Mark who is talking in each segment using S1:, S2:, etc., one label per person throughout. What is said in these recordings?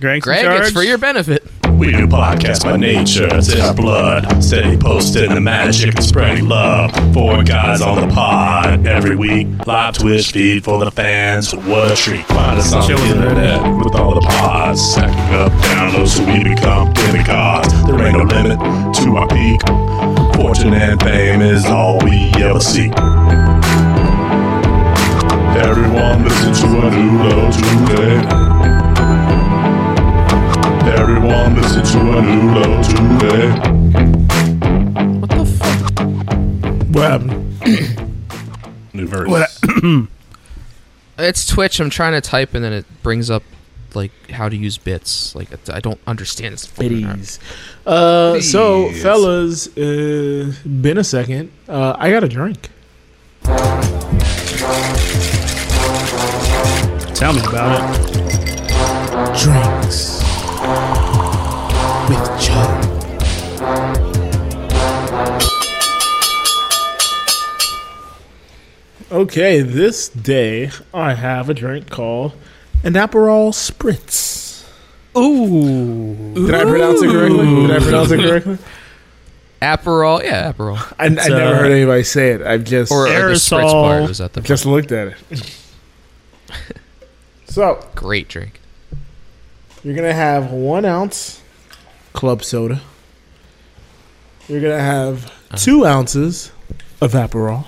S1: Greg's in
S2: Greg, it's
S1: charge.
S2: for your benefit.
S3: We do podcasts by nature, it's in our blood. Steady posting the magic and spreading love. Four guys on the pod every week. Live Twitch feed for the fans. What a treat. Find us on the
S1: Chill with it.
S3: internet with all the pods. Stacking up downloads so we become living gods. There ain't no limit to our peak. Fortune and fame is all we ever seek. Everyone listen to a new low today. Everyone listen to a new low today.
S2: What the fuck?
S1: What happened?
S3: New verse.
S1: What-
S2: It's Twitch. I'm trying to type and then it brings up like how to use bits. Like it- I don't understand this. fucking app.
S4: Biddies. Uh, so,
S3: Please.
S4: fellas, uh, been a second. Uh, I got a drink.
S1: Tell me about it.
S4: Drinks with Joe. Okay, this day I have a drink called an Aperol Spritz.
S1: Ooh.
S4: Did I pronounce it correctly? Did I pronounce it correctly?
S2: Aperol, yeah, Aperol.
S4: I, I never heard anybody say it. I've just
S2: uh, Or, or the spritz
S1: Aerosol.
S2: bar was at the
S4: just looked at it. so
S2: great drink.
S4: You're gonna have one ounce club soda. You're gonna have two ounces of Aperol.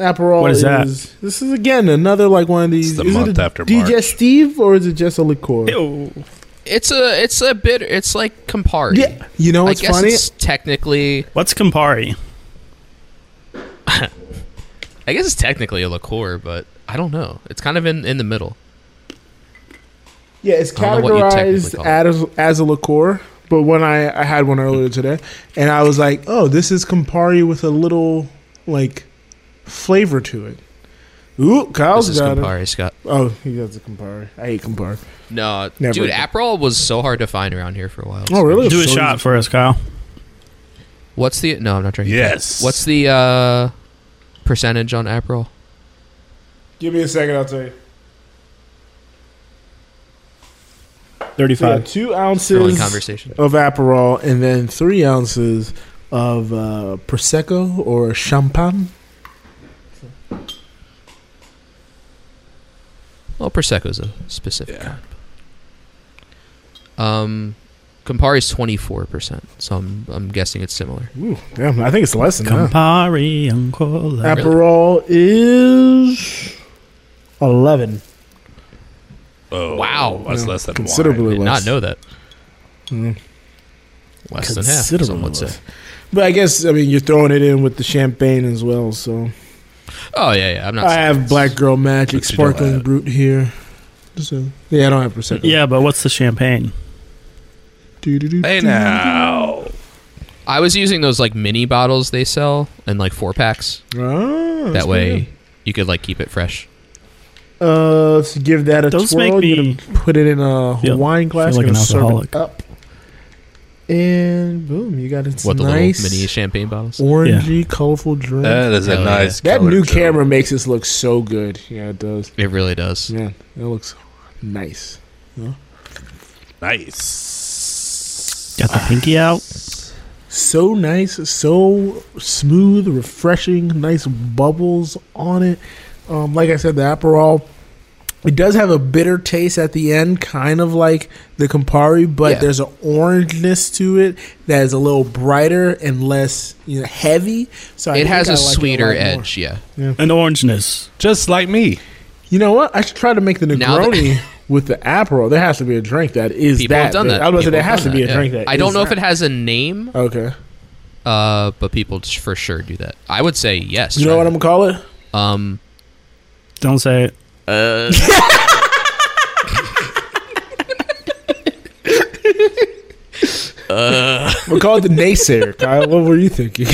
S4: Aperol
S1: What is that?
S4: This is again another like one of these.
S3: the
S4: is
S3: month
S4: it a
S3: after March.
S4: digestive or is it just a liqueur?
S1: Ew.
S2: It's a it's a bit. It's like Campari.
S4: Yeah, you know
S2: I
S4: what's
S2: guess
S4: funny?
S2: it's technically.
S1: What's Campari?
S2: I guess it's technically a liqueur, but I don't know. It's kind of in in the middle.
S4: yeah, it's
S2: I don't know what you technically
S4: categorized
S2: call
S4: as as a liqueur. But when I I had one earlier today, and I was like, oh, this is Campari with a little like flavor to it. Ooh, Kyle's
S2: This is
S4: got it.
S2: Campari, Scott.
S4: Oh, he does a Campari. I hate Campari.
S2: No,
S4: Never
S2: dude,
S4: again.
S2: Aperol was so hard to find around here for a while.
S4: Oh, really?
S1: Do a
S4: So
S1: shot
S4: easy.
S1: for us, Kyle.
S2: What's the? No, I'm not drinking.
S3: Yes.
S2: What's the uh, percentage on Aperol?
S4: Give me a second. I'll tell you. Yeah,
S1: Thirty-five.
S4: two
S2: Thrilling
S4: ounces
S2: conversation.
S4: of Aperol and then three ounces of uh, prosecco or champagne.
S2: Well, Prosecco's a specific kind. Um, Campari's twenty four percent, so I'm I'm guessing it's similar.
S4: Ooh, damn, I think it's less than that.
S1: Campari and cola.
S4: Aperol is eleven.
S3: Oh,
S2: Wow.
S3: That's
S4: Yeah.
S3: less than
S4: Considerably.
S3: wine.
S2: Did not
S4: less.
S2: know that.
S4: Mm.
S2: Less than half. Some would say.
S4: less. But I guess I mean you're throwing it in with the champagne as well. So
S2: Oh yeah, yeah. I'm not.
S4: I
S2: saying
S4: have
S2: it's-
S4: Black Girl Magic
S3: But you don't
S4: sparkling
S3: have-
S4: brut here. So yeah, I don't have prosecco.
S1: Yeah, but what's the champagne?
S4: Doo-doo-doo.
S3: Hey now.
S2: I was using those like mini bottles they sell and like four packs.
S4: Ah, that's
S2: that way
S4: pretty
S2: you could like keep it fresh.
S4: good. Uh, let's give that a
S1: Those
S4: twirl.
S1: make
S4: You're
S1: me
S4: gonna put it in a
S1: feel-
S4: wine glass.
S1: feel like
S4: You're
S1: an
S4: gonna serve
S1: alcoholic.
S4: it up, and boom, you got it.
S2: What the
S4: nice
S2: little mini champagne bottles?
S4: orangey, colorful drink.
S3: That is a
S2: Hell yeah.
S3: nice.
S4: that
S3: color,
S4: new
S3: Joe.
S4: camera makes this look so good. Yeah, it does.
S2: It really does.
S4: Man, it looks nice.
S3: Nice.
S1: Got the pinky out.
S4: So nice, so smooth, refreshing, nice bubbles on it. Um, like I said, the Aperol, it does have a bitter taste at the end, kind of like the Campari, but
S2: Yeah.
S4: there's an orangeness to it that is a little brighter and less you know, heavy. So I
S2: It
S4: think
S2: has
S4: I
S2: a
S4: like it
S2: sweeter
S4: lot more.
S2: edge, yeah.
S1: An orangeness.
S3: Just like me.
S4: You know what? I should try to make the
S2: Now that-
S4: Negroni with the Aperol. There has to be a drink that is
S2: People
S4: that.
S2: have done
S4: big.
S2: that.
S4: I was about to say
S2: People
S4: there
S2: have
S4: has to
S2: done
S4: be a
S2: that, yeah.
S4: drink that.
S2: I don't know if it has a name,
S4: Okay.
S2: uh, but people j- for sure do that. I would say yes.
S4: You know what
S2: right?
S4: I'm gonna call it?
S2: Um,
S1: Don't say it.
S4: We'll call it the naysayer, Kyle. What were you thinking?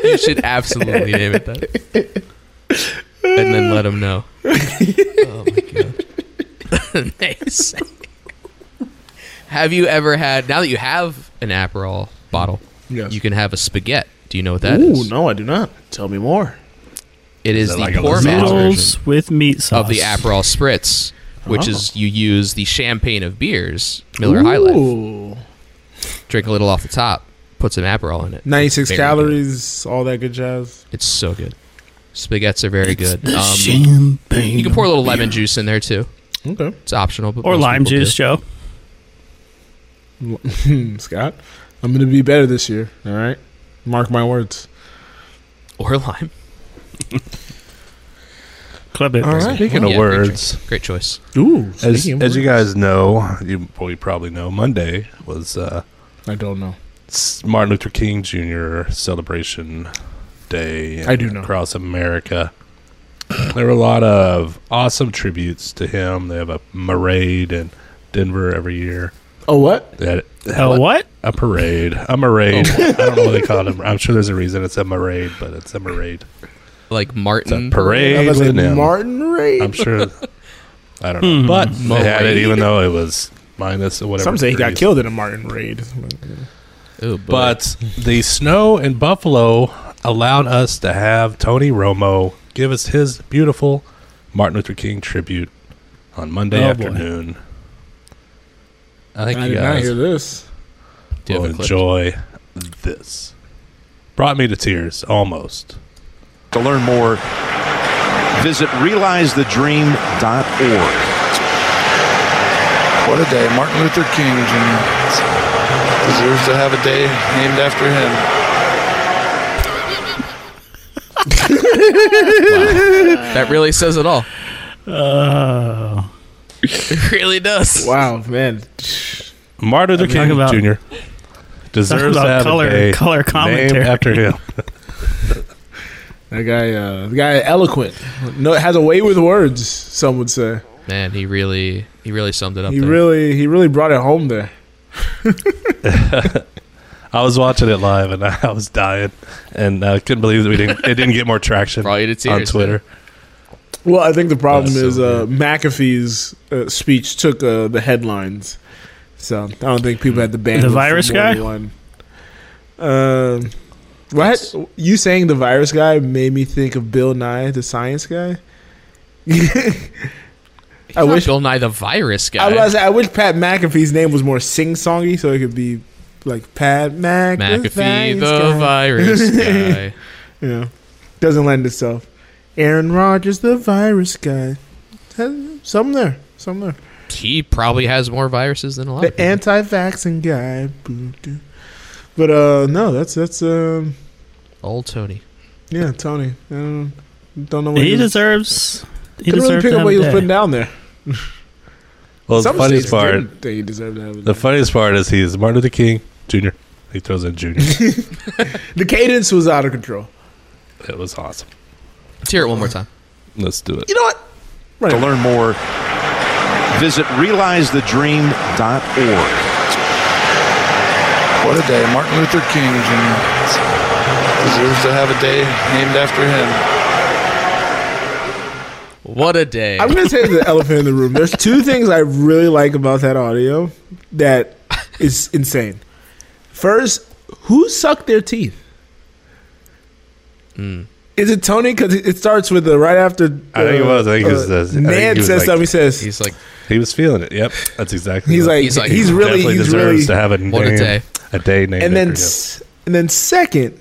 S2: you should absolutely name it that, and then let them know. Oh my god. nice. Have you ever had? Now that you have an Aperol bottle,
S4: yes.
S2: you can have a spaghetti. Do you know what that is?
S4: Ooh, no, I do not. Tell me more.
S2: It is
S3: Is it
S2: the
S3: like a
S2: poor man's
S3: lasagna? Noodles
S2: version
S1: noodles with meat sauce
S2: of the Aperol Spritz, which
S4: Oh.
S2: is you use the champagne of beers, Miller High Life,
S4: Ooh.
S2: drink a little off the top, put some Aperol in it.
S4: 96
S2: Very
S4: calories, all that good jazz.
S2: It's so good. Spaghettis are very good. Um,
S1: champagne.
S2: you can pour a little lemon juice in there too.
S4: Okay.
S2: It's optional, but
S1: or
S2: most
S1: lime
S2: people do.
S1: juice, Joe.
S4: Hmm, Scott, I'm going to be better this year. All right. Mark my words.
S2: or lime.
S1: Club it.
S4: All right.
S3: Speaking
S2: Well,
S3: of
S2: yeah,
S3: words,
S2: Great choice.
S4: Ooh.
S3: as,
S4: speaking of
S3: as you
S4: words.
S3: guys know, you probably probably know, Monday was uh,
S4: I don't know.
S3: S- Martin Luther King Jr. celebration day
S4: I do know.
S3: across America. There were a lot of awesome tributes to him. They have a parade in Denver every year.
S4: Oh, what? Oh.
S3: They had they had
S1: Oh, what?
S3: a parade. A parade. I don't know what they call it. I'm sure there's a reason it's a parade, but it's a parade.
S2: Like
S3: It's a
S2: Martin.
S4: I
S3: parade
S4: was like,
S3: with him.
S4: Martin Ray.
S3: I'm sure. I don't know. But they had it,
S2: Parade.
S3: even though it was minus or whatever.
S4: Mm-hmm. Some say he got
S3: degrees.
S4: killed in a Martin raid.
S2: Ooh, boy.
S3: But the snow in Buffalo allowed us to have Tony Romo give us his beautiful Martin Luther King tribute on Monday
S1: Oh, boy.
S3: afternoon. I think
S4: I
S3: you
S4: did not
S3: guys
S4: hear this.
S2: Do you
S3: will
S2: have a clip?
S3: enjoy this. Brought me to tears almost.
S5: To learn more, visit realizethedream.org.
S6: What a day. Martin Luther King Jr. deserves to have a day named after him.
S2: that really says it all.
S1: Uh,
S2: It really does.
S4: Oh. Wow, man.
S3: Martin Luther
S1: talking
S3: King
S1: about-
S3: Jr. deserves to
S1: about
S3: have
S1: color-
S3: a day
S1: color commentary.
S3: named after him.
S4: That guy, uh, the guy, eloquent. No, has a way with words. Some would say
S2: Man, he really, he really summed it up.
S4: he
S2: there.
S4: really, he really brought it home there.
S3: I was watching it live and I was dying, and I couldn't believe that we didn't. It didn't get more traction
S2: Brought you to
S3: on
S2: tears,
S3: Twitter.
S4: Well, I think the problem
S3: That's
S4: is
S3: so
S4: uh, McAfee's uh, speech took uh, the headlines, so I don't think people had the band.
S1: The virus guy?
S4: One. Um, what you saying? The virus guy made me think of Bill Nye, the science guy.
S2: He's
S4: I
S2: not
S4: wish-
S2: Bill Nye the virus guy.
S4: I was. I wish Pat McAfee's name was more sing-songy, so it could be like Pat Mac
S2: McAfee
S4: science
S2: the
S4: guy.
S2: virus guy.
S4: you know, doesn't lend itself. Aaron Rodgers, the virus guy. Some there, some there.
S2: he probably has more viruses than a lot. of
S4: The
S2: people.
S4: anti-vaxxing guy. Boo, doo. But uh, no, that's that's um,
S2: Old Tony.
S4: yeah, Tony. Um, don't know what
S1: he
S4: was-
S1: deserves. He
S4: couldn't really pick
S1: deserves to
S4: up
S1: have
S4: what he was
S1: a
S4: putting
S1: day.
S4: down there.
S3: Well, the
S4: Some
S3: funniest
S4: states
S3: part,
S4: didn't think he deserved to have it.
S3: the funniest part is he is Martin Luther King Jr. He throws in Jr.
S4: the cadence was out of control.
S3: it was awesome.
S2: Let's hear it one more time.
S3: Let's do it.
S4: You know what? Right.
S5: To learn more, visit realizethedream.org.
S6: What a day. Martin Luther King Jr. deserves to have a day named after him.
S2: What a day!
S4: I'm gonna say the elephant in the room. There's two things I really like about that audio that is insane. First, who sucked their teeth? Is it Tony? Because it it starts with the right after.
S3: Hmm.
S4: uh,
S3: I think it was. I think it was the- I think he
S4: Ned
S3: was
S4: says
S3: like-
S4: something. He says he's,
S2: he's like,
S3: He was feeling it. Yep, that's exactly. what-
S4: like he's,
S2: he's like,
S4: really
S3: definitely
S4: he's
S3: deserves
S4: really
S3: to have a
S2: What a
S3: name-
S2: day.
S3: a day named
S4: and then
S3: after him.
S4: s- and then second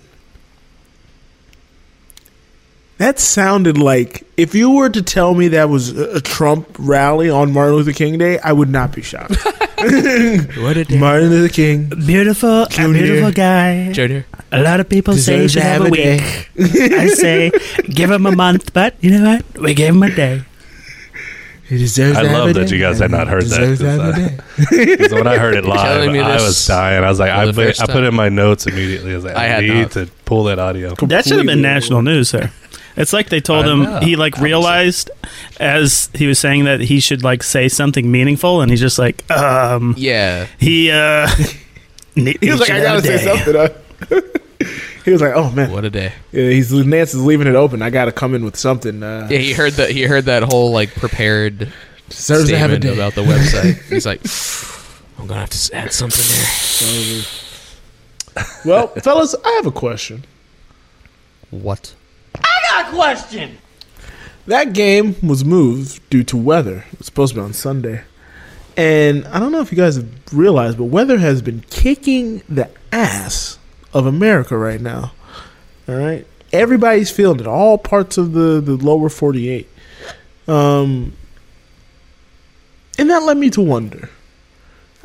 S4: that sounded like if you were to tell me that was a a Trump rally on Martin Luther King Day, I would not be shocked.
S2: what a
S4: Martin Luther King
S1: Beautiful, a
S4: Junior.
S1: beautiful guy.
S2: Junior.
S1: A lot of people say he
S4: Deserves
S1: should
S4: to
S1: have a
S4: have a
S1: week. I say give him a month, but you know what? We gave him a day.
S4: He deserves.
S3: I
S4: to have
S3: love
S4: a
S3: that
S4: day,
S3: you guys had
S4: and
S3: not
S4: he
S3: heard that,
S4: deserves to
S3: 'cause,
S4: have a
S3: uh,
S4: day.
S3: 'Cause when I heard it live,
S2: telling me
S3: I
S2: this
S3: was dying. I was like,
S2: for
S3: I,
S2: the
S3: put,
S2: first
S3: I put
S2: time.
S3: in my notes immediately. I was like,
S2: I
S3: I,
S2: had
S3: need
S2: not.
S3: to pull that audio.
S1: That should have been
S4: Completely
S1: national news there. It's like they told
S3: I
S1: him
S3: know.
S1: he like realized as he was saying that he should like say something meaningful, and he's just like, um,
S2: Yeah,
S1: he uh, ne-
S4: He was like, I gotta say something. uh." he was like, oh man,
S2: what a day.
S4: yeah, he's Nance is leaving it open. I gotta come in with something. Uh,
S2: Yeah, he heard that. He heard that whole like prepared
S4: deserves to have a
S2: statement
S4: day.
S2: about the website. He's like, I'm gonna have to add something there.
S4: well, fellas, I have a question.
S2: What?
S4: I
S7: got a question.
S4: That game was moved due to weather. It was supposed to be on Sunday. And I don't know if you guys have realized, but weather has been kicking the ass of America right now. All right? Everybody's feeling it, all parts of the, the lower 48. Um, and that led me to wonder.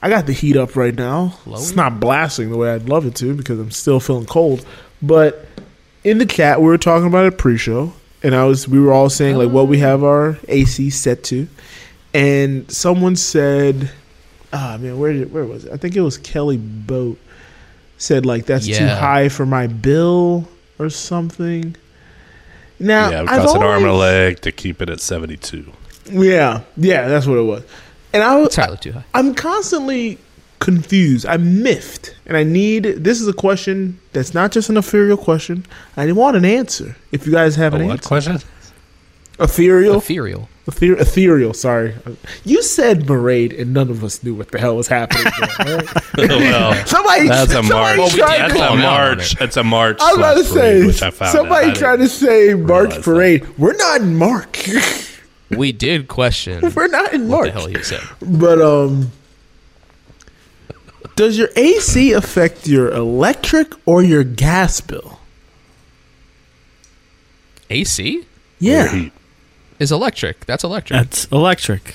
S4: I got the heat up right now. It's not blasting the way I'd love it to because I'm still feeling cold. But in the chat, we were talking about it pre-show, and I was we were all saying like what
S3: Oh.
S4: we have our AC set to, and someone said, "Ah man, where did, where was it? I think it was Kelly Boat said like that's too
S2: Yeah.
S4: high for my bill or something." Now
S3: Yeah, it
S4: I've
S3: costs an arm and a
S4: always-
S3: leg to keep it at 72.
S4: Yeah, yeah, that's what it was. And I was
S2: Entirely too high.
S4: I'm constantly confused. I'm miffed, and I need. This is a question that's not just an ethereal question. I want an answer. If you guys have
S3: A
S4: an
S3: what
S4: answer,
S3: question?
S4: ethereal,
S2: Ethereal.
S4: ether- ethereal. Sorry, you said parade, and none of us knew what the hell was happening. there, right?
S3: well,
S4: somebody,
S3: that's a
S4: somebody
S3: March.
S4: tried
S3: That's
S4: to.
S2: call
S3: a
S2: him out on
S3: March. It's a March.
S4: I was about to
S3: slash parade,
S4: say
S3: which I found
S4: somebody
S3: out. I
S4: tried to
S3: didn't-
S4: say March
S3: that.
S4: parade. We're not in March.
S2: We did question
S4: We're not in
S2: what
S4: March.
S2: the hell you said.
S4: But um does your AC affect your electric or your gas bill?
S2: AC
S3: Your
S4: Yeah.
S3: heat
S2: is electric. That's electric.
S1: That's electric.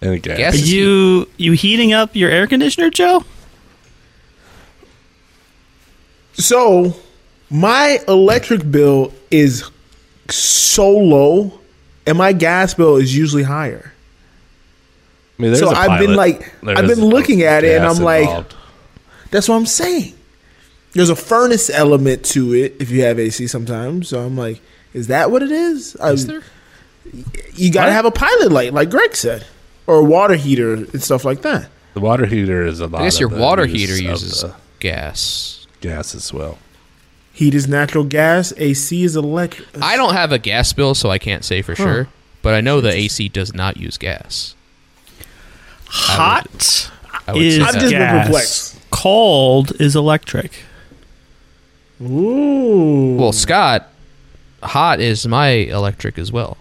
S3: and the gas.
S1: Are
S2: Gas is heat.
S1: you you heating up your air conditioner, Joe?
S4: So my electric bill is so low and my gas bill is usually higher.
S3: I mean, there's
S4: So
S3: a
S4: I've been,
S3: pilot.
S4: like-
S3: There
S4: I've
S3: is
S4: been looking at it and
S3: gas
S4: I'm like-
S3: involved.
S4: That's what I'm saying. There's a furnace element to it if you have AC sometimes. So I'm like, is that what it is? I-
S2: Is there?
S4: you got to
S3: What?
S4: have a pilot light like Greg said or a water heater and stuff like that.
S3: the water heater is a lot.
S2: I guess
S3: of
S2: your
S3: the
S2: water
S3: use
S2: heater
S3: of
S2: uses
S3: the
S2: gas.
S3: gas as well.
S4: Heat is natural gas. AC is electric.
S2: I don't have a gas bill, so I can't say for sure. But I know the AC does not use gas.
S1: Hot
S2: I would
S1: is
S2: say
S4: I've
S2: that.
S4: just been
S1: gas.
S4: perplexed.
S1: Cold is electric.
S4: Ooh.
S2: Well, Scott, hot is my electric as well.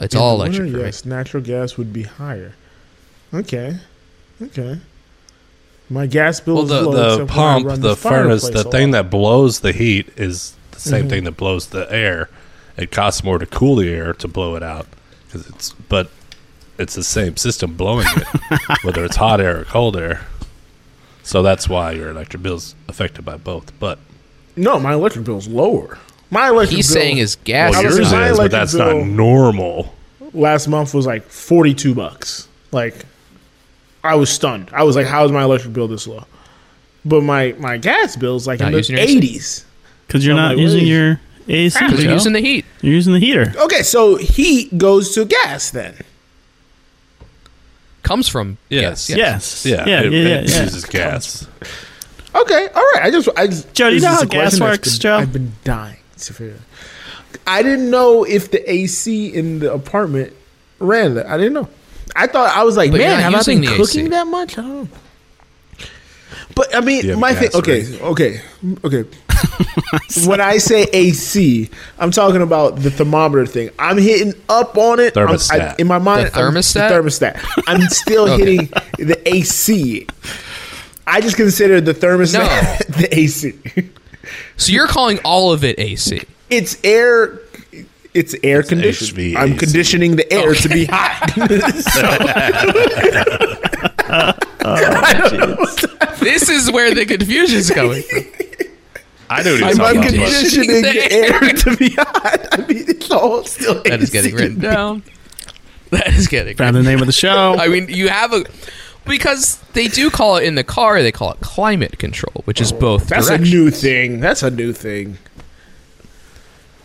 S2: It's
S4: In
S2: all
S4: the winter,
S2: electric, right?
S4: Yes, natural gas would be higher. Okay. Okay. My gas bill
S3: Well,
S4: is
S3: the,
S4: low
S3: the
S4: except when I
S3: pump,
S4: run
S3: the
S4: this fireplace
S3: furnace, the
S4: a lot.
S3: thing
S4: Mm-hmm.
S3: that blows the heat is the same thing that blows the air. It costs more to cool the air to blow it out, 'cause it's but it's the same system blowing it, whether it's hot air or cold air. So that's why your electric bill's affected by both. But
S4: No, my electric bill is lower. My electric
S2: He's
S4: bill
S2: sayll saying his gas.
S3: well,
S4: I was
S3: yours
S4: gonna
S3: is,
S4: say, my
S3: but
S4: electric
S3: that's
S4: bill-
S3: not normal.
S4: last month was like 42 bucks. Like I was stunned. I was like how is my electric bill this low? But my my gas bill is like
S2: Not
S4: in the
S2: using your AC?
S4: 80s.
S1: Because you're
S4: Oh,
S1: not
S4: my
S1: using
S4: word.
S1: your AC.
S2: because
S1: Joe.
S2: you're using the heat.
S1: You're using the heater.
S4: Okay, so heat goes to gas then.
S2: Comes from
S3: Yes.
S2: gas.
S1: Yes.
S3: Yeah,
S1: Yeah.
S3: it,
S1: yeah,
S3: it
S1: yeah, yeah.
S3: uses gas.
S4: Okay, all right. I just, I just
S1: Joe, do you
S4: this
S1: know
S4: is
S1: how
S4: a
S1: gas
S4: question that's
S1: works,
S4: been-
S1: Joe?
S4: I've been dying to figure. out. I didn't know if the AC in the apartment ran. That I didn't know. I thought I was like,
S2: But you're
S4: man,
S2: not
S4: have I
S2: using
S4: been
S2: the
S4: cooking
S2: AC.
S4: that much? I don't know. But I mean,
S3: Yeah,
S4: my thing.
S3: gas
S4: Okay, okay, okay. when I say AC, I'm talking about the thermometer thing. I'm hitting up on it. I'm- I-
S3: Thermostat.
S4: in my mind,
S2: The
S4: I'm-
S2: thermostat?
S4: the thermostat. I'm still
S2: Okay.
S4: hitting the AC. I just consider the thermostat the AC.
S2: So you're calling all of it AC.
S4: It's air. It's air conditioning.
S3: HVAC.
S4: I'm conditioning the air to be hot.
S2: this is where the confusion's coming. From.
S3: I know what
S4: I'm
S3: he's talking about.
S2: conditioning
S4: conditioning
S2: the
S4: the air to be hot. I mean, it's all still.
S2: That is getting
S4: AC.
S2: written down. That is getting.
S1: Found the name of the show.
S2: I mean, you have a because they do call it in the car. They call it climate control, which is both.
S4: Oh, That's a
S2: directions.
S4: new thing. That's a new thing.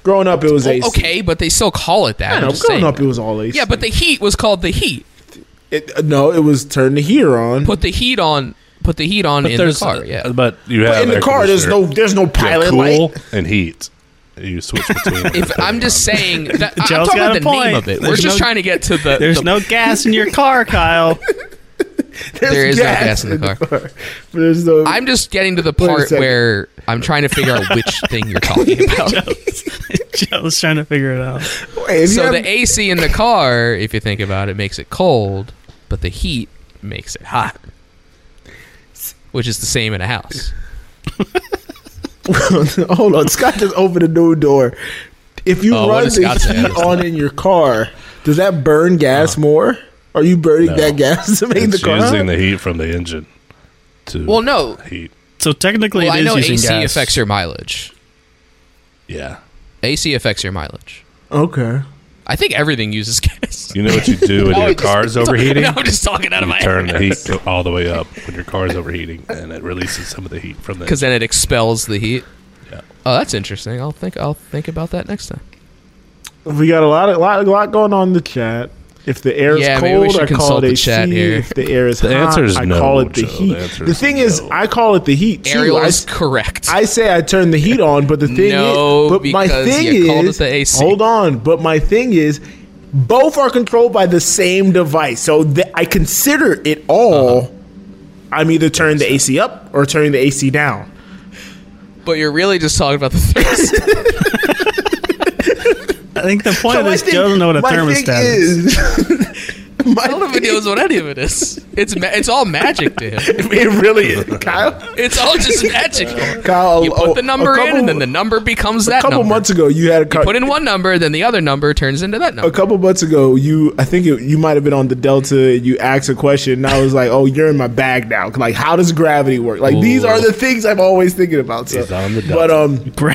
S4: Growing up, it was AC.
S2: Oh, Okay, but they still call it that.
S4: I
S2: I'm
S4: know.
S2: just
S4: Growing
S2: saying
S4: up,
S2: that.
S4: it was all AC.
S2: yeah, but the heat was called the heat.
S4: It, uh, no, it was turn the heater on.
S2: Put the heat on. Put the heat on in the car. Yeah,
S3: But you have
S4: But in the
S3: air
S4: car, there's
S3: conditioner.
S4: no there's no
S3: You have
S4: pilot
S3: cool
S4: light.
S3: and heat. You switch between.
S2: If I'm just saying that I- I'm
S1: Joe's
S2: talking about
S1: got a
S2: the
S1: point.
S2: name of it. We're
S1: There's
S2: just
S1: no-
S2: trying to get to the.
S1: There's
S2: the-
S1: no gas in your car, Kyle.
S4: There's
S2: there is no gas in the car.
S4: But there's no.
S2: I'm just getting to the
S4: Wait a
S2: part
S4: second.
S2: where I'm trying to figure out which thing you're talking about.
S1: I was trying to figure it out.
S4: Wait, if you
S2: so
S4: have-
S2: the AC in the car, if you think about it, makes it cold, but the heat makes it hot, which is the same in a house.
S4: hold on, Scott just opened a new door. If you
S2: Oh, what
S4: run
S2: does
S4: the
S2: Scott say?
S4: heat on in your car, does that burn gas more? Are you burning
S3: No.
S4: that gas to make
S3: It's
S4: the car? hot?
S3: using the heat from the engine to
S2: Well, no.
S3: heat.
S1: So technically,
S2: Well, I
S1: it is
S2: know
S1: using
S2: AC
S1: gas.
S2: affects your mileage.
S3: Yeah.
S2: AC affects your mileage.
S4: okay.
S2: I think everything uses gas.
S3: You know what you do when
S2: No,
S3: your
S2: I'm Oh, just-
S3: car's overheating?
S2: No, I'm just talking out of
S3: you
S2: my
S3: turn the heat to- all the way up when your car's overheating, and it releases some of the heat from the.
S2: because then it expels the heat.
S3: Yeah.
S2: Oh, that's interesting. I'll think. I'll think about that next time.
S4: We got a lot, a lot, a lot going on in the chat. If the air is
S2: Yeah, maybe we
S4: cold,
S2: should
S4: I call
S2: consult
S4: it
S2: the
S4: AC.
S2: chat here.
S4: If the air is
S3: The
S4: hot,
S3: answer is
S4: I
S3: no,
S4: call it the
S3: Joe. The
S4: heat. The,
S3: answer is
S4: thing is,
S3: no.
S4: I call it the heat too.
S2: Ariel
S4: I,
S2: is correct.
S4: I say I turn the heat on, but the thing
S2: No,
S4: is, but my
S2: because
S4: thing
S2: you
S4: is,
S2: called it the AC.
S4: hold on. But my thing is, both are controlled by the same device, so th- I consider it all.
S2: Uh-huh.
S4: I'm either turning the AC up or turning the AC down.
S2: but you're really just talking about the thermostat.
S1: I think the point
S4: So
S1: of
S4: my
S1: this,
S4: thing-
S1: Joe doesn't know what a
S4: my
S1: thermostat
S4: thing
S1: is.
S4: my
S2: I don't know if he
S4: thing-
S2: knows what any of it is. It's ma- it's all magic to him.
S4: It really is, Kyle.
S2: It's all just magical.
S4: Kyle,
S2: You
S4: a-
S2: put the
S4: a
S2: number in,
S4: couple-
S2: and then the number becomes that
S4: a couple
S2: number.
S4: months ago you had a co-
S2: Put in one number, then the other number turns into that
S4: a
S2: number.
S4: couple months ago you I think it, you might have been on the Delta. You asked a question, and I was like, "Oh, you're in my bag now." Like, how does gravity work? Like, these are the things I'm always thinking about. So,
S3: He's on the
S4: but um,
S1: Gra-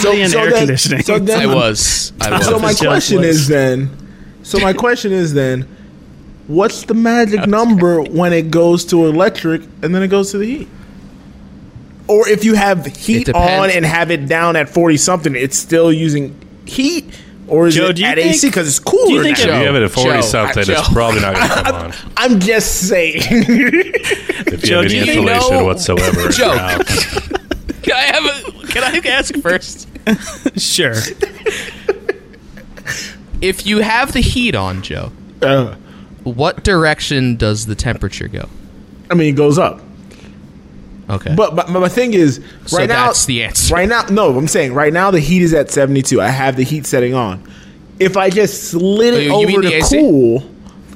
S4: so,
S1: and
S4: so
S1: air
S4: then-
S1: conditioning.
S4: So then,
S2: I was. I was.
S4: So my
S1: Just
S4: question
S1: was.
S4: is then. So my question is then. What's the magic number when it goes to electric and then it goes to the heat? Or if you have heat
S2: depends.
S4: on and have it down at forty something, it's still using heat, or is
S1: Joe,
S4: it
S1: do you
S4: at
S1: think-
S4: AC because it's cooler?
S1: do you think
S4: now?
S3: if you have it at forty
S2: Joe,
S3: something,
S2: Joe.
S3: it's probably not going to come on.
S4: I'm just saying.
S3: If you
S1: Joe,
S3: have
S1: do
S3: any
S1: you
S3: insulation
S2: know-
S3: whatsoever, in
S2: Joe.
S3: your house.
S2: Can I have a? Can I ask first?
S1: sure.
S2: If you have the heat on, Joe,
S4: Uh,
S2: what direction does the temperature go?
S4: I mean, it goes up.
S2: Okay.
S4: But my, my thing is, right
S2: So
S4: now,
S2: that's the answer.
S4: Right now, no, I'm saying right now the heat is at 72. I have the heat setting on. If I just slid
S2: Oh,
S4: it
S2: you- you mean
S4: over
S2: the
S4: to
S2: AC?
S4: cool,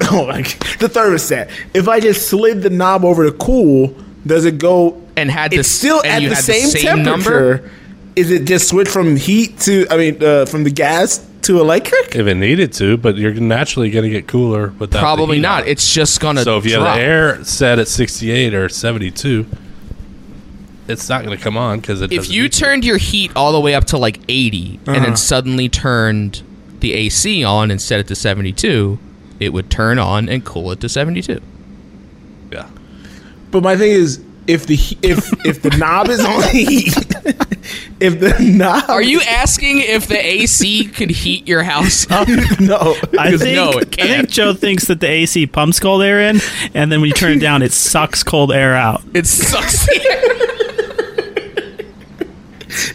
S4: oh, like the thermostat. If I just slid the knob over to cool, does it go?
S2: and had
S4: it's
S2: this,
S4: still
S2: and
S4: at
S2: you
S4: the
S2: had
S4: same, temperature. Is it just switch from heat to? I mean, uh, from the gas to electric?
S3: if it needed to, but you're naturally going to get cooler without. the
S2: Probably
S3: heat
S2: not.
S3: on.
S2: It's just gonna.
S3: so if you
S2: drop.
S3: have the air set at sixty-eight or seventy-two, it's not going to come on because it.
S2: if
S3: doesn't
S2: you
S3: need to.
S2: turned your heat all the way up to like 80 and
S4: Uh-huh.
S2: then suddenly turned the AC on and set it to 72, it would turn on and cool it to 72.
S3: yeah.
S4: But my thing is, if the he- if if the knob is on heat, if the knob
S2: Are you asking if the AC could heat your house up?
S4: no,
S1: I think,
S2: no,
S1: I
S2: it can't.
S1: think Joe thinks that the AC pumps cold air in, and then when you turn it down, it sucks cold air out.
S2: It sucks the air.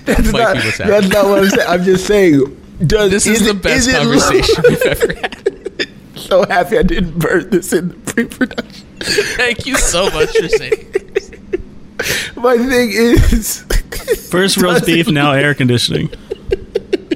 S4: that's
S2: might
S4: not,
S2: be what's
S4: that's not what I'm saying. I'm just saying. Does,
S2: This is, the
S4: it-
S2: best
S4: it low?
S2: conversation we've ever had.
S4: so happy I didn't burn this in the pre-production.
S2: Thank you so much for saying.
S4: My thing is,
S1: First roast beef, now air conditioning.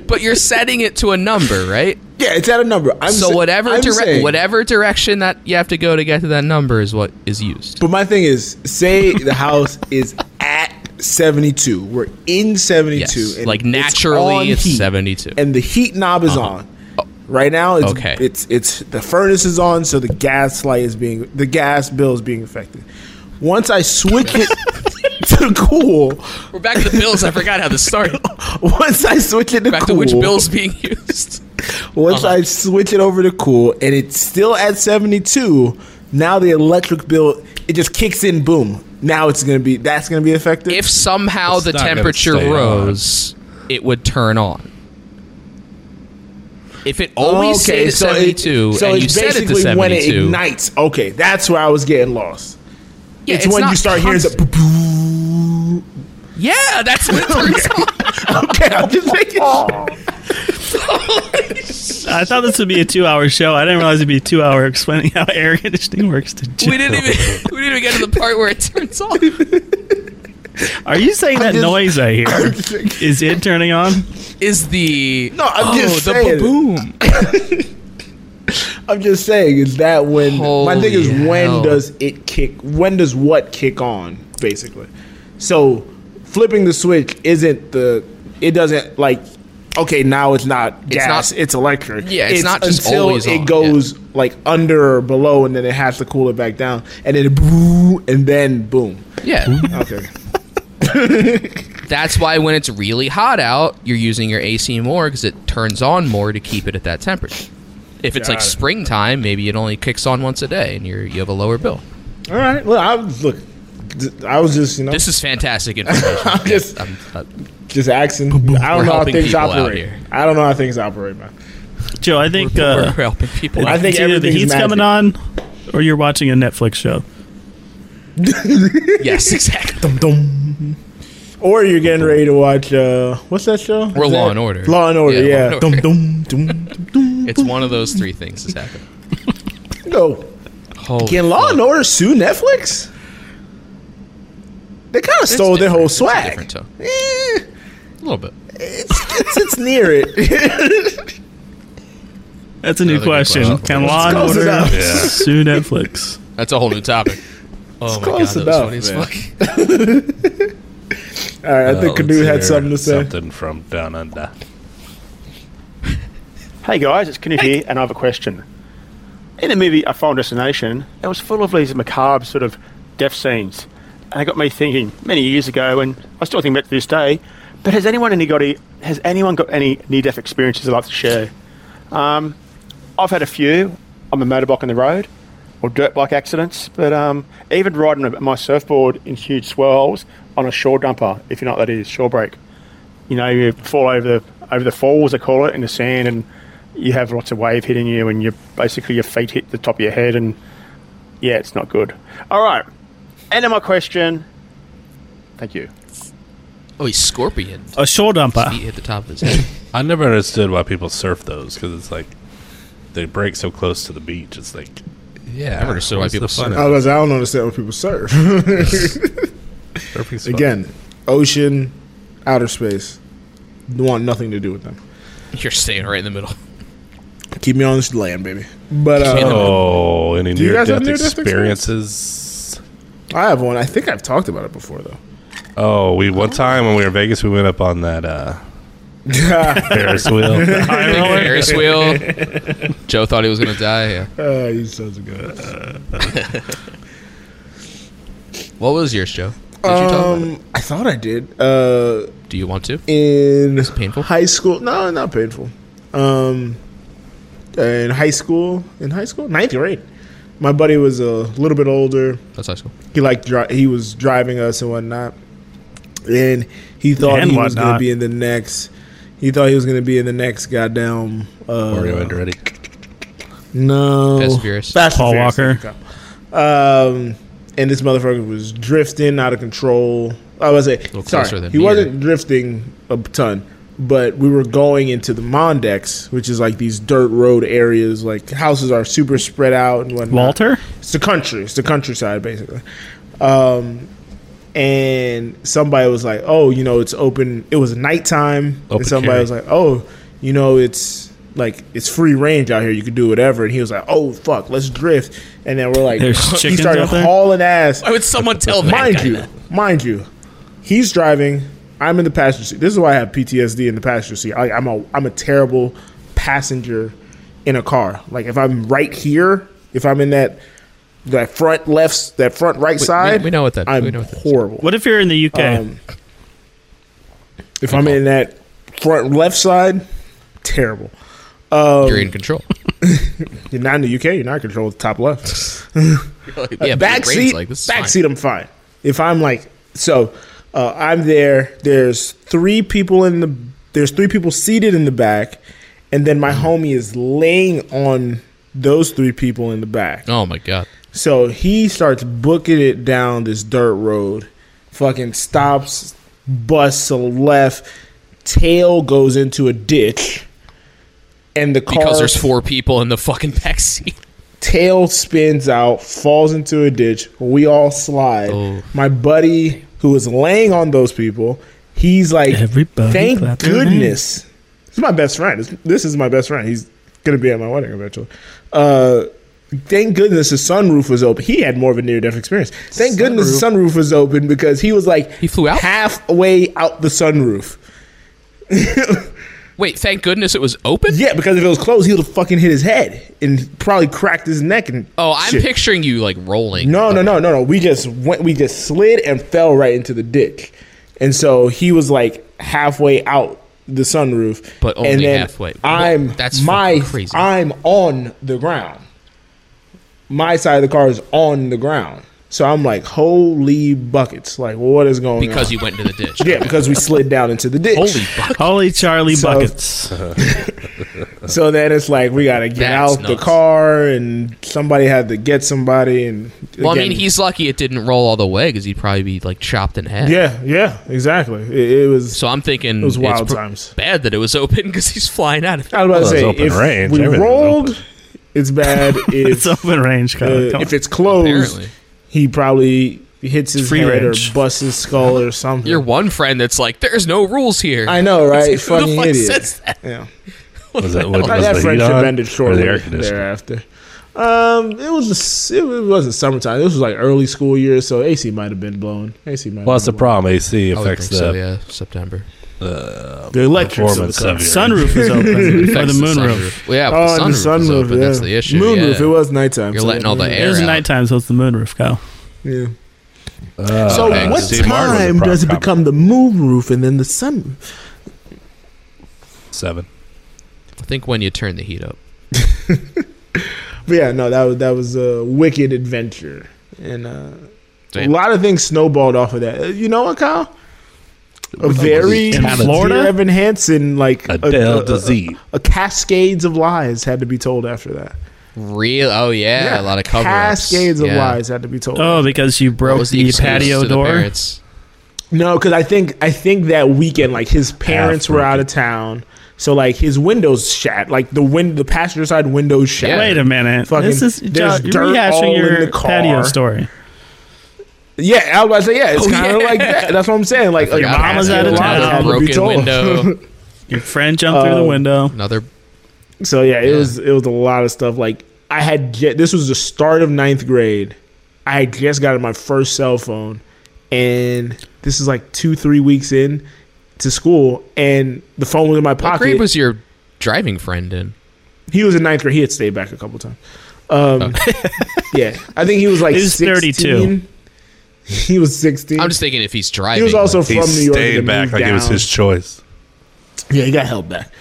S2: But you're setting it to a number, right?
S4: yeah, it's at a number. I'm
S2: so
S4: sa-
S2: whatever
S4: I'm
S2: dire-
S4: saying-
S2: whatever direction that you have to go to get to that number is what is used.
S4: But my thing is, say the house is at 72. We're in 72.
S2: Yes.
S4: and
S2: like
S4: it's on
S2: naturally it's,
S4: heat.
S2: 72.
S4: and the heat knob is on. Right now, it's,
S2: Okay.
S4: it's it's the furnace is on, so the gas light is being the gas bill is being affected. Once I switch it to cool,
S2: We're back to the bills. I forgot how this started.
S4: once I switch it to
S2: Back
S4: cool,
S2: to which bill's Uh-huh. being used.
S4: once I switch it over to cool, and it's still at seventy two. Now the electric bill it just kicks in, boom. Now it's gonna be that's gonna be affected.
S2: If somehow
S3: It's
S2: the
S3: not gonna
S2: temperature
S3: stay on.
S2: rose, it would turn on. If it always stayed at
S4: it-
S2: 72
S4: so
S2: and you
S4: it's
S2: set it to
S4: basically when it
S2: 72,
S4: ignites. Okay, that's where I was getting lost.
S2: yeah,
S4: it's, when
S2: not
S4: you start hearing
S2: constant.
S4: the. boo-boo.
S2: Yeah, that's when it turns on.
S4: Okay, I'm just making.
S2: Oh,
S1: I thought this would be a two-hour show. I didn't realize it'd be a two-hour explaining how air conditioning works to Joe.
S2: We didn't even we didn't even get to the part where it turns on.
S1: Are you saying that
S4: just-
S1: noise I hear is it turning on?
S2: Is the
S4: No, I'm
S2: oh,
S4: just
S2: the
S4: saying.
S2: boom?
S4: I'm just saying, is that when my thing is
S2: Holy hell.
S4: when does it kick? When does what kick on? Basically, so flipping the switch isn't the. It doesn't like. Okay, now it's not gas. It's,
S2: not-
S4: electric.
S2: Yeah, it's not just
S4: until
S2: always
S4: it
S2: on,
S4: goes like under or below, and then it has to cool it back down, and then boom, and then boom.
S2: Yeah,
S4: Okay,
S2: that's why when it's really hot out, you're using your AC more because it turns on more to keep it at that temperature. If it's like
S4: Got it.
S2: springtime, maybe it only kicks on once a day, and you're you have a lower bill.
S4: all right. Look, I was look. I was just you know
S2: This is fantastic information.
S4: Oh. I'm just-
S2: I'm- uh,
S4: just asking. I
S2: We're
S4: don't know how
S2: helping
S4: things
S2: people out
S4: operate.
S2: here.
S4: I don't know how things operate, man.
S1: Joe, I think
S2: we're
S1: uh,
S2: helping people.
S4: I
S2: out.
S4: think
S1: it's either the
S4: everything's
S1: heat's
S4: magic.
S1: coming on or you're watching a Netflix show.
S2: yes, exactly.
S4: Or you're getting ready to watch uh what's that show?
S2: Or
S4: Is
S2: Law
S4: that-
S2: and Order.
S4: Law and Order,
S2: Yeah,
S4: yeah.
S2: Law and
S4: Dum
S2: Order.
S4: dum dum dum dum.
S2: It's one of those three things that's happening.
S4: No.
S2: Holy
S4: Can Law and Order sue Netflix? They kind of stole their
S2: different.
S4: whole
S2: It's a
S4: swag.
S2: different tone.
S4: Eh,
S2: a little bit.
S4: it's, it's, it's near it.
S1: That's a new
S2: Another good
S1: question.
S2: question.
S1: Can Law and
S4: Close
S1: Order
S4: enough.
S1: sue Netflix?
S2: That's a whole new topic. Oh my
S4: close
S2: god,
S4: enough,
S2: that was funny
S4: Oh, man.
S2: as fuck.
S4: All right, I think
S2: Oh,
S3: let's
S4: Canoe
S3: hear
S4: had something to say.
S3: Something from down under.
S7: Hey guys, it's Knut here, and I have a question. In the movie A Final Destination, it was full of these macabre sort of death scenes, and it got me thinking many years ago, and I still think about it to this day. But has anyone anybody has anyone got any near-death experiences they'd like to share? Um, I've had a few. I'm a motorbike on the road, or dirt bike accidents, but um, even riding a- my surfboard in huge swirls on a shore dumper, if you know what that is, shore break you know, you fall over the over the falls, they call it, in the sand, and you have lots of wave hitting you, and you basically your feet hit the top of your head, and yeah, it's not good. All right, end of my question. Thank you.
S2: Oh, he's scorpion.
S1: A shore
S2: He
S1: dumper.
S2: hit the top of his head.
S3: I never understood why people surf those because it's like they break so close to the beach. It's like yeah, I
S2: never understood why people surf.
S4: I was I don't understand what people serve.
S3: surf.
S4: Again, ocean, outer space, want nothing to do with them.
S2: You're staying right in the middle.
S4: Keep me on this land, baby. But uh,
S3: Oh, any
S4: you
S3: near
S4: guys have
S3: death
S4: near-death
S3: experiences?
S4: I have one. I think I've talked about it before, though.
S3: Oh, we one time when we were in Vegas, we went up on that uh, Ferris wheel.
S2: Ferris wheel. Joe thought he was gonna die. Yeah.
S4: Uh, you sons of guns.
S2: What was yours, Joe? Did you talk about it?
S4: Um, I thought I did. Uh,
S2: Do you want to?
S4: in
S2: painful?
S4: high school, no, not painful. Um, in high school, in high school, ninth grade, my buddy was a little bit older.
S2: That's high school.
S4: He liked dri- he was driving us and whatnot, and he thought
S1: And
S4: he was going to
S1: whatnot.
S4: be in the next. He thought he was going to be in the next goddamn. Uh,
S3: Mario Andretti.
S4: No.
S2: Fast and Furious.
S4: Fast and
S1: Paul
S4: Furious,
S1: Walker.
S4: there you go. Um, and this motherfucker was drifting out of control. I was say,
S2: closer
S4: sorry,
S2: than
S4: he
S2: me,
S4: wasn't drifting a ton, but we were going into the Mondex, which is like these dirt road areas. Like houses are super spread out and whatnot.
S1: Walter?
S4: It's the country. It's the countryside, basically. Um, and somebody was like, "Oh, you know, it's open." It was nighttime,
S3: Open
S4: and somebody
S3: carry.
S4: was like, "Oh, you know, it's like it's free range out here. You can do whatever." And he was like, "Oh, fuck, let's drift." And then we're like,
S1: There's
S4: he
S1: chickens
S4: started
S1: out there?
S4: hauling ass.
S2: Why would someone tell that
S4: Mind
S2: guy
S4: you,
S2: that?
S4: mind you, he's driving. I'm in the passenger seat. This is why I have PTSD in the passenger seat. I, I'm a I'm a terrible passenger in a car. Like if I'm right here, if I'm in that that front left, that front right side,
S2: we, we know what that.
S4: I'm
S2: we know what that.
S4: horrible.
S1: What if you're in the UK?
S4: Um, if I'm in that front left side, terrible.
S2: You're
S4: um,
S2: in control.
S4: You're not in the UK. You're not controlled top left.
S2: yeah,
S4: back seat,
S2: Like, this is
S4: back
S2: fine.
S4: seat. I'm fine. If I'm like so, uh, I'm there. There's three people in the. There's three people seated in the back, and then
S2: Mm.
S4: my homie is laying on those three people in the back.
S2: Oh my god.
S4: So he starts booking it down this dirt road, fucking stops, busts to the left, tail goes into a ditch, and the car
S2: Because there's four people in the fucking back seat.
S4: tail spins out, falls into a ditch. We all slide.
S2: Oh.
S4: My buddy who is laying on those people. He's like,
S1: Everybody
S4: thank
S1: clap their
S4: goodness. This is my best friend. This, this is my best friend. He's going to be at my wedding eventually. Uh, thank goodness the sunroof was open. He had more of a near death experience. Thank goodness the sunroof was open because he was like
S2: He flew out?
S4: halfway out the sunroof.
S2: Wait, thank goodness it was open.
S4: Yeah, because if it was closed, he would have fucking hit his head and probably cracked his neck and.
S2: Oh, I'm
S4: shit.
S2: picturing you like rolling.
S4: No, no, no, no, no. We just went. We just slid and fell right into the dick, and so he was like halfway out the sunroof,
S2: But only
S4: and then
S2: halfway.
S4: I'm
S2: Well, that's
S4: my
S2: fucking crazy.
S4: I'm on the ground. My side of the car is on the ground, so I'm like, holy buckets! Like, what is going on?
S2: because you went into the ditch.
S4: yeah, because we slid down into the ditch.
S2: Holy fuck!
S1: Holy Charlie
S4: So-
S1: buckets!
S4: So then it's like we gotta get
S2: That's
S4: out the
S2: nuts.
S4: car, and somebody had to get somebody. And
S2: Well, I
S4: again-
S2: mean, he's lucky it didn't roll all the way because he'd probably be like chopped in half.
S4: yeah, yeah, exactly. It, it was
S2: So I'm thinking
S4: it was wild
S2: it's pr-
S4: times.
S2: bad that it was open because he's flying out of.
S4: I was about to
S3: Well, it
S4: say
S3: was open
S4: if
S3: range,
S4: we
S3: everything was
S4: rolled, it's bad. If
S1: it's open range,
S4: uh,
S1: Kyle. Come
S4: if
S1: on.
S4: it's closed,
S2: Apparently.
S4: he probably hits his
S1: free
S4: head
S1: range.
S4: or busts his skull or something.
S2: Your one friend that's like, "There's no rules here."
S4: I know, right?
S2: Who the
S4: Fucking
S2: fuck
S4: idiot.
S2: says that?
S4: Yeah,
S3: Was that, what, was
S4: that
S3: the
S4: friendship
S3: heat on
S4: ended
S3: or
S4: shortly
S3: the air conditioning?
S4: thereafter. Um, it was just, it, it wasn't summertime. This was like early school year, so AC might have been blowing. AC might.
S3: Well,
S4: have
S3: that's the
S4: been
S3: problem. AC
S2: I would
S3: affects
S2: think
S3: the
S2: so. Yeah, September.
S4: blowing. The electrics of the
S3: performance
S4: car.
S3: of your
S1: sunroof is open or the
S2: Affects
S1: moonroof.
S2: sunroof. Well, yeah,
S4: Oh,
S2: the
S4: and the
S2: sunroof is
S4: sunroof.
S2: open.
S4: yeah.
S2: That's the issue.
S4: Moonroof.
S2: yeah.
S4: It was nighttime.
S2: You're
S4: so
S2: letting
S4: yeah,
S2: all the
S4: moonroof.
S1: It
S2: air
S1: was
S2: out.
S1: nighttime, so it's the moonroof, Kyle.
S4: Yeah.
S3: Uh,
S4: So
S2: okay.
S4: what
S2: Steve
S3: Martin was a
S4: time
S3: prop
S4: does it
S3: comic.
S4: become the moon roof and then the sun?
S3: Seven.
S2: I think when you turn the heat up.
S4: But yeah, no, that was that was a wicked adventure, and uh, a
S2: Damn.
S4: lot of things snowballed off of that. Uh, You know what, Kyle? A very
S1: In Florida?
S4: Dear Evan Hansen like a,
S3: Adele
S4: a, a,
S3: disease.
S4: a cascades of lies had to be told after that.
S2: Real? Oh yeah, a lot of cover
S4: cascades of lies had to be told.
S1: Oh, because you broke the, patio door.
S4: No, because I think I think that weekend, like his parents were out of town, so like his windows shat, like the wind, the passenger side windows shat.
S2: Yeah.
S1: Wait a minute.
S4: Fucking-
S1: this is
S4: there's
S1: John, you're
S4: dirt all
S1: rehashing
S4: in
S1: your
S4: the car.
S1: patio story.
S4: Yeah, I was about to say, yeah, it's
S2: Oh,
S4: kind of
S2: yeah.
S4: like that. That's what I'm saying. Like, like
S2: Your
S1: mama's out of town.
S2: Broken window.
S1: Your friend jumped through the
S4: Um,
S1: window.
S2: Another.
S4: so yeah, it
S2: Yeah.
S4: was it was a lot of stuff. Like I had get this was the start of ninth grade. I had just gotten my first cell phone, and this is like two three weeks in to school, and the phone was in my
S2: What
S4: pocket.
S2: grade was your driving friend in?
S4: he was in ninth grade. He had stayed back a couple times. Um, yeah, I think he was like
S1: He was
S4: 16.
S1: 32.
S4: He was sixteen.
S2: I'm just thinking if he's driving.
S4: he was also
S2: like,
S4: from New York. and then
S3: back
S4: moved
S3: like it was
S4: down.
S3: his choice.
S4: Yeah, he got held back.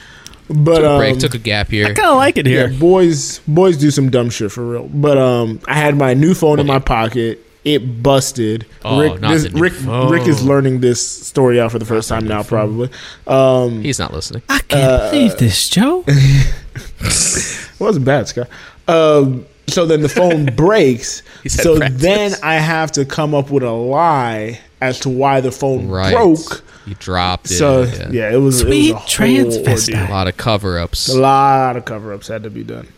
S4: But
S2: took a
S4: um,
S2: break, took a gap year.
S1: I kind of like it here.
S4: yeah, boys, boys do some dumb shit for real. But um, I had my new phone in my pocket. It busted.
S2: Oh,
S4: Rick,
S2: not
S4: this-
S2: the new
S4: Rick,
S2: phone.
S4: Rick is learning this story out for the first time now, probably. Um,
S2: He's not listening.
S1: I can't believe this, Joe.
S4: It wasn't bad, Scott. Um, so then the phone breaks.
S2: He said
S4: so
S2: practice.
S4: then I have to come up with a lie as to why the phone
S2: Right.
S4: broke.
S2: You dropped it.
S4: So
S2: yeah.
S4: yeah. it was
S1: Sweet
S4: it was a whole ordeal.
S2: A
S1: transvestite.
S2: lot of cover ups.
S4: A lot of cover ups had to be done.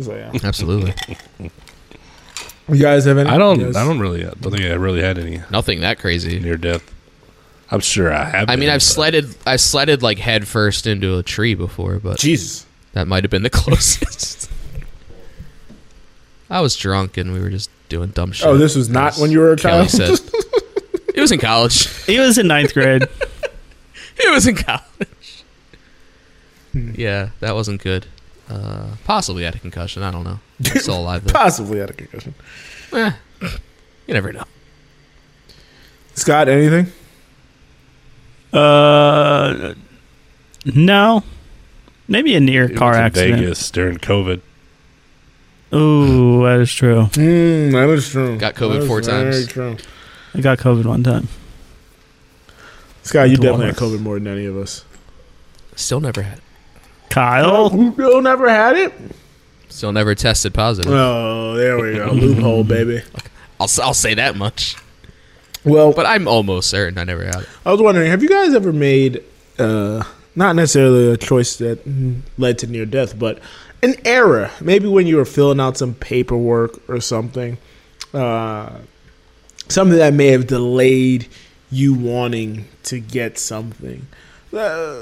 S4: So yeah,
S2: Absolutely.
S4: you guys have any?
S3: I don't.
S4: you guys-
S3: I don't really. I don't think I really had any
S2: Nothing that crazy.
S3: near death. I'm sure I have.
S2: I mean,
S3: been,
S2: I've
S3: but-
S2: sledded, I sledded like head first into a tree before, but
S4: Jesus.
S2: that might have been the closest. I was drunk and we were just doing dumb shit.
S4: Oh, this was not when you were a
S2: Kelly
S4: child.
S2: said. It was in college.
S1: He was in ninth grade.
S2: It was in college.
S4: Hmm.
S2: Yeah, that wasn't good. Uh, possibly had a concussion. I don't know. I'm still alive though.
S4: Possibly had a concussion.
S2: Eh, you never know.
S4: Scott, anything?
S1: Uh, no, maybe a near
S3: it
S1: car
S3: was in
S1: accident.
S3: Vegas during COVID.
S1: Ooh, that is true.
S4: Mm, that is true.
S2: Got COVID
S4: That is
S2: four
S4: very
S2: times.
S4: True.
S1: I got COVID one time.
S4: Scott, you
S1: Went to
S4: definitely had
S1: Walmart.
S4: COVID more than any of us.
S2: Still never had. It.
S1: Kyle,
S4: you still never had it?
S2: Still never tested positive.
S4: Oh, there we go. Loophole, baby.
S2: I'll, s- I'll say that much.
S4: Well,
S2: But I'm almost certain I never had it.
S4: I was wondering, have you guys ever made uh, not necessarily a choice that mm, led to near death, but an error? Maybe when you were filling out some paperwork or something, uh, something that may have delayed you wanting to get something. Uh,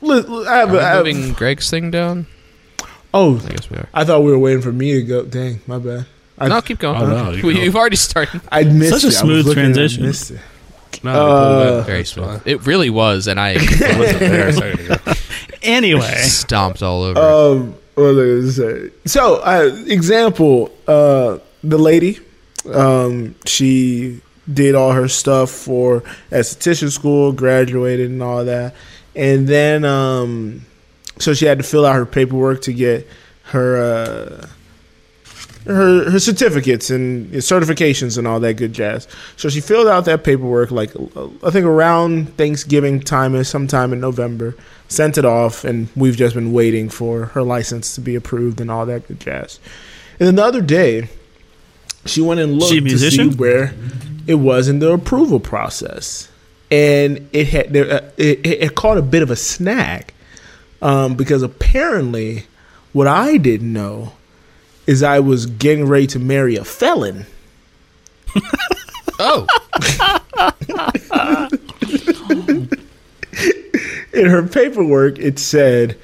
S4: li- li- I have,
S2: Are we
S4: I have-
S2: moving Greg's thing down?
S4: oh,
S2: I guess we are.
S4: I thought we were waiting for me to go. Dang, my bad. I,
S2: no, keep going.
S3: Oh, no, you
S2: We-
S3: go.
S2: you've already started.
S4: I missed
S1: Such
S4: it. I
S1: a
S4: was
S1: smooth
S4: looking and I
S1: transition.
S4: missed it.
S3: No,
S4: Uh,
S2: Very smooth. It really was, and I
S3: it wasn't there a second ago.
S4: Oh.
S1: Anyway,
S2: stomped all over. it.
S4: Um, what was I gonna say? So, uh, example, uh, the lady, um, she did all her stuff for esthetician school, graduated and all that, and then um, so she had to fill out her paperwork to get her uh, her her certificates and certifications and all that good jazz. So she filled out that paperwork like uh, I think around Thanksgiving time or sometime in November, sent it off, and we've just been waiting for her license to be approved and all that good jazz. And then the other day, she went and looked
S1: She a
S4: to see
S1: musician?
S4: where it was in the approval process, and it had there uh, it, it it caught a bit of a snag um, because apparently what I didn't know is I was getting ready to marry a felon.
S2: oh,
S4: in her paperwork, it said,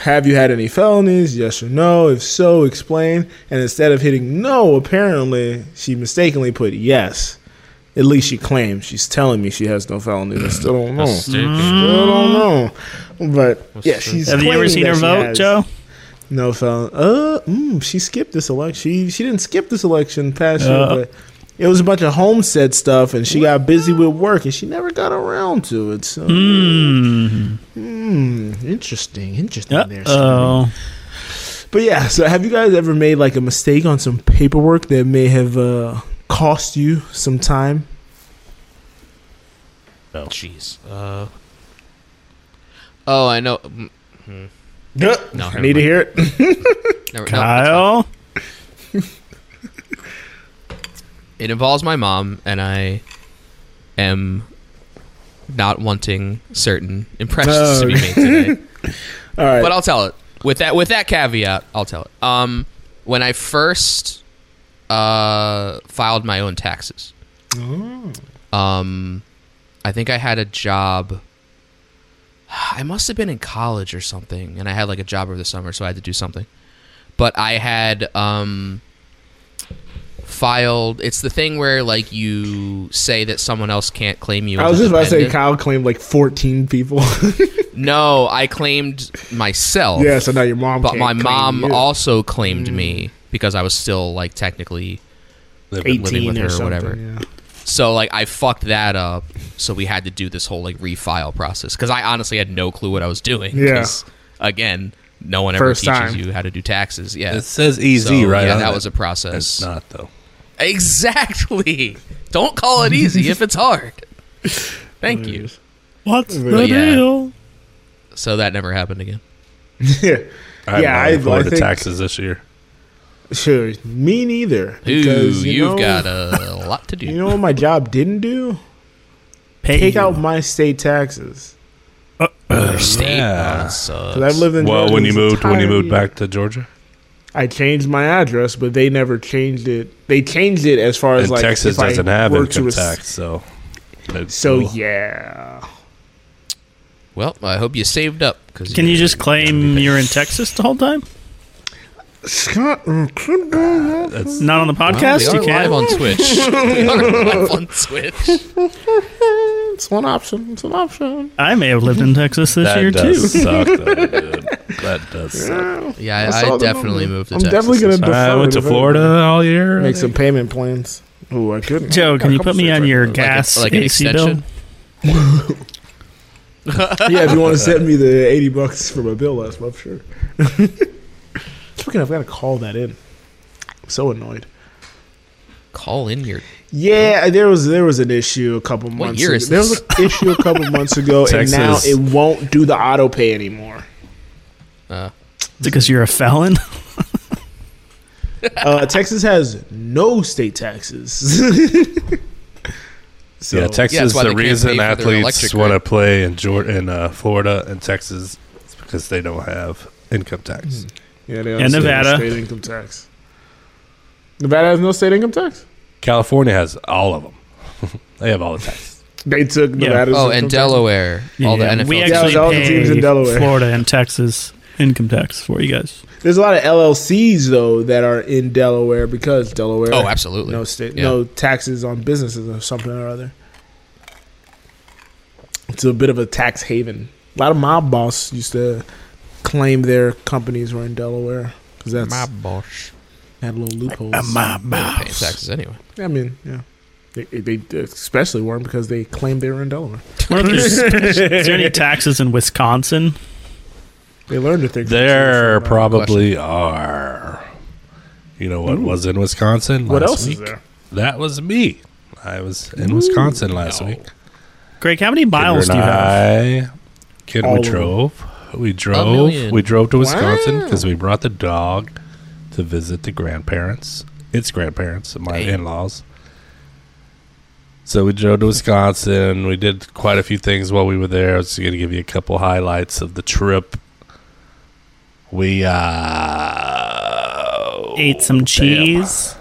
S4: Have you had any felonies? Yes or no? If so, explain. And instead of hitting no, apparently she mistakenly put yes. At least she claims. She's telling me she has no felonies. I still don't know. Still don't know. But yeah, she's.
S1: have you ever
S4: claiming
S1: seen
S4: that
S1: her
S4: she
S1: vote,
S4: has
S1: Joe?
S4: No felon. Uh, mm, she skipped this election. She she didn't skip this election past year,
S1: Uh.
S4: but it was a bunch of homestead stuff, and she got busy with work, and she never got around to it. So.
S1: Mm.
S4: Hmm, interesting, interesting there. Scotty.
S1: Oh,
S4: But yeah, so have you guys ever made like a mistake on some paperwork that may have uh, cost you some time?
S2: jeez. Uh, oh, I know. Mm,
S4: No,
S2: never
S4: need
S2: mind.
S4: to hear it.
S2: Never, no, that's fine.
S1: Kyle.
S2: it involves my mom and I am not wanting certain impressions to be made today.
S4: All right.
S2: But I'll tell it. With that with that caveat, I'll tell it. Um when I first uh filed my own taxes. Um I think I had a job I must have been in college or something and I had like a job over the summer so I had to do something. But I had um filed it's the thing where like you say that someone else can't claim you
S4: I
S2: as
S4: was
S2: a
S4: just about to say
S2: dependent.
S4: Kyle claimed like 14 people.
S2: no i claimed myself
S4: yeah, so now your mom.
S2: but
S4: can't
S2: my
S4: claim
S2: mom
S4: you. Mm.
S2: also claimed me because I was still like technically living, living with her or, whatever.
S4: something, yeah.
S2: So like I fucked that up. So we had to do this whole like refile process because I honestly had no clue what I was doing.
S4: Yeah.
S2: 'cause, Again, no one
S4: First
S2: ever teaches
S4: time.
S2: you how to do taxes. Yeah.
S3: It says easy,
S2: So,
S3: right?
S2: Yeah,
S3: on
S2: that
S3: it.
S2: was a process.
S3: It's not though.
S2: Exactly. Don't call it easy if it's hard. Thank you.
S1: What's the
S4: But
S2: yeah.
S1: deal?
S2: So that never happened again.
S3: I
S4: Yeah, I-
S3: yeah,
S4: I
S3: I,
S4: think-
S3: taxes this year.
S4: Sure, me neither.
S2: Ooh,
S4: Because you
S2: you have
S4: know,
S2: got a lot to do.
S4: You know what my job didn't do?
S1: Pay
S4: Take
S1: you.
S4: out my state taxes.
S2: State.
S3: yeah.
S2: Oh, that sucks.
S4: 'Cause I've lived in
S3: Well,
S4: Georgia
S3: when you
S4: this
S3: moved, when you
S4: entire
S3: moved
S4: year.
S3: back to Georgia,
S4: I changed my address, but they never changed it. They changed it as far as
S3: and
S4: like
S3: Texas
S4: if I
S3: doesn't have
S4: were to
S3: income
S4: rec-
S3: tax, so it's
S4: So
S3: cool.
S4: yeah,
S2: Well, I hope you saved up. Cause
S1: Can you just
S2: gonna
S1: claim
S2: be
S1: you're in Texas the whole time?
S4: Scott, mm, I
S3: that's
S1: Not on the
S2: Well,
S1: podcast?
S2: we
S1: you
S2: are live
S1: can't.
S2: on Twitch. we are live on Twitch.
S4: it's one option. It's an option.
S1: I may have lived in Texas this
S3: that
S1: year too.
S3: does suck. Though, dude. That does suck.
S2: Yeah,
S4: saw
S2: I,
S4: the
S2: definitely
S4: number.
S2: moved to
S4: I'm
S2: Texas.
S4: definitely gonna defer
S3: I went to
S4: it.
S3: Florida
S1: Uh,
S3: all year. I
S4: Make
S3: think.
S4: some payment plans. Oh, I couldn't.
S1: Joe, can you
S4: Couple
S1: put me on
S4: cents
S1: your
S4: right
S2: Like a-
S1: gas
S2: like an
S1: AC
S2: extension?
S1: bill?
S4: there. yeah, if you want to send me the eighty bucks for my bill last month, sure. Speaking, of, I've got to call that in. I'm so annoyed.
S2: Call in your.
S4: Yeah, there was there was an issue a couple months.
S2: year
S4: ago.
S2: is
S4: there
S2: this?
S4: was an issue a couple months ago, and now
S3: Texas.
S4: it won't do the auto pay anymore.
S1: Because you're a felon?
S4: Uh, Texas has no state taxes. so,
S3: yeah, Texas.
S2: that's why they
S3: the
S2: can't pay
S3: reason
S2: for their
S3: athletes
S2: electric
S3: want to
S2: rate.
S3: play in Georgia, in uh, Florida, and Texas is because they don't have income
S2: Hmm.
S3: tax.
S4: Yeah, they don't
S1: And
S4: say
S1: Nevada.
S4: state income tax. Nevada has no state income tax.
S3: California has all of them. they have all the taxes.
S4: They took
S1: Yeah.
S4: Nevada's.
S2: Oh, and
S4: income tax.
S2: Delaware. all the
S1: Yeah,
S2: NFL.
S1: We
S2: teams.
S1: actually
S4: Yeah, all the
S1: pay
S4: teams in Delaware.
S1: Florida and Texas income tax for you guys.
S4: There's a lot of LLCs though that are in Delaware because Delaware.
S2: Oh, absolutely.
S4: No state,
S2: Yeah.
S4: no taxes on businesses or something or other. It's a bit of a tax haven. A lot of mob boss used to claim their companies were in Delaware because that's
S2: My boss.
S4: had little loopholes.
S2: Paying taxes anyway.
S4: I mean, yeah. They, they especially weren't because they claimed they were in Delaware.
S1: What if there's- is there any taxes in Wisconsin?
S4: They learned to think
S3: There
S4: problem.
S3: probably are. You know what was in Wisconsin?
S4: What
S3: last
S4: else
S3: week?
S4: is there?
S3: That was me. I was in Wisconsin last week.
S1: Greg, how many miles do you have?
S3: I, kid,
S4: All
S3: we
S4: of 'em.
S3: drove. We
S2: million.
S3: drove. We drove to Wisconsin because we brought the dog to visit the grandparents. Its grandparents, my
S2: Damn.
S3: in-laws. So we drove to Wisconsin. We did quite a few things while we were there. I was going to give you a couple highlights of the trip. We uh,
S1: Ate some cheese.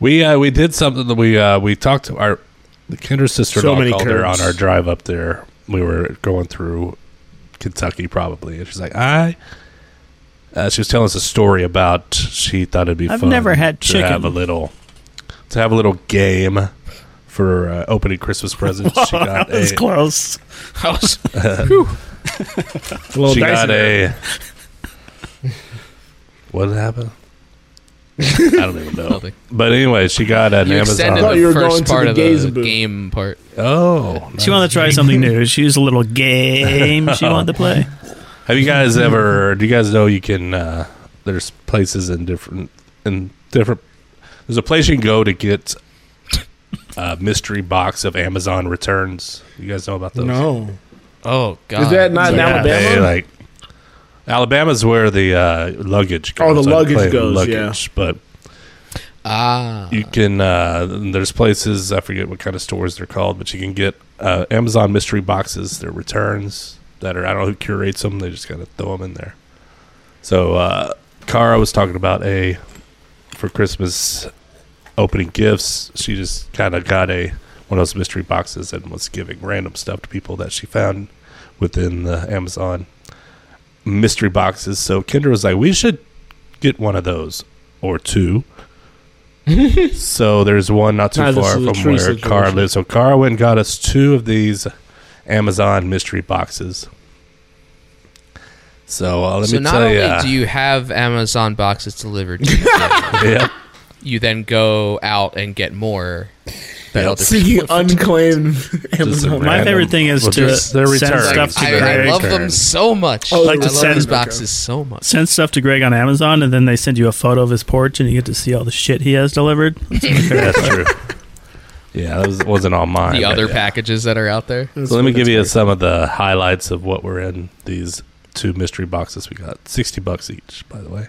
S3: we uh, we did something that we uh, we talked to our the Kinder's sister
S4: So
S3: so
S4: many
S3: called her
S4: curves.
S3: on our drive up there. We were going through Kentucky probably, and she's like, I. Uh, she was telling us a story about she thought it'd be
S1: I've
S3: fun.
S1: never had
S3: to
S1: chicken.
S3: have a little to have a little game for uh, opening Christmas presents. she got
S1: That was
S3: a
S1: close.
S2: I was
S3: she got
S4: dicey
S3: a what happened? I don't even know.
S2: Nothing.
S3: But anyway, she got an
S2: you
S3: Amazon.
S2: extended
S4: I thought
S2: the
S4: you were
S2: first
S4: going to
S2: part
S4: the
S2: of
S4: gaze
S2: the
S4: booth.
S2: game part.
S3: Oh,
S1: She wanted to try something new. She used a little game she wanted to play.
S3: Have you guys ever? Do you guys know you can? Uh, there's places in different in different. There's a place you can go to get a mystery box of Amazon returns. You guys know about those?
S4: No,
S2: Oh God.
S4: is that not in
S1: Yeah.
S4: Alabama?
S3: They, like Alabama's where the uh, luggage
S4: Oh,
S3: goes.
S4: the
S3: I'm
S4: luggage
S3: claiming
S4: goes,
S3: But
S2: ah?
S3: you can. Uh, there's places I forget what kind of stores they're called, but you can get uh, Amazon mystery boxes. They're returns that are I don't know who curates them. They just kind of throw them in there. So uh, Cara was talking about a for Christmas opening gifts. She just kind of got a one of those mystery boxes and was giving random stuff to people that she found within the Amazon mystery boxes. So Kendra was like, "We should get one of those or two. so there's one not too
S4: Now this
S3: far
S4: is a
S3: from
S4: tree
S3: where Cara
S4: situation.
S3: lives. So Cara went and got us two of these Amazon mystery boxes. So uh, let
S2: so
S3: me
S2: not
S3: tell
S2: only
S3: you,
S2: do you have Amazon boxes delivered, to you,
S3: yeah,
S2: you then go out and get more. that
S3: Yep.
S2: other
S4: Seeking
S2: people-
S4: unclaimed
S3: Just a
S4: Amazon.
S1: My
S3: random-
S1: favorite thing is
S3: Well,
S1: to
S3: just their
S1: send
S3: returns.
S1: stuff to
S2: I, I
S1: Greg.
S2: love them so much.
S4: Oh,
S1: like
S2: I love
S1: to send-
S2: these boxes so much.
S1: Send stuff to Greg on Amazon, and then they send you a photo of his porch, and you get to see all the shit he has delivered.
S3: That's true. Yeah, that was, wasn't all mine.
S2: The
S3: but
S2: other
S3: yeah.
S2: packages that are out there.
S3: So let me give you some of the highlights of what were in these two mystery boxes we got. Sixty bucks each, by the way.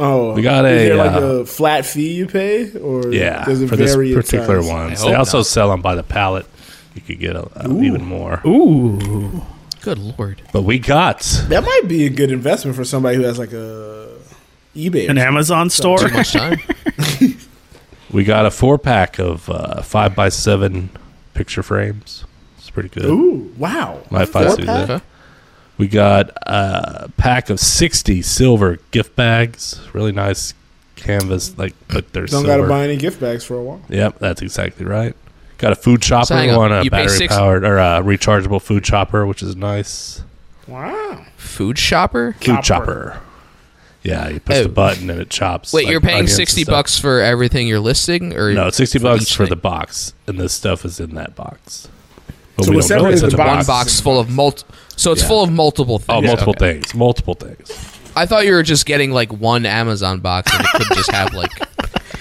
S4: Oh,
S3: We got
S4: is
S3: a,
S4: there like
S3: uh,
S4: a flat fee you pay, or
S3: Yeah,
S4: does it
S3: for this
S4: vary in
S3: particular
S4: size?
S3: one.
S2: hope
S3: They also
S2: not.
S3: sell them by the pallet. You could get a, uh, even more.
S1: Ooh,
S2: Good lord.
S3: But we got
S4: That might be a good investment for somebody who has like a eBay. or
S1: an
S4: something.
S1: Amazon store.
S2: Too much time.
S3: we got a four pack of uh, five by seven picture frames. It's pretty good.
S4: Ooh, wow!
S3: My five
S4: Four
S3: suit
S4: pack?
S3: there. We got a pack of sixty silver gift bags. Really nice canvas, like but they're
S4: Don't
S3: silver.
S4: gotta buy any gift bags for a while.
S3: Yep, that's exactly right. Got a food chopper
S2: So hang on,
S3: on, a
S2: you pay
S3: battery
S2: six-
S3: powered or a rechargeable food chopper, which is nice.
S4: Wow.
S2: Food shopper.
S3: Food chopper. Yeah, you push
S2: Oh.
S3: the button and it chops.
S2: Wait,
S3: like,
S2: you're paying
S3: onions and
S2: sixty
S3: stuff.
S2: bucks for everything you're listing, or
S3: No, sixty
S2: for
S3: bucks
S2: each
S3: for
S2: thing?
S3: the box, and this stuff is in that box. But
S4: So
S3: we
S4: what's
S3: don't know
S4: separated
S3: it's in
S4: the
S3: the
S4: box?
S2: one box full of multi. So it's
S3: Yeah.
S2: full of multiple things.
S3: Oh, multiple
S2: Okay.
S3: things, multiple things.
S2: I thought you were just getting like one Amazon box and it could just have like.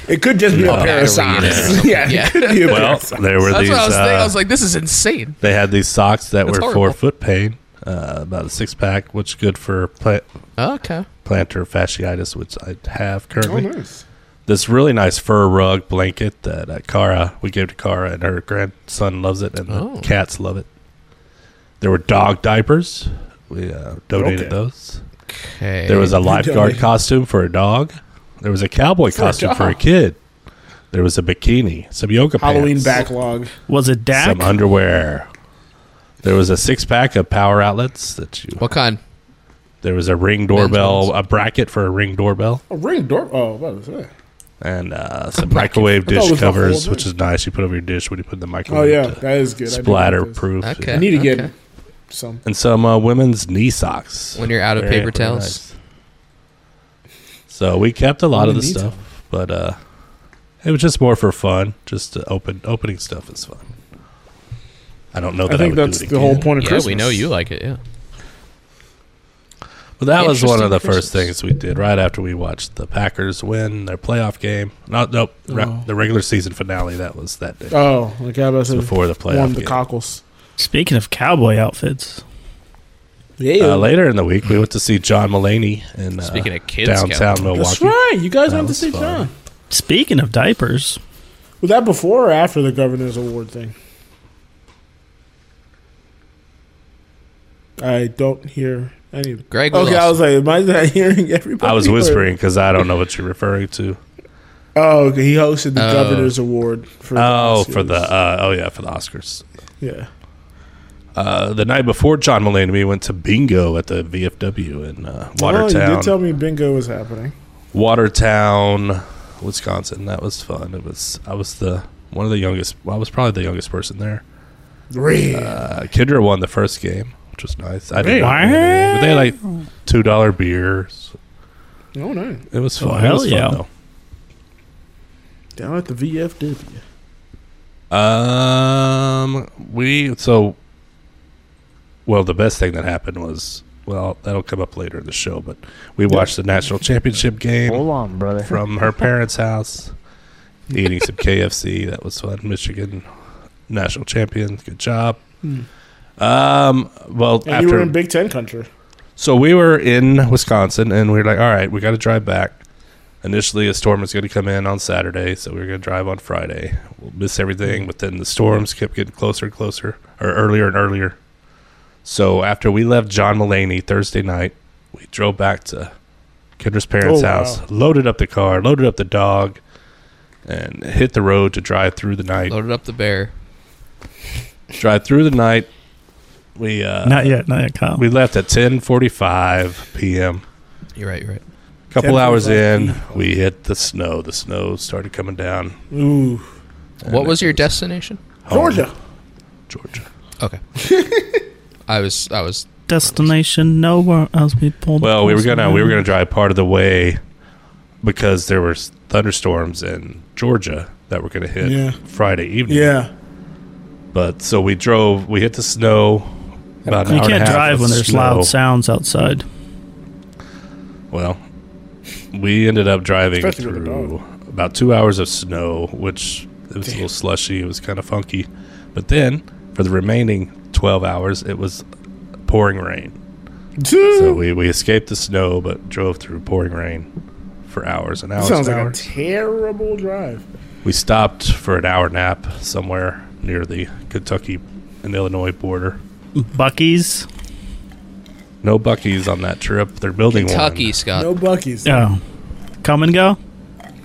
S4: It could just be a pair of
S2: Battery in it or
S4: socks.
S2: something.
S4: Yeah,
S2: Yeah.
S4: it could be a pair
S3: Well,
S4: of socks.
S3: there were
S2: That's
S3: these.
S2: what I was thinking. I
S3: uh,
S2: was like, this is insane.
S3: They had these socks that
S2: That's
S3: were
S2: horrible.
S3: four foot pain, uh, about a six pack, which good for plant,
S2: Okay.
S3: plantar fasciitis, which I have
S4: Oh,
S3: currently.
S4: nice.
S3: This really nice fur rug blanket that uh, Cara we gave to Cara, and her grandson loves it, and
S2: Oh.
S3: the cats love it. There were dog diapers. We uh, donated
S4: Okay.
S3: those.
S2: Okay.
S3: There was a lifeguard
S4: donated.
S3: costume for a dog. There was a cowboy
S4: a
S3: costume for a
S4: dog.
S3: kid. There was a bikini, some yoga
S4: Halloween
S3: pants,
S4: backlog.
S1: Was it Dak?
S3: some underwear. There was a six pack of power outlets that you.
S2: What kind?
S3: There was a ring doorbell,
S2: ones.
S3: a bracket for a ring doorbell,
S4: A ring door. Oh, what was that?
S3: and uh, some microwave
S4: I thought it
S3: dish
S4: was the whole
S3: covers,
S4: thing.
S3: which is nice. You put over your dish when you put it in the
S4: Oh
S3: microwave.
S4: yeah,
S3: to
S4: that is good. I do like
S3: splatter
S4: this.
S3: proof.
S2: Okay.
S4: I need to get
S2: Okay.
S4: some.
S3: and some uh, women's knee socks
S2: When you're out of
S3: Very,
S2: paper
S3: very
S2: towels.
S3: nice. So we kept a lot of the
S4: Women knee
S3: stuff, but uh, it was just more for fun. Just to open opening stuff is fun. I don't know that I,
S4: I think
S3: would
S4: that's
S3: do it
S4: the
S3: again.
S4: whole point of
S2: Yeah,
S4: Christmas.
S2: we know you like it. Yeah.
S3: But that was one of
S2: Interesting
S3: the first
S2: Christmas.
S3: things we did right after we watched the Packers win their playoff game. Not nope, re-
S4: Oh.
S3: the regular season finale. That was that day
S4: Oh, like I was before
S3: before the
S4: warm
S3: playoff
S4: the
S3: game.
S4: cockles.
S1: Speaking of cowboy outfits,
S4: Yeah,
S3: Uh, later in the week, we went to see John Mulaney in uh,
S2: Speaking of kids,
S3: downtown
S2: Kevin.
S3: Milwaukee.
S4: that's right. You guys
S3: That
S4: went to
S3: was
S4: see
S3: fun.
S4: John.
S1: speaking of diapers,
S4: Was that before or after the governor's award thing? I don't hear any.
S2: Greg, we
S4: Okay,
S2: lost
S4: I was like, am I not hearing everybody?
S3: I was
S4: Or-
S3: whispering because I don't know what you're referring to.
S4: Oh, okay. he hosted the
S2: Oh.
S4: governor's award for. the
S3: Oh, for the
S4: Oscars.
S3: uh, oh yeah, for the Oscars.
S4: yeah.
S3: Uh, the night before John Mulaney, we went to bingo at the VFW in uh,
S4: Oh, you
S3: Watertown,
S4: did tell me bingo was happening.
S3: Watertown, Wisconsin. That was fun. It was I was the one of the youngest. Well, I was probably the youngest person there. Uh, Kendra won the first game, which was nice. I did not win anything, but they had like two dollar beers.
S4: oh no,
S3: It was fun.
S1: Oh,
S3: It
S1: hell
S3: was fun,
S1: yeah.
S3: though.
S4: down at the VFW.
S3: Um, we so well. The best thing that happened was well, that'll come up later in the show, but we watched the national championship game
S8: on, brother.
S3: from her parents' house, eating some KFC. That was fun. Michigan national champion. Good job. Um, well,
S4: Hmm. And
S3: after
S4: you were in Big Ten country.
S3: so we were in Wisconsin, and we were like, all right, we got to drive back. Initially, a storm was going to come in on Saturday, so we were going to drive on Friday. We'll miss everything, but then the storms kept getting closer and closer, or earlier and earlier. So after we left John Mullaney Thursday night, we drove back to Kendra's parents'
S4: Oh, wow.
S3: house, loaded up the car, loaded up the dog, and hit the road to drive through the night.
S2: Loaded up the bear.
S3: Drive through the night. We uh,
S1: not yet, not yet, Kyle.
S3: we left at ten forty five p.m.
S2: You're right. You're right.
S3: couple
S4: 10:45
S3: hours in, we hit the snow. The snow started coming down.
S4: Ooh,
S2: What was your destination?
S3: Home,
S4: Georgia.
S3: Georgia.
S2: Okay. I was. I was.
S1: Destination nowhere as we pulled.
S3: Well, we were
S1: closer
S3: gonna
S1: in.
S3: we were gonna drive part of the way because there were s- thunderstorms in Georgia that were gonna hit
S4: Yeah.
S3: Friday evening.
S4: Yeah,
S3: But so we drove. We hit the snow. About an
S1: You
S3: hour and a
S1: can't
S3: half
S1: drive
S3: of
S1: when there's
S3: snow.
S1: loud sounds outside.
S3: Well, we ended up driving
S4: Especially with a
S3: through about two hours of snow, which it was a little slushy. It was kind of funky. But then for the remaining 12 hours, it was pouring rain. so
S4: Hmm.
S3: we, we escaped the snow, but drove through pouring rain for hours and
S4: that
S3: hours.
S4: sounds
S3: and
S4: like a
S3: hours.
S4: terrible drive.
S3: we stopped for an hour nap somewhere near the Kentucky and Illinois border.
S1: Bucky's.
S3: No Bucky's on that trip. They're building
S2: Kentucky,
S3: Uh,
S2: Scott.
S4: No Bucky's.
S1: Oh, come and go.
S3: one.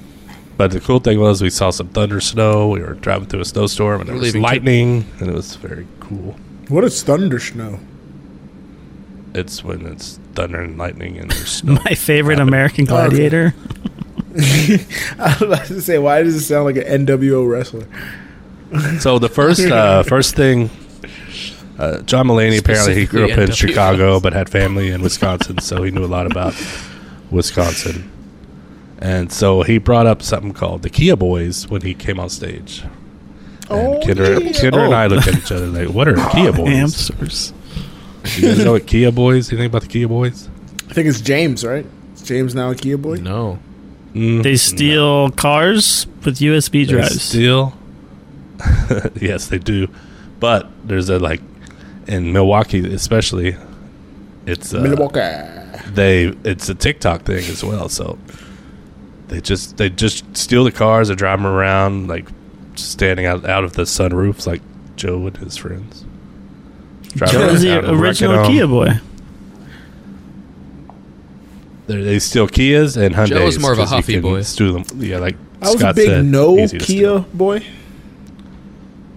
S3: But the cool thing was we saw some thunder snow. We were driving through a snowstorm and there
S2: We're
S3: was
S2: leaving Ken-
S3: lightning and it was very cool.
S4: What is thunder snow?
S3: It's when it's thunder and lightning and there's snow.
S1: My favorite American Gladiator.
S4: I was about to say, why does it sound like an NWO wrestler?
S3: so the first uh, first thing, uh, John Mulaney apparently he grew up in
S2: Specifically
S3: Chicago but had family in Wisconsin, so he knew a lot about Wisconsin. And so he brought up something called the Kia Boys when he came on stage. And
S4: Oh,
S3: Kendra,
S4: yeah.
S3: Kendra and I looked at each other like, "What are Kia Boys?
S1: Hamsters.
S3: you guys know what Kia Boys? You think about the Kia Boys?
S4: I think it's James, right? It's James now a Kia boy.
S2: No.
S1: They steal cars with USB
S3: Mm-hmm. They
S1: drives.
S3: Steal? yes, they do. But there's a like in Milwaukee, especially. It's uh,
S4: Milwaukee.
S3: they it's a TikTok thing as well. So they just they just steal the cars and drive them around like standing out out of the sunroofs like Joe and his friends. Driving
S1: Joe
S3: around
S1: was
S3: out
S1: the
S3: of- wrecking
S1: original
S3: 'em.
S1: Kia boy.
S3: They're, they steal Kias and Hyundais.
S2: Joe's more of a
S3: 'cause you
S2: huffy
S3: can
S2: boy.
S3: Steal them. Yeah, like
S4: I was
S3: Scott
S4: a big
S3: said,
S4: no
S3: easy to steal.
S4: Kia boy.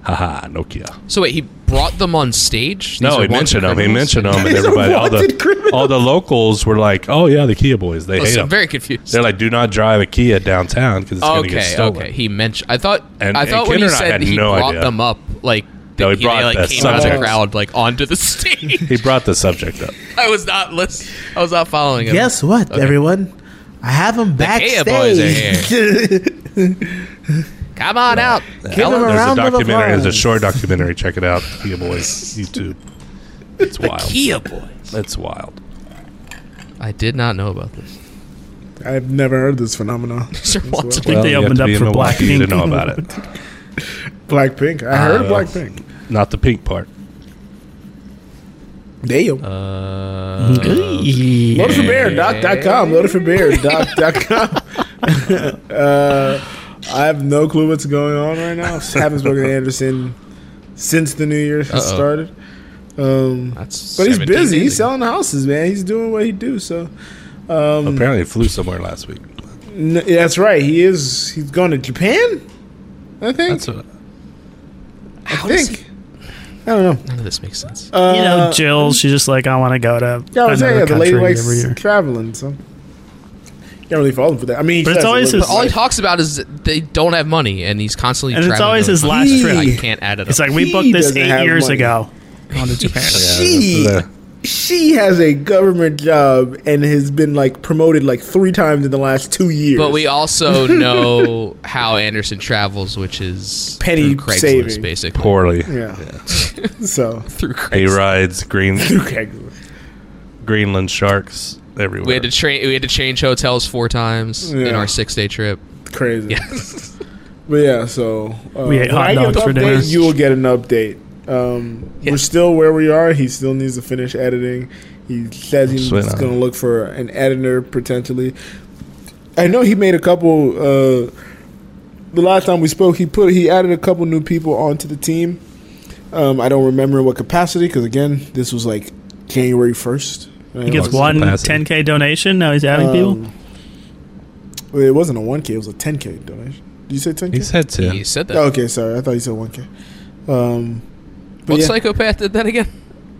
S3: Haha, no Kia.
S2: So wait, he brought them on stage. These
S3: No,
S2: are
S3: he
S2: wanted
S3: mentioned them. He
S2: criminals?
S3: mentioned them, and
S4: These are
S3: everybody, all
S4: wanted
S3: the
S4: criminals.
S3: all the locals were like, "Oh yeah, the Kia boys. They
S2: Oh,
S3: hate
S2: so I'm
S3: them."
S2: very confused.
S3: They're like, "Do not drive a Kia downtown because it's going to get
S2: okay,
S3: stolen."
S2: okay. He mentioned. I thought.
S3: And-
S2: I
S3: and
S2: thought when he
S3: Kinder and I
S2: said
S3: had
S2: he
S3: no
S2: brought
S3: idea.
S2: them up, like
S3: No, he
S2: they-
S3: brought
S2: they, like
S3: the
S2: came out of the
S3: subjects.
S2: crowd, like onto the stage.
S3: He brought the subject up.
S2: I was not listening. I was not following him.
S8: Guess what, everyone? I have him
S2: Kia
S8: backstage.
S2: boys are Come on out.
S8: Give him a
S3: There's a
S8: round of
S3: documentary. There's a
S8: applause.
S3: short documentary. Check it out. Kia boys YouTube. It's wild.
S2: Kia boys.
S3: It's wild.
S2: I did not know about this.
S4: I've never heard this phenomenon.
S2: Sir Walter.
S1: think they
S3: you have
S1: opened
S3: to
S1: up
S3: be in
S1: for
S3: Milwaukee to
S1: Blackpink.
S3: know about it.
S4: Blackpink. I heard
S3: Uh,
S4: Blackpink.
S3: Not the pink part.
S4: Damn.
S2: Uh,
S4: Loadedforbear.com. Loadedforbear.com. uh, I have no clue what's going on right now. I haven't spoken to Anderson since the new year has
S2: Uh-oh.
S4: started. Um,
S2: that's
S4: but he's
S2: 17
S4: busy. He's
S2: days ago.
S4: selling houses, man. He's doing what he do. So
S1: Hmm.
S3: Apparently, it flew somewhere last week.
S4: N- that's right. He is. He's going to Japan. I think.
S3: That's what,
S4: I think. I don't know.
S2: None of this makes sense.
S4: Uh,
S1: you know, Jill, she's just like, I want to go to
S4: yeah, I was saying,
S1: another
S4: yeah, the
S1: country
S4: lady likes
S1: every year.
S4: traveling. So can't really fault him for that. I mean, he
S1: But it's
S4: does
S1: always
S4: live
S1: his-
S2: All he talks about is that they don't have money, and he's constantly.
S1: And it's
S2: traveling
S1: always
S2: to
S1: his
S2: the-
S1: last trip.
S2: I can't add it up.
S1: It's like, we
S4: He
S1: booked this
S4: doesn't have
S1: eight years
S4: money.
S1: ago. Going to Japan.
S4: she
S3: Yeah,
S4: she has a government job and has been like promoted like three times in the last two years.
S2: But we also know how Anderson travels, which is
S4: Penny
S2: through Craigslist,
S4: saving.
S2: basically.
S3: poorly.
S4: yeah. so
S2: Through
S3: He
S2: Craigslist.
S3: rides green
S4: okay.
S3: Greenland sharks everywhere.
S2: We had to train. We had to change hotels four times
S4: Yeah.
S2: in our six-day trip.
S4: crazy. But yeah, so uh,
S1: We ate
S4: when
S1: hot
S4: I get
S1: dogs
S4: an
S1: for
S4: update,
S1: dinner.
S4: You will get an update. Um,
S2: Yeah.
S4: We're still where we are. He still needs to finish editing. He says he's
S3: Sweet, huh?
S4: going to look for an editor potentially. I know he made a couple. Uh, the last time we spoke, he put he added a couple new people onto the team. Um, I don't remember in what capacity because again, this was like January first.
S1: He gets
S3: Lots of
S1: one
S3: capacity.
S1: 10K donation. Now he's adding
S4: Um,
S1: people.
S4: It wasn't a one k. It was a ten k donation. Did you say ten k?
S3: He said to.
S2: You said that.
S4: Oh, okay, sorry. I thought you said one k. Um, but
S2: what
S4: yeah.
S2: psychopath did that again?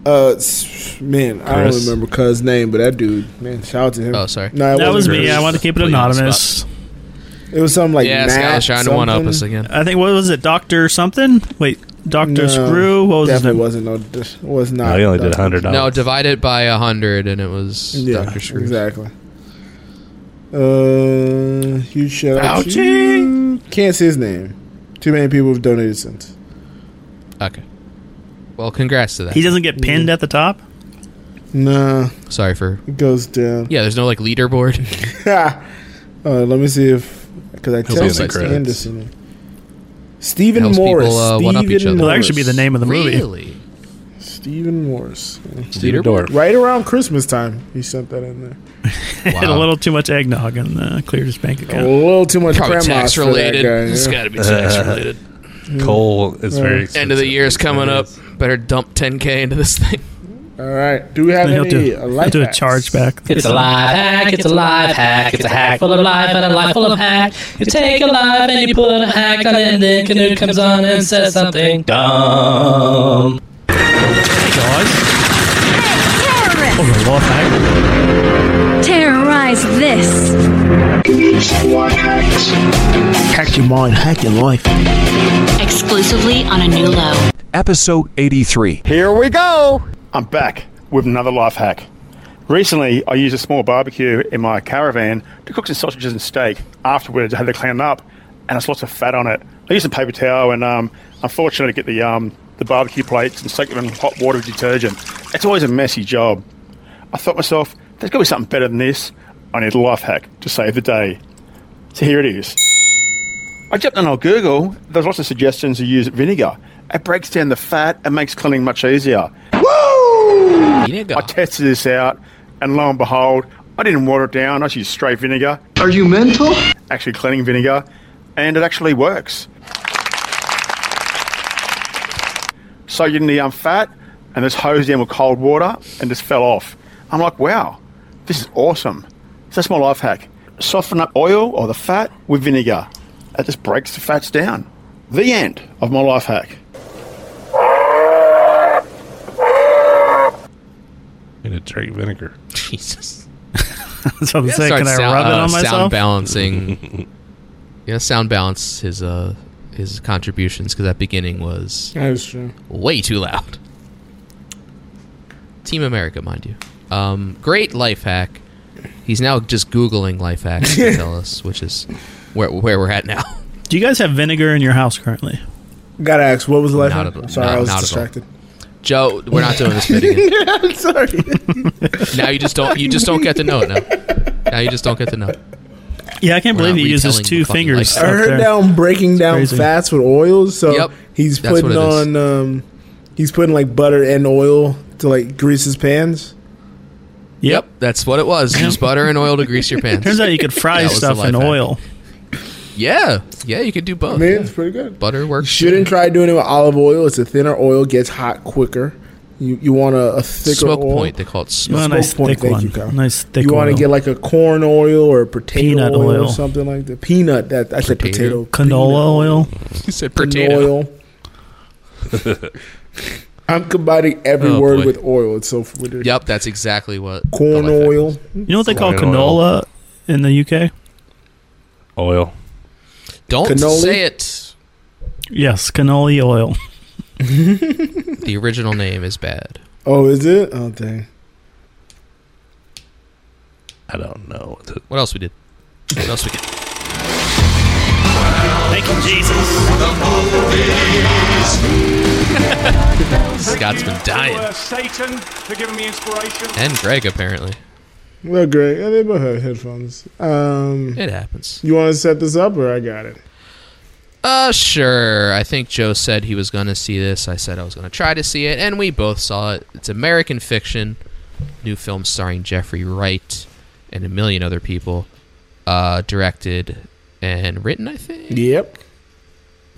S4: Uh, s- man, I don't
S3: Chris.
S4: remember Cuz name, but that dude, man, shout out to him.
S2: Oh, sorry.
S4: No, it
S1: That was
S4: wasn't
S1: me.
S4: Chris.
S1: I want to keep it
S2: Put you on the
S1: anonymous.
S2: spot.
S4: It was some like
S2: yeah,
S4: Matt
S2: Skylar trying to one up
S4: something.
S2: us again.
S1: I think what was it, Doctor something? Wait, Doctor
S4: No,
S1: Screw? What was his
S4: Definitely
S1: name?
S4: wasn't. No, this was not.
S3: No, he only did
S4: Dr.
S3: hundred
S2: No,
S3: dollars.
S2: divide it by a hundred, and it was
S4: Yeah,
S2: Doctor Screw.
S4: exactly. Uh, huge shout out to
S1: Fauci!
S4: you. Can't see his name. Too many people have donated since.
S2: Okay. Well, congrats to that.
S1: He doesn't get pinned at the top.
S4: Nah,
S2: Sorry for.
S4: it goes down.
S2: Yeah, there's no like leaderboard.
S4: uh, let me see if because I
S3: He'll be in the
S4: texted
S3: credits.
S4: Anderson. Stephen
S2: Helps people,
S4: Morris.
S2: uh, one-up each
S4: Stephen
S2: other.
S1: Well,
S4: Morris.
S1: that should be the name of the movie.
S2: really?
S4: Stephen Morris.
S3: Dorf.
S4: Right around Christmas time, he sent that in there.
S1: Had a
S2: Wow.
S1: little too much eggnog and uh, cleared his bank
S4: A
S1: account.
S4: little too much
S2: Probably
S4: grandma's
S2: tax
S4: for that
S2: related.
S4: guy,
S2: It's
S4: yeah.
S2: got to be tax related.
S3: Coal is very. Expensive.
S2: End of the year is coming up. Better dump 10k into this thing.
S4: All right. Do we have
S1: Then he'll
S4: any
S1: do,
S4: uh,
S1: he'll
S4: life
S1: do a
S4: hacks?
S1: chargeback.
S9: It's a live hack, it's a live hack, it's a hack full of life and a life full of hack. You take a life and you put a hack on it, and then Canute comes on and says something dumb.
S10: Terrorize this.
S8: Hack your mind, hack your life.
S10: Exclusively on a new low.
S5: Episode 83.
S7: Here we go. I'm back with another life hack. Recently, I used a small barbecue in my caravan to cook some sausages and steak. Afterwards, I had to clean it up, and there's lots of fat on it. I used a paper towel, and um, unfortunately, to get the um, the barbecue plates and soak them in hot water with detergent. It's always a messy job. I thought to myself, there's got to be something better than this. I need a life hack to save the day. So here it is. I jumped on old Google. There's lots of suggestions to use vinegar. It breaks down the fat and makes cleaning much easier.
S2: You need to go.
S7: I tested this out, and lo and behold, I didn't water it down. I just used straight vinegar. Are you mental? Actually, cleaning vinegar, and it actually works. So you in the um, fat, and this hose down with cold water, and just fell off. I'm like, wow, this is awesome. So that's my life hack. Soften up oil or the fat with vinegar. That just breaks the fats down. The end of my life hack.
S3: In a drink vinegar.
S2: Jesus.
S1: That's what I'm saying. Can I rub it on myself?
S2: Sound balancing. yeah, sound balance his uh his contributions because that beginning was
S4: That is true.
S2: way too loud. Team America, mind you. Um, great life hack. He's now just googling life hacks to tell us, which is where where we're at now.
S1: Do you guys have vinegar in your house currently?
S4: Gotta ask, what was the life?
S2: Not
S4: hack?
S2: at all.
S4: Sorry,
S2: Not-
S4: I was
S2: not at all.
S4: distracted.
S2: Joe, we're not doing this bit again.
S4: I'm sorry.
S2: Now you just don't you just don't get to know it now. Now you just don't get to know. it.
S1: Yeah, I can't
S2: We're
S1: believe
S2: not
S1: he uses
S2: retelling the
S1: two
S2: fucking
S1: fingers.
S2: life
S4: I
S1: up
S4: heard
S1: there.
S4: down breaking down
S1: crazy.
S4: fats with oils, so
S2: Yep.
S4: he's
S2: That's what
S4: putting
S2: it is.
S4: on um, he's putting like butter and oil to like grease his pans.
S1: Yep.
S2: That's what it was. Use butter and oil to grease your pants.
S1: Turns out you could fry
S2: That was
S1: stuff
S2: the life
S1: in
S2: hack.
S1: oil.
S2: Yeah. Yeah, you could do both.
S4: I mean,
S2: yeah.
S4: it's pretty good.
S2: Butter works.
S4: Shouldn't try doing it with olive oil. It's a thinner oil, gets hot quicker. You you want a, a thicker
S2: smoke
S4: oil.
S2: point. They call it
S1: You
S2: smoke.
S1: want a nice
S4: point,
S1: thick
S4: thank
S1: one.
S4: you, Kyle.
S1: nice thick
S4: you want
S1: oil.
S4: to get like a corn oil or a potato
S1: Peanut
S4: oil,
S1: oil.
S4: or something like that. Peanut. That I said
S2: Potato.
S4: potato.
S1: canola oil.
S2: You said
S4: Peanut
S2: potato.
S4: Oil. I'm combining every
S2: Oh,
S4: word
S2: boy.
S4: with oil. It's so ridiculous.
S2: Yep, that's exactly what the
S4: Corn
S2: life hack
S4: oil.
S2: was.
S1: You know what they call
S3: Canola
S1: canola in the UK?
S3: Oil.
S2: Don't
S4: Cannoli?
S2: say it.
S1: Yes, cannoli oil.
S2: The original name is bad.
S4: Oh, is it? Oh, dang.
S3: I don't know. what to-
S2: What else we did? What else we did?
S1: Thank you, Jesus.
S2: Scott's been dying.
S3: Satan for giving me inspiration.
S2: And Greg apparently.
S4: Well, great. Yeah, they both have headphones. Um,
S2: It happens.
S4: you want to set this up, or I got it?
S2: Uh, sure. I think Joe said he was going to see this. I said I was going to try to see it, and we both saw it. It's American Fiction, new film starring Jeffrey Wright and a million other people. Uh, directed and written, I think,
S4: Yep.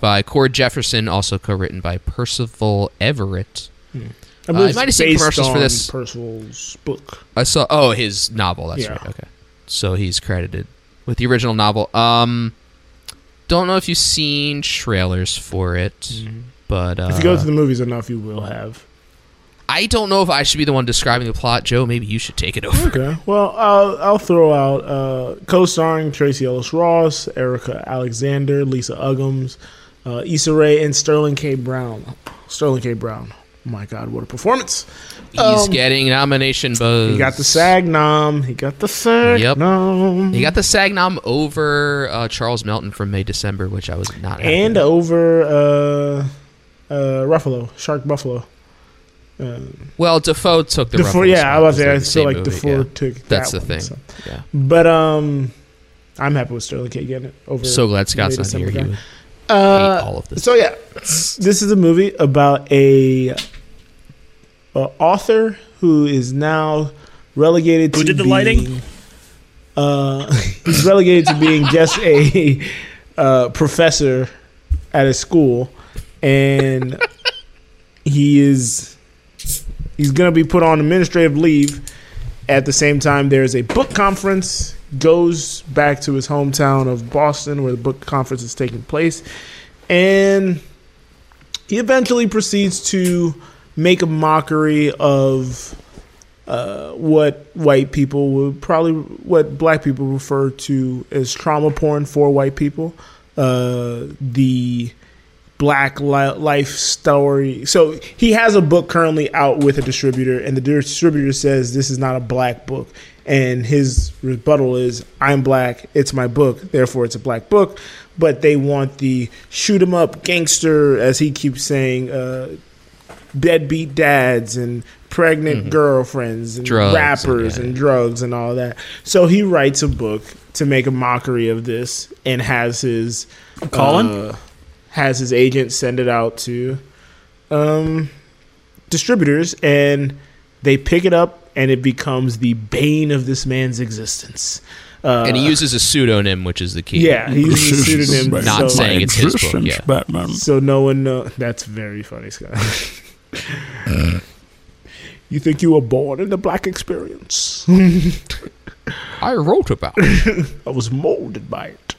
S2: by Cord Jefferson, also co-written by Percival Everett.
S4: I
S2: Uh, you
S4: it's
S2: might have seen
S4: based
S2: commercials for
S4: on
S2: this.
S4: Percival's book.
S2: I saw. Oh, his novel. That's
S4: Yeah.
S2: right. Okay. So he's credited with the original novel. Um, don't know if you've seen trailers for it, but uh,
S4: Mm-hmm. If you go to the movies enough, you will have.
S2: I don't know if I should be the one describing the plot. Joe, maybe you should take it over.
S4: Okay. Well, I'll, I'll throw out uh, co-starring Tracy Ellis Ross, Erica Alexander, Lisa Uggams, uh, Issa Rae, and Sterling K. Brown. Sterling K. Brown. My God, what a performance!
S2: He's
S4: Um,
S2: getting nomination buzz.
S4: He got the SAG nom. He got the SAG
S2: Yep.
S4: nom.
S2: He got the SAG nom over uh, Charles Melton from May December, which I was not. happy
S4: and
S2: with.
S4: over uh, uh, Ruffalo, Shark Buffalo. Uh,
S2: well, Defoe took the.
S4: Defoe,
S2: Ruffalo
S4: yeah, I
S2: spot
S4: was
S2: 'cause they're
S4: there. I
S2: the same
S4: feel like
S2: movie,
S4: Defoe
S2: yeah.
S4: took that
S2: That's the
S4: one,
S2: thing.
S4: so.
S2: Yeah.
S4: But um, I'm happy with Sterling K getting it over.
S2: So glad Scott's
S4: May
S2: not here.
S4: December
S2: He
S4: guy.
S2: would hate
S4: Uh,
S2: all of this.
S4: So yeah, this is a movie about a, a author who is now relegated
S1: Who
S4: to
S1: did the
S4: being,
S1: lighting?
S4: Uh, he's relegated to being just a uh, professor at a school, and he is he's gonna be put on administrative leave. At the same time, there is a book conference. Goes back to his hometown of Boston, where the book conference is taking place, and he eventually proceeds to make a mockery of uh, what white people would probably what black people refer to as trauma porn for white people uh, the black li- life story so he has a book currently out with a distributor and the distributor says this is not a black book and his rebuttal is i'm black it's my book therefore it's a black book but they want the shoot 'em up gangster as he keeps saying uh, deadbeat dads and pregnant girlfriends and
S2: Mm-hmm. Drugs and-
S4: rappers
S2: yeah,
S4: and drugs and all that. So he writes a book to make a mockery of this and has his
S1: Colin?
S4: uh, has his agent send it out to um, distributors and they pick it up and it becomes the bane of this man's existence. Uh,
S2: and he uses a pseudonym, which is the key.
S4: yeah, he uses a pseudonym.
S2: Not
S4: so,
S2: saying it's his book. Yeah.
S1: Batman.
S4: so no one know. That's very funny, Scott. you think you were born in the black experience?
S2: I wrote about
S4: it. I was molded by it.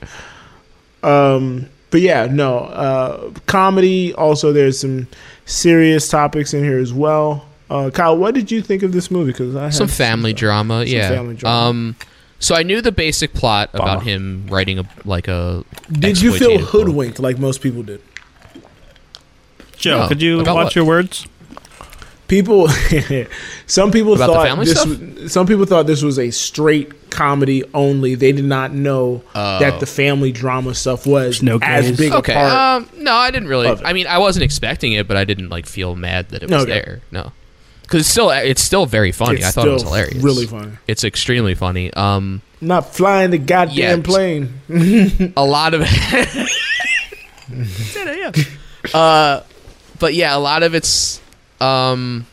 S4: Um, but yeah, no. Uh, comedy. Also, there's some serious topics in here as well. Uh, Kyle, what did you think of this movie? Because I had
S2: some family drama.
S4: Some
S2: yeah.
S4: family drama.
S2: Um, so I knew the basic plot about him writing a like a.
S4: Did you feel
S2: exploitative book.
S4: hoodwinked like most people did?
S1: Joe,
S2: No.
S1: could you watch
S2: About what?
S1: your words?
S4: People, some people
S2: About the
S4: thought
S2: family
S4: this.
S2: stuff?
S4: Was, some people thought this was a straight comedy only. They did not know that the family drama stuff was
S1: No
S4: as
S1: gays.
S4: big
S2: Oh. Okay.
S4: a part.
S2: Um, no, I didn't really.
S4: of it.
S2: I mean, I wasn't expecting it, but I didn't like feel mad that it was
S4: Okay.
S2: there. No, because it's still it's still very funny.
S4: It's
S2: I thought it was
S4: still
S2: hilarious.
S4: really funny.
S2: It's extremely funny. Um,
S4: not flying the goddamn
S2: Yeah, it's-
S4: plane.
S2: a lot of uh, but yeah, a lot of it's um,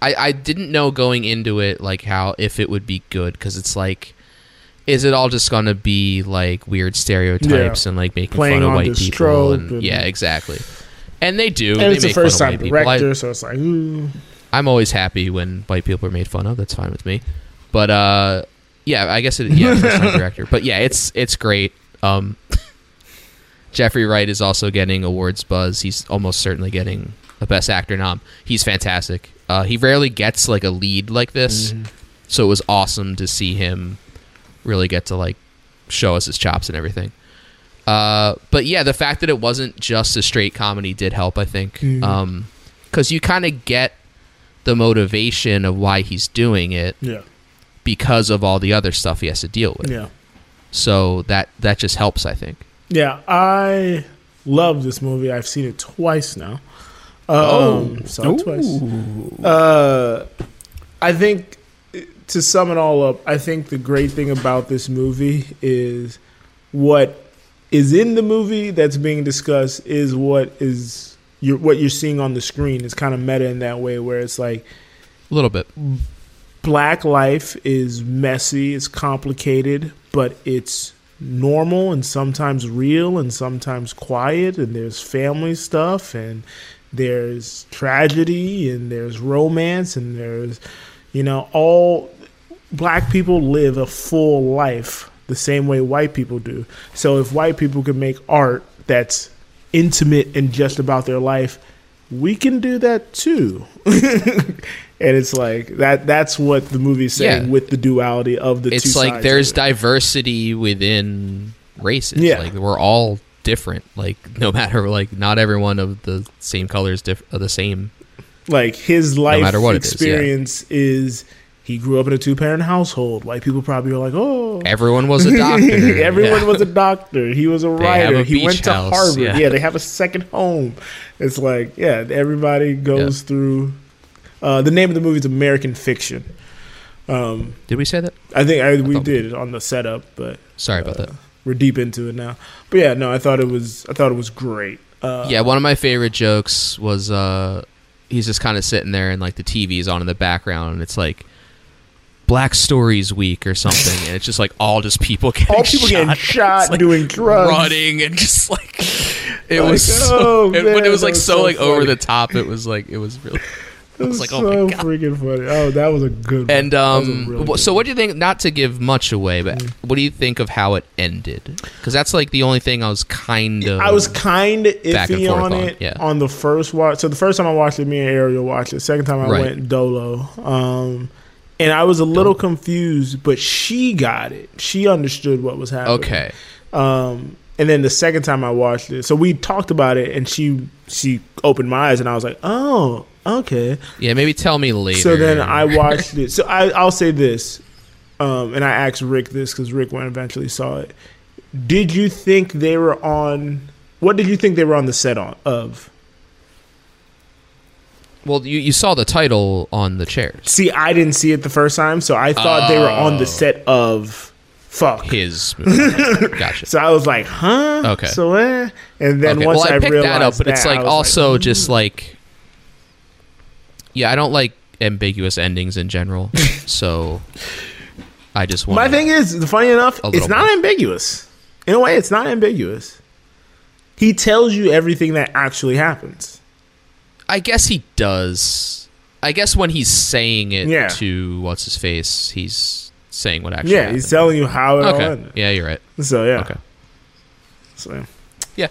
S2: I I didn't know going into it like how if it would be good because it's like. Is it all just gonna be like weird stereotypes and like making
S4: Playing
S2: fun
S4: on
S2: of white
S4: this
S2: people?
S4: trope
S2: And,
S4: and-
S2: yeah, exactly. And they do.
S4: and
S2: they
S4: it's the
S2: make fun
S4: first
S2: of white
S4: time
S2: people. I-
S4: director, so it's like, mm, ooh.
S2: I'm always happy when white people are made fun of. That's fine with me. But uh, yeah, I guess it, yeah, first time director. But yeah, it's it's great. Um, Jeffrey Wright is also getting awards buzz. He's almost certainly getting a best actor nom. He's fantastic. Uh, he rarely gets like a lead like this, so it was awesome to see him really get to like show us his chops and everything. Uh, but yeah, the fact that it wasn't just a straight comedy did help, I think, because
S9: Mhm.
S2: you kind of get the motivation of why he's doing it
S4: Yeah.
S2: because of all the other stuff he has to deal with.
S4: Yeah.
S2: So that that just helps, I think.
S4: Yeah, I love this movie. I've seen it twice now. Um,
S2: Oh.
S4: saw it twice. Uh, I think eh, to sum it all up, I think the great thing about this movie is what is in the movie that's being discussed is what is your what you're seeing on the screen. It's kind of meta in that way, where it's like
S2: A little bit.
S4: black life is messy, it's complicated, but it's normal and sometimes real and sometimes quiet and there's family stuff and there's tragedy and there's romance and there's you know all black people live a full life the same way white people do. So if white people can make art that's intimate and just about their life, we can do that too. and it's like that that's what the movie's saying
S2: Yeah.
S4: with the duality of the
S2: it's
S4: two
S2: like
S4: sides
S2: there's
S4: of it.
S2: diversity within races.
S4: Yeah.
S2: Like we're all different. Like no matter like not everyone of the same color is diff- are the same.
S4: like his life
S2: matter what it is, yeah.
S4: experience is, he grew up in a two parent household. Like people probably are like, "Oh,
S2: Everyone was a doctor.
S4: Everyone
S2: Yeah.
S4: was a doctor. He was a
S2: They have
S4: writer.
S2: a
S4: he went
S2: beach
S4: to
S2: house,
S4: Harvard.
S2: yeah.
S4: Yeah. they have a second home. It's like, yeah, everybody goes through. Uh, the name of the movie is American Fiction. Um,
S2: Did we say that?
S4: I think I, we
S2: thought we
S4: did it on the setup, but
S2: Sorry about that.
S4: we're deep into it now. But yeah, no, I thought it was. I thought it was great. Uh,
S2: yeah, one of my favorite jokes was uh he's just kind of sitting there and like the TV's on in the background and it's like Black Stories Week or something and it's just like all just people getting
S4: all people
S2: shot,
S4: getting shot, doing drugs,
S2: running and just like it
S4: Like,
S2: was so,
S4: oh,
S2: it, but
S4: man,
S2: it was
S4: that
S2: like
S4: was
S2: so,
S4: so
S2: like over
S4: funny.
S2: the top it was like it was really
S4: It was
S2: was like,
S4: like,
S2: oh
S4: so freaking funny. Oh, that was a good.
S2: and
S4: one. That was a
S2: um
S4: really
S2: wh-
S4: good Mm.
S2: so what do you think not to give much away but what do you think of how it ended because that's like the only thing I was kind of
S4: I was kind of
S2: Uh, back and
S4: iffy
S2: forth
S4: on
S2: on,
S4: it
S2: yeah.
S4: on the first watch. So the first time I watched it, me and Ariel watched it. second time I
S2: Right.
S4: went Dolo, um, and I was a little confused, but she got it. She understood what was happening.
S2: okay
S4: Um, and then the second time I watched it, so we talked about it, and she she opened my eyes, and I was like, oh, okay.
S2: yeah maybe tell me later
S4: So then I watched it. So I, I'll say this, um, and I asked Rick this because Rick went and eventually saw it. Did you think they were on? What did you think they were on the set on of?
S2: Well, you, you saw the title on the chairs.
S4: See, I didn't see it the first time, so I thought they were on
S2: Oh.
S4: the set of. Fuck.
S2: His movie. gotcha.
S4: So I was like, huh?
S2: Okay.
S4: So eh? And then
S2: Okay,
S4: once
S2: well, I,
S4: I,
S2: picked
S4: realized
S2: that up, but it's
S4: that, I
S2: like
S4: was "Hmm."
S2: also just like, yeah, I don't like ambiguous endings in general, so I just want.
S4: My thing is, funny enough,
S2: A
S4: it's
S2: little
S4: not
S2: bit.
S4: ambiguous. In a way, it's not ambiguous. He tells you everything that actually happens.
S2: I guess he does. I guess when he's saying it
S4: Yeah.
S2: to what's his face, he's saying what actually.
S4: Yeah, he's telling you how it all
S2: Okay.
S4: ended.
S2: Yeah, you're right.
S4: So yeah.
S2: Okay.
S4: So
S2: Yeah.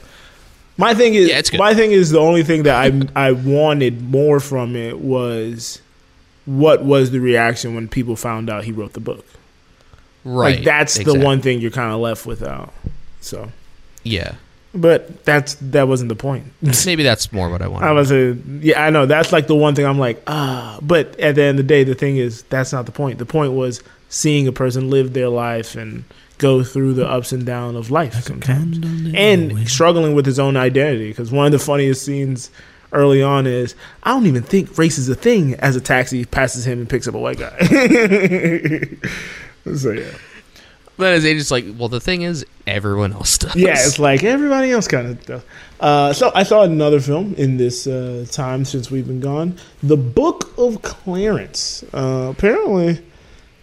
S4: My thing is
S2: Yeah, it's good.
S4: my thing is the only thing that I I wanted more from it was what was the reaction when people found out he wrote the book.
S2: Right.
S4: Like that's
S2: exactly.
S4: the one thing you're kind of left without. So,
S2: Yeah.
S4: but that's that wasn't the point.
S2: Maybe that's more what I wanted.
S4: I was a yeah, I know that's like the one thing I'm like ah, but at the end of the day, the thing is that's not the point. The point was seeing a person live their life and go through the ups and downs of life sometimes, and struggling with his own identity. Because one of the funniest scenes early on is I don't even think race is a thing as a taxi passes him and picks up a white guy. so yeah,
S2: But his agent's like, well, the thing is, everyone else does.
S4: yeah, it's like everybody else kind of does. Uh, so I saw another film in this uh, time since we've been gone, The Book of Clarence. Uh, apparently,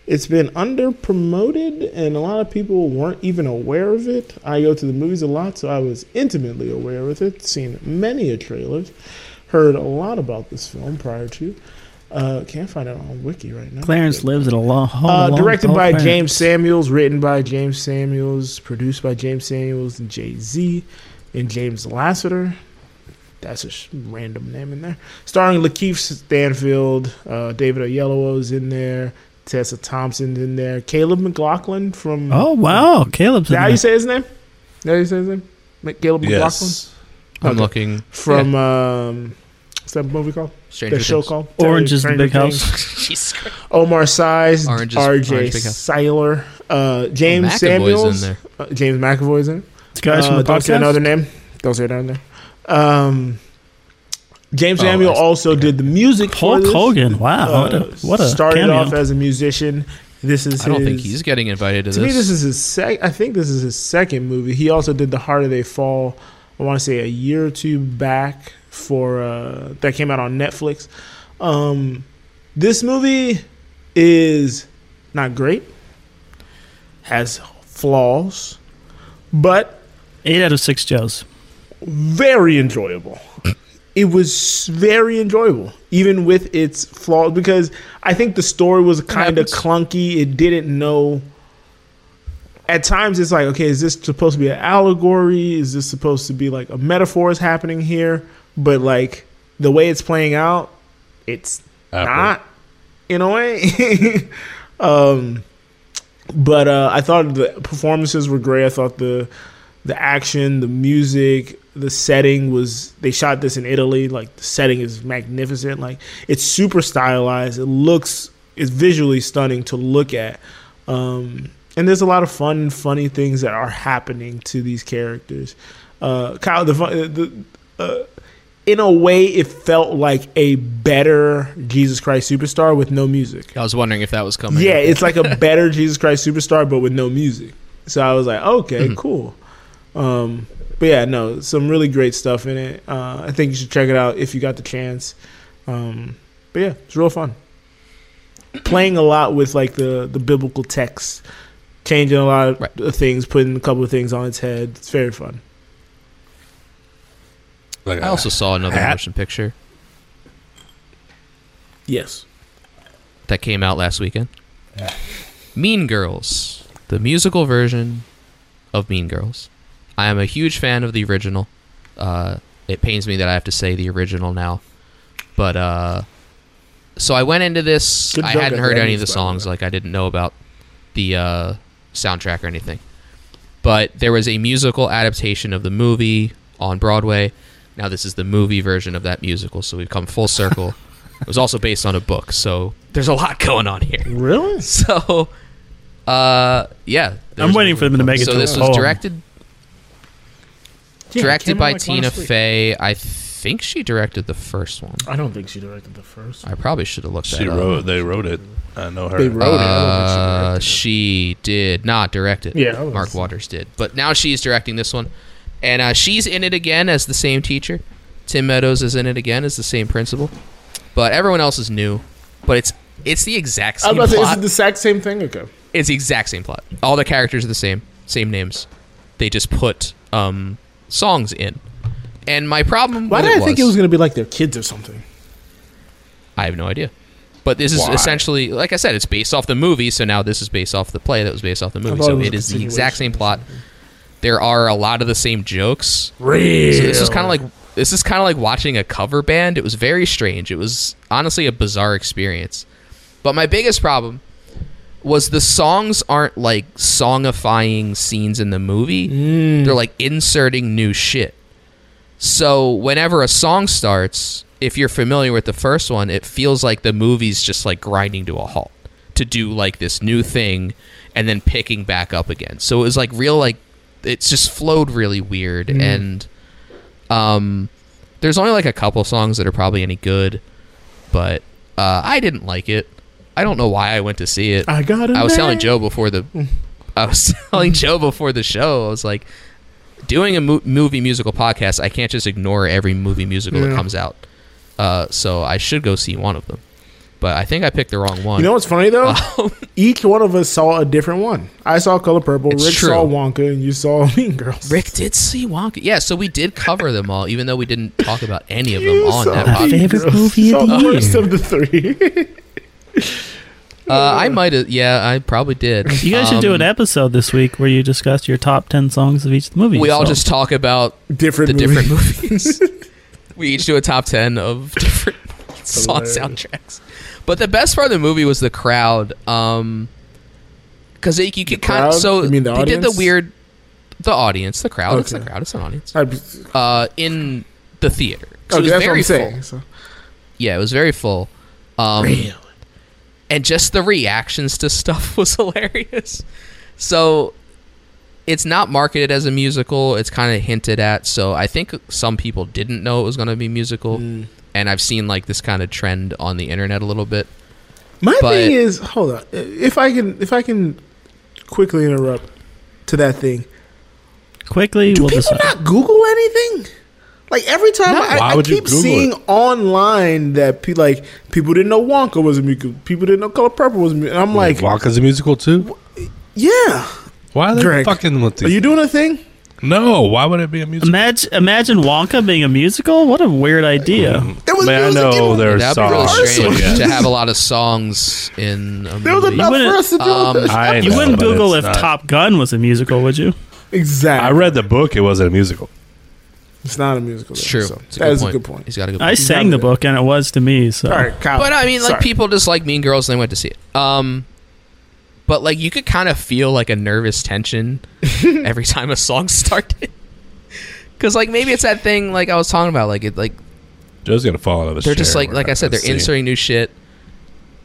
S4: it's been under promoted, and a lot of people weren't even aware of it. I go to the movies a lot, so I was intimately aware of it. Seen many a trailers, heard a lot about this film prior to. Uh, can't find it on Wiki right now.
S1: Clarence lives in a long home.
S4: Uh, directed by James Samuels, written by James Samuels, produced by James Samuels and Jay Z, and James Lasseter. That's a sh- random name in there. Starring Lakeith Stanfield, uh, David Oyelowo's in there, Tessa Thompson's in there, Caleb McLaughlin from.
S1: Oh wow, Caleb's
S4: Is that
S1: in
S4: how you
S1: there.
S4: say his name? Is that how you say his name? Mc- Caleb McLaughlin
S2: Yes. I'm
S4: Okay.
S2: looking
S4: from um, what's that movie called?
S2: Stranger
S4: that show
S2: Things.
S4: called
S1: Orange is the
S4: Stranger
S1: Big
S4: Things.
S1: House.
S4: Omar Size,
S2: Orange is-
S4: R.J.
S2: Orange Big House.
S4: Seiler, uh, James
S2: McAvoy's
S4: Samuels,
S2: in there.
S4: Uh, James McAvoy's in. it.
S1: This guy's from the
S4: don't say
S1: podcast?
S4: Uh, another name. Don't say another name. Um, James
S1: Oh,
S4: Samuel
S1: I see.
S4: also did the music. for
S1: Hulk
S4: this. Uh,
S1: Hogan. Wow, what a- what a
S4: started
S1: cameo.
S4: off as a musician. This is
S2: I don't
S4: his,
S2: think he's getting invited to,
S4: to
S2: this.
S4: me, this is his sec. I think this is his second movie. He also did The Harder They Fall. I want to say a year or two back for uh, that came out on Netflix. Um, this movie is not great. Has flaws, but
S1: eight out of six Joes.
S4: Very enjoyable. It was very enjoyable, even with its flaws, because I think the story was kind of clunky. It didn't know at times it's like, okay, is this supposed to be an allegory? Is this supposed to be like a metaphor is happening here? But like the way it's playing out, it's not in a way. um, but uh, I thought the performances were great. I thought the the action, the music, the setting was. They shot this in Italy. Like the setting is magnificent. Like it's super stylized. It looks it's visually stunning to look at. Um, and there's a lot of fun, funny things that are happening to these characters. Uh, Kyle, the, fun- the uh, in a way, it felt like a better Jesus Christ Superstar with no music.
S2: I was wondering if that was coming.
S4: Yeah, it's like a better Jesus Christ Superstar, but with no music. So I was like, okay,
S2: Mhm.
S4: cool. Um, but yeah, no, some really great stuff in it. Uh, I think you should check it out if you got the chance. Um, but yeah, it's real fun. Playing a lot with like the the biblical text, changing a lot of things, putting a couple of things on its head. It's very fun.
S2: I also saw another motion picture
S4: Yes.
S2: that came out last weekend. Mean Girls, the musical version of Mean Girls. I am a huge fan of the original. Uh, it pains me that I have to say the original now, but uh, so I went into this.
S11: Good
S2: I
S11: joke
S2: hadn't
S11: at
S2: heard
S11: the
S2: any
S11: end,
S2: of
S11: by the
S2: the songs. Like I didn't know about the uh, soundtrack or anything. But there was a musical adaptation of the movie on Broadway. Now this is the movie version of that musical, so we've come full circle. it was also based on a book, so there's a lot going on here.
S4: Really?
S2: So, uh, yeah. there
S1: I'm
S2: was a
S1: waiting for them
S2: musical.
S1: to make it
S2: So
S1: to
S2: this
S1: the
S2: was
S1: poem.
S2: directed
S4: Yeah, it came
S2: directed
S4: out,
S2: by
S4: like,
S2: Tina
S4: last week.
S2: Fey. I think she directed the first one.
S4: I don't think she directed the first.
S2: I probably should have looked
S3: She
S2: that up.
S3: wrote. They wrote it. I know her.
S4: They wrote it. I
S2: Uh, she did not direct it.
S4: Yeah, I was-
S2: Mark Waters did, but now she's directing this one, and uh, she's in it again as the same teacher. Tim Meadows is in it again as the same principal, but everyone else is new. But it's it's the exact
S4: I was
S2: same
S4: about to say, is
S2: plot.
S4: it the exact same thing? Okay.
S2: It's the exact same plot. All the characters are the same, same names. They just put um, songs in. And my problem
S4: Why
S2: with
S4: did I think it was
S2: was
S4: going to be like their kids or something?
S2: I have no idea. But this is
S11: Why?
S2: essentially, like I said, it's based off the movie. So now this is based off the play that was based off the movie.
S11: thought it
S2: So
S11: was
S2: it
S11: a
S2: is the
S11: continuation
S2: exact same plot. There are a lot of the same jokes.
S11: Really?
S2: So this is kind of like this is kind of like watching a cover band. It was very strange. It was honestly a bizarre experience. But my biggest problem was the songs aren't like songifying scenes in the movie. They're like inserting new shit. So whenever a song starts, if you're familiar with the first one, it feels like the movie's just like grinding to a halt to do like this new thing and then picking back up again. So it was like real like it's just flowed really weird
S11: Mm.
S2: and um there's only like a couple songs that are probably any good, but uh I didn't like it. I don't know why I went to see it.
S4: I got a
S2: I was telling
S4: man.
S2: Joe before the
S4: Mm.
S2: I was telling Joe before the show. I was like, doing a mo- movie musical podcast, I can't just ignore every movie musical that
S4: Yeah.
S2: comes out. Uh, so I should go see one of them. But I think I picked the wrong one. Um,
S4: You know what's funny though? Each one of us saw a different one. I saw Color Purple.
S2: It's
S4: Rick
S2: true.
S4: saw Wonka, and you saw Mean Girls.
S2: Rick did see Wonka. Yeah, so we did cover them all, even though we didn't talk about any of them
S4: You
S2: on
S4: saw
S2: that
S4: Mean
S2: podcast.
S4: Girls. You saw the worst of the three.
S2: Uh, I might have. Yeah, I probably did.
S1: You guys should do
S2: Um,
S1: an episode this week where you discuss your top ten songs of each movie.
S2: We all
S1: so-
S2: just talk about
S4: different
S2: the different movies. we each do a top ten of different song
S11: Hilarious.
S2: soundtracks. But the best part of the movie was the crowd, because you could kind of
S11: crowd?
S2: so
S11: You mean
S2: they
S11: the
S2: did the
S11: audience?
S2: weird, the audience, the crowd. It's the
S11: Okay.
S2: crowd. It's an audience. Uh, in the theater.
S11: Okay,
S2: So it was
S11: that's what
S2: very
S11: I'm saying,
S2: full.
S11: so.
S2: Yeah, it was very full. Um, And just the reactions to stuff was hilarious. So it's not marketed as a musical. It's kind of hinted at. So I think some people didn't know it was going to be musical.
S4: Mm.
S2: And I've seen like this kind of trend on the internet a little bit.
S4: My
S2: But-
S4: thing is, hold on. If I can, if I can, quickly interrupt to that thing.
S1: quickly. we'll
S4: People
S1: decide.
S4: not Google anything. Like every time I,
S1: Why
S4: I
S1: would you
S4: keep
S1: Google
S4: seeing online that pe- like people didn't know Wonka was a musical, people didn't know Color Purple was a musical, and I'm like,
S11: Wonka's a musical too.
S4: yeah.
S11: Why are they
S4: Drake,
S11: fucking with
S4: Are
S11: these?
S4: you doing a thing?
S11: no, why would it be a musical?
S1: Imagine, imagine Wonka being a musical. What a weird idea.
S4: There
S11: was Man, I music know in- there's
S2: That'd be really
S11: songs.
S2: strange
S11: Yes.
S2: to have a lot of songs in. A
S4: There was
S2: movie.
S4: enough for us to do this. I
S1: you
S4: know,
S1: wouldn't
S11: but
S1: Google if
S11: it's not.
S1: Top Gun was a musical, would you?
S4: Exactly.
S11: I read the book. It wasn't a musical.
S4: It's not a musical.
S1: It's
S4: though,
S1: true.
S4: so
S1: It's a
S4: that
S1: good
S4: is a
S1: point.
S4: good point.
S2: He's got a good
S1: I sang the book, and it was to me. So,
S4: All right, Kyle.
S2: But I mean, like
S4: Oh, Sorry.
S2: people just like Mean Girls and they went to see it. Um, but like you could kind of feel like a nervous tension every time a song started, because like maybe it's that thing like I was talking about, like it like
S11: Joe's gonna fall out of the.
S2: they're just
S11: chair.
S2: like
S11: We're
S2: like
S11: not
S2: I said,
S11: gonna
S2: they're
S11: see it.
S2: inserting new shit,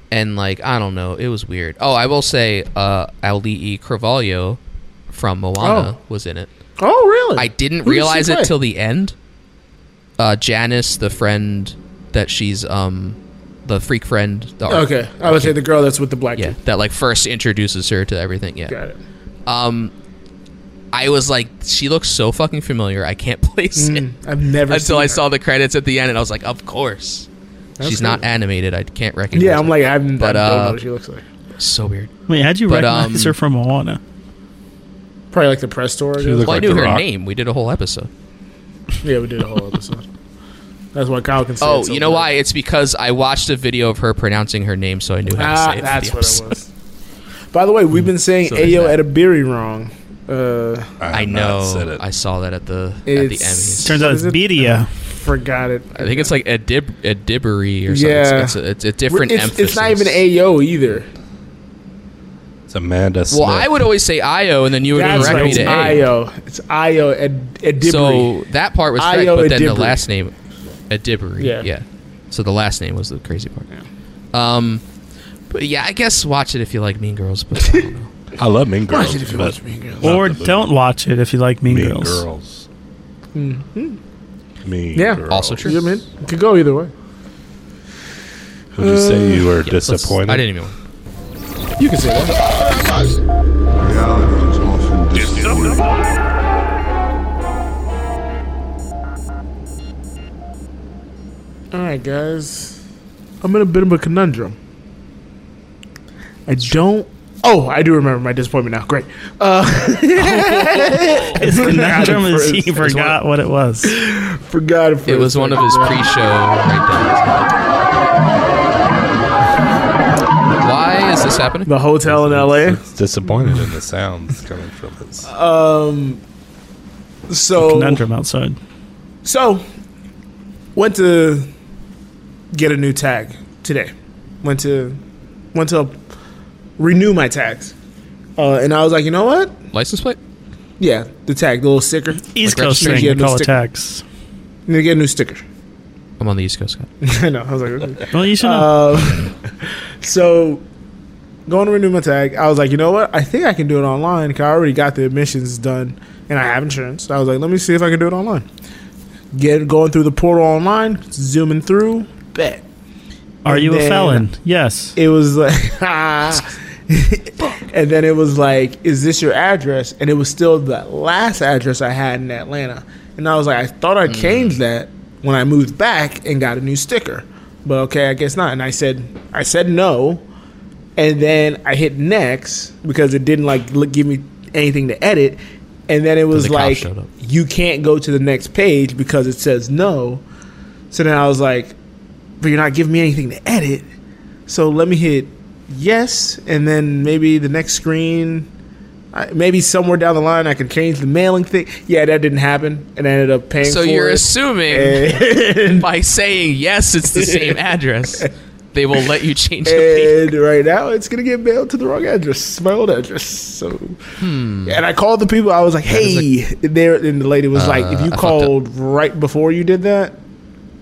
S2: and like I don't know, it was weird. Oh, I will say, uh, Ali'i Carvalho from Moana was in it.
S4: Oh, really?
S2: I didn't
S11: Who did she
S2: realize it
S11: play?
S2: till the end. Uh, Janice, the friend that she's um, the freak friend. The art-
S4: Okay, I would say the girl that's with the black.
S2: yeah, that like first introduces her to everything. Yeah,
S4: Got it.
S2: Um, I was like, she looks so fucking familiar. I can't place it.
S4: Mm, I've never
S2: until
S4: seen
S2: I
S4: her.
S2: saw the credits at the end, and I was like, of course,
S4: That's
S2: she's
S4: cool.
S2: not animated. I can't recognize.
S4: Yeah, I'm
S2: her.
S4: like I haven't.
S2: But,
S4: I don't know
S2: uh,
S4: what she looks like.
S2: so weird.
S1: Wait, how'd you
S2: But,
S1: recognize
S2: um,
S1: her from Moana?
S4: Probably like the press tour. I guess.
S2: well, I knew her name. We did a whole episode.
S4: Yeah, we did a whole episode. That's why Kyle can say.
S2: Oh,
S4: it so
S2: you know
S4: good.
S2: why? It's because I watched a video of her pronouncing her name, so I knew how to
S4: Ah,
S2: say it. for
S4: that's
S2: the
S4: what it
S2: episode.
S4: was. By the way, we've been saying
S2: So there's
S4: Ayo Edabiri wrong. Uh,
S2: I know. I saw that at the at the
S4: It's-
S2: Emmys.
S4: Turns out it's Is it-
S1: Bedia.
S4: Forgot it.
S2: I think it's like a dib a dibbery or something.
S4: Yeah.
S2: It's, it's, a, it's a different
S4: It's,
S2: emphasis.
S4: it's not even Ayo either.
S11: It's Amanda.
S2: Well, I would always say Io, and then you would
S4: That's
S2: correct
S4: right.
S2: me
S4: It's
S2: to A.
S4: Ayo. It's Ayo Ed, Edibri.
S2: So that part was correct,
S4: Ayo
S2: but then the
S4: Edibiri.
S2: last name, a dibbery.
S4: Yeah.
S2: Yeah. So the last name was the crazy part. Um, but yeah, I guess watch it if you like Mean Girls. But
S11: I
S2: um, I don't know.
S11: love Mean Girls.
S1: Watch it if you
S11: but
S1: watch
S4: Mean Girls.
S11: not
S1: Or
S11: the movie.
S1: don't watch it if you like Mean,
S11: Mean
S1: Girls.
S11: Girls. Mean
S4: Yeah.
S11: Girls.
S2: Mm-hmm. Also true.
S4: You know what I mean? Could go either way.
S11: Would you say you were
S2: Yeah, let's-
S11: disappointed?
S2: I didn't even.
S4: You can say that. All right, guys. I'm in a bit of a conundrum. I don't. Oh, I do remember my disappointment now. Great. Uh,
S1: His conundrum is he forgot what it was.
S4: Forgot
S2: It was one of his pre-show. Right happening?
S4: The hotel in L.A.
S11: It's disappointed in the sounds coming from his.
S4: Um, so
S1: conundrum outside.
S4: So went to get a new tag today. Went to went to renew my tags, uh, and I was like, you know what?
S2: License plate?
S4: Yeah, the tag, the little sticker.
S1: East
S4: Like,
S1: Coast
S4: you need
S1: thing.
S4: to get a
S1: We
S4: new
S1: call it
S4: sticker.
S1: tax.
S4: You need to get a new sticker.
S2: I'm on the East Coast. Scott.
S4: I know. I was like,
S1: well, you should
S4: know. so, going to renew my tag, I was like, you know what? I think I can do it online because I already got the admissions done and I have insurance. So I was like, let me see if I can do it online. Get going through the portal online, zooming through. Bet.
S1: Are
S4: And
S1: you a
S4: then
S1: felon? Yes.
S4: It was like, and then it was like, is this your address? And it was still the last address I had in Atlanta. And I was like, I thought
S2: Mm.
S4: I changed that when I moved back and got a new sticker. But okay, I guess not. And I said, I said no. And then I hit next because it didn't like look, give me anything to edit. And then it was
S2: the cops
S4: like,
S2: showed up.
S4: you can't go to the next page because it says no. So then I was like, but you're not giving me anything to edit. So let me hit yes, and then maybe the next screen, I- maybe somewhere down the line, I can change the mailing thing. Yeah, that didn't happen, and I ended up paying.
S2: So
S4: for
S2: you're
S4: it.
S2: assuming by saying yes, it's the same address. They will let you change the
S4: And right now, it's gonna get mailed to the wrong address, my old address. So, and I called the people. I was like,
S2: Hmm.
S4: "Hey,
S2: That is
S4: there." And the lady was like,
S2: Uh,
S4: "If you
S2: I fucked up.
S4: called right before you did that,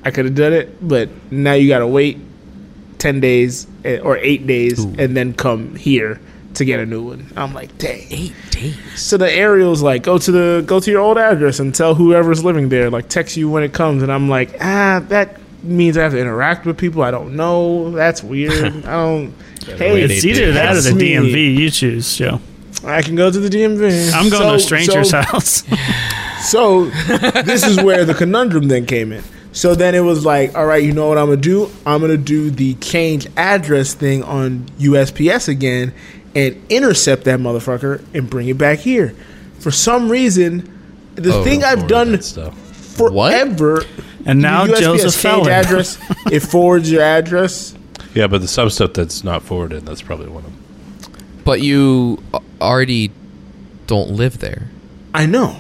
S4: I could have done it, but now you gotta wait ten days eh, or eight days, and then come here to get a new one." I'm like, "Dang,
S2: eight days."
S4: So the aerial's like, "Go to the go to your old address and tell whoever's living there. Like, text you when it comes." And I'm like, "Ah, that." Means I have to interact with people I don't know. That's weird. I don't. hey,
S1: it's either that or the
S4: me.
S1: DMV. You choose, Joe.
S4: I can go to the DMV.
S1: I'm going to a
S4: So-
S1: stranger's
S4: so-
S1: house.
S4: So this is where the conundrum then came in. So then it was like, all right, you know what I'm gonna do? I'm gonna do the change address thing on USPS again and intercept that motherfucker and bring it back here. For some reason, the
S1: Oh,
S4: thing
S1: don't
S4: I've done forever
S1: And now
S4: the
S1: Joe's a
S4: USPS change
S1: felon.
S4: address. it forwards your address.
S11: Yeah, but the sub stuff that's not forwarded, that's probably one of them.
S2: page. But you a- already don't live there.
S4: I know,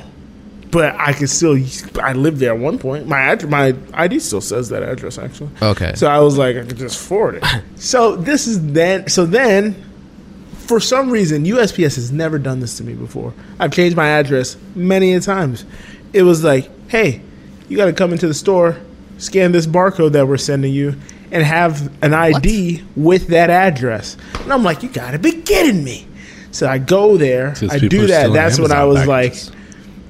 S4: but I can still. I lived there at one point. My ad, my ID still says that address actually.
S2: Okay.
S4: So I was like, I could just forward it. so this is then. So then, for some reason, USPS has never done this to me before. I've changed my address many a times. It was like, hey, you got to come into the store, scan this barcode that we're sending you, and have an ID with that address. And I'm like, you got to be kidding me. So I go there.
S11: Since
S4: I
S11: people
S4: do
S11: are
S4: that.
S11: stealing
S4: That's when I
S11: Amazon
S4: was like.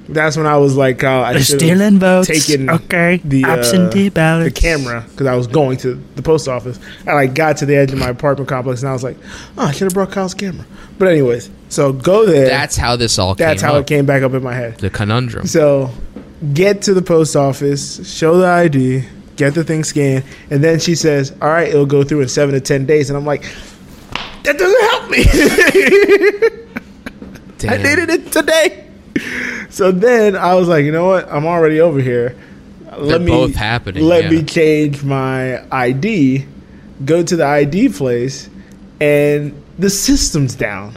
S4: That's when I was like, uh, I
S1: They're
S4: should've
S1: stealing votes.
S4: Taken
S1: Okay.
S4: the uh,
S1: Absentee ballots.
S4: the camera, because I was going to the post office. I like got to the edge of my apartment complex, and I was like, oh, I should have brought Kyle's camera. But anyways, so go there.
S2: That's how this all.
S4: That's
S2: came
S4: how
S2: up.
S4: it came back up in my head.
S2: The conundrum.
S4: So get to the post office, show the ID, get the thing scanned, and then she says, all right, it'll go through in seven to ten days, and I'm like. That doesn't help me. I
S2: Damn.
S4: needed it today. So then I was like, you know what? I'm already over here. Let
S2: They're
S4: me
S2: both happening,
S4: Let
S2: yeah.
S4: me change my ID. Go to the ID place, and the system's down.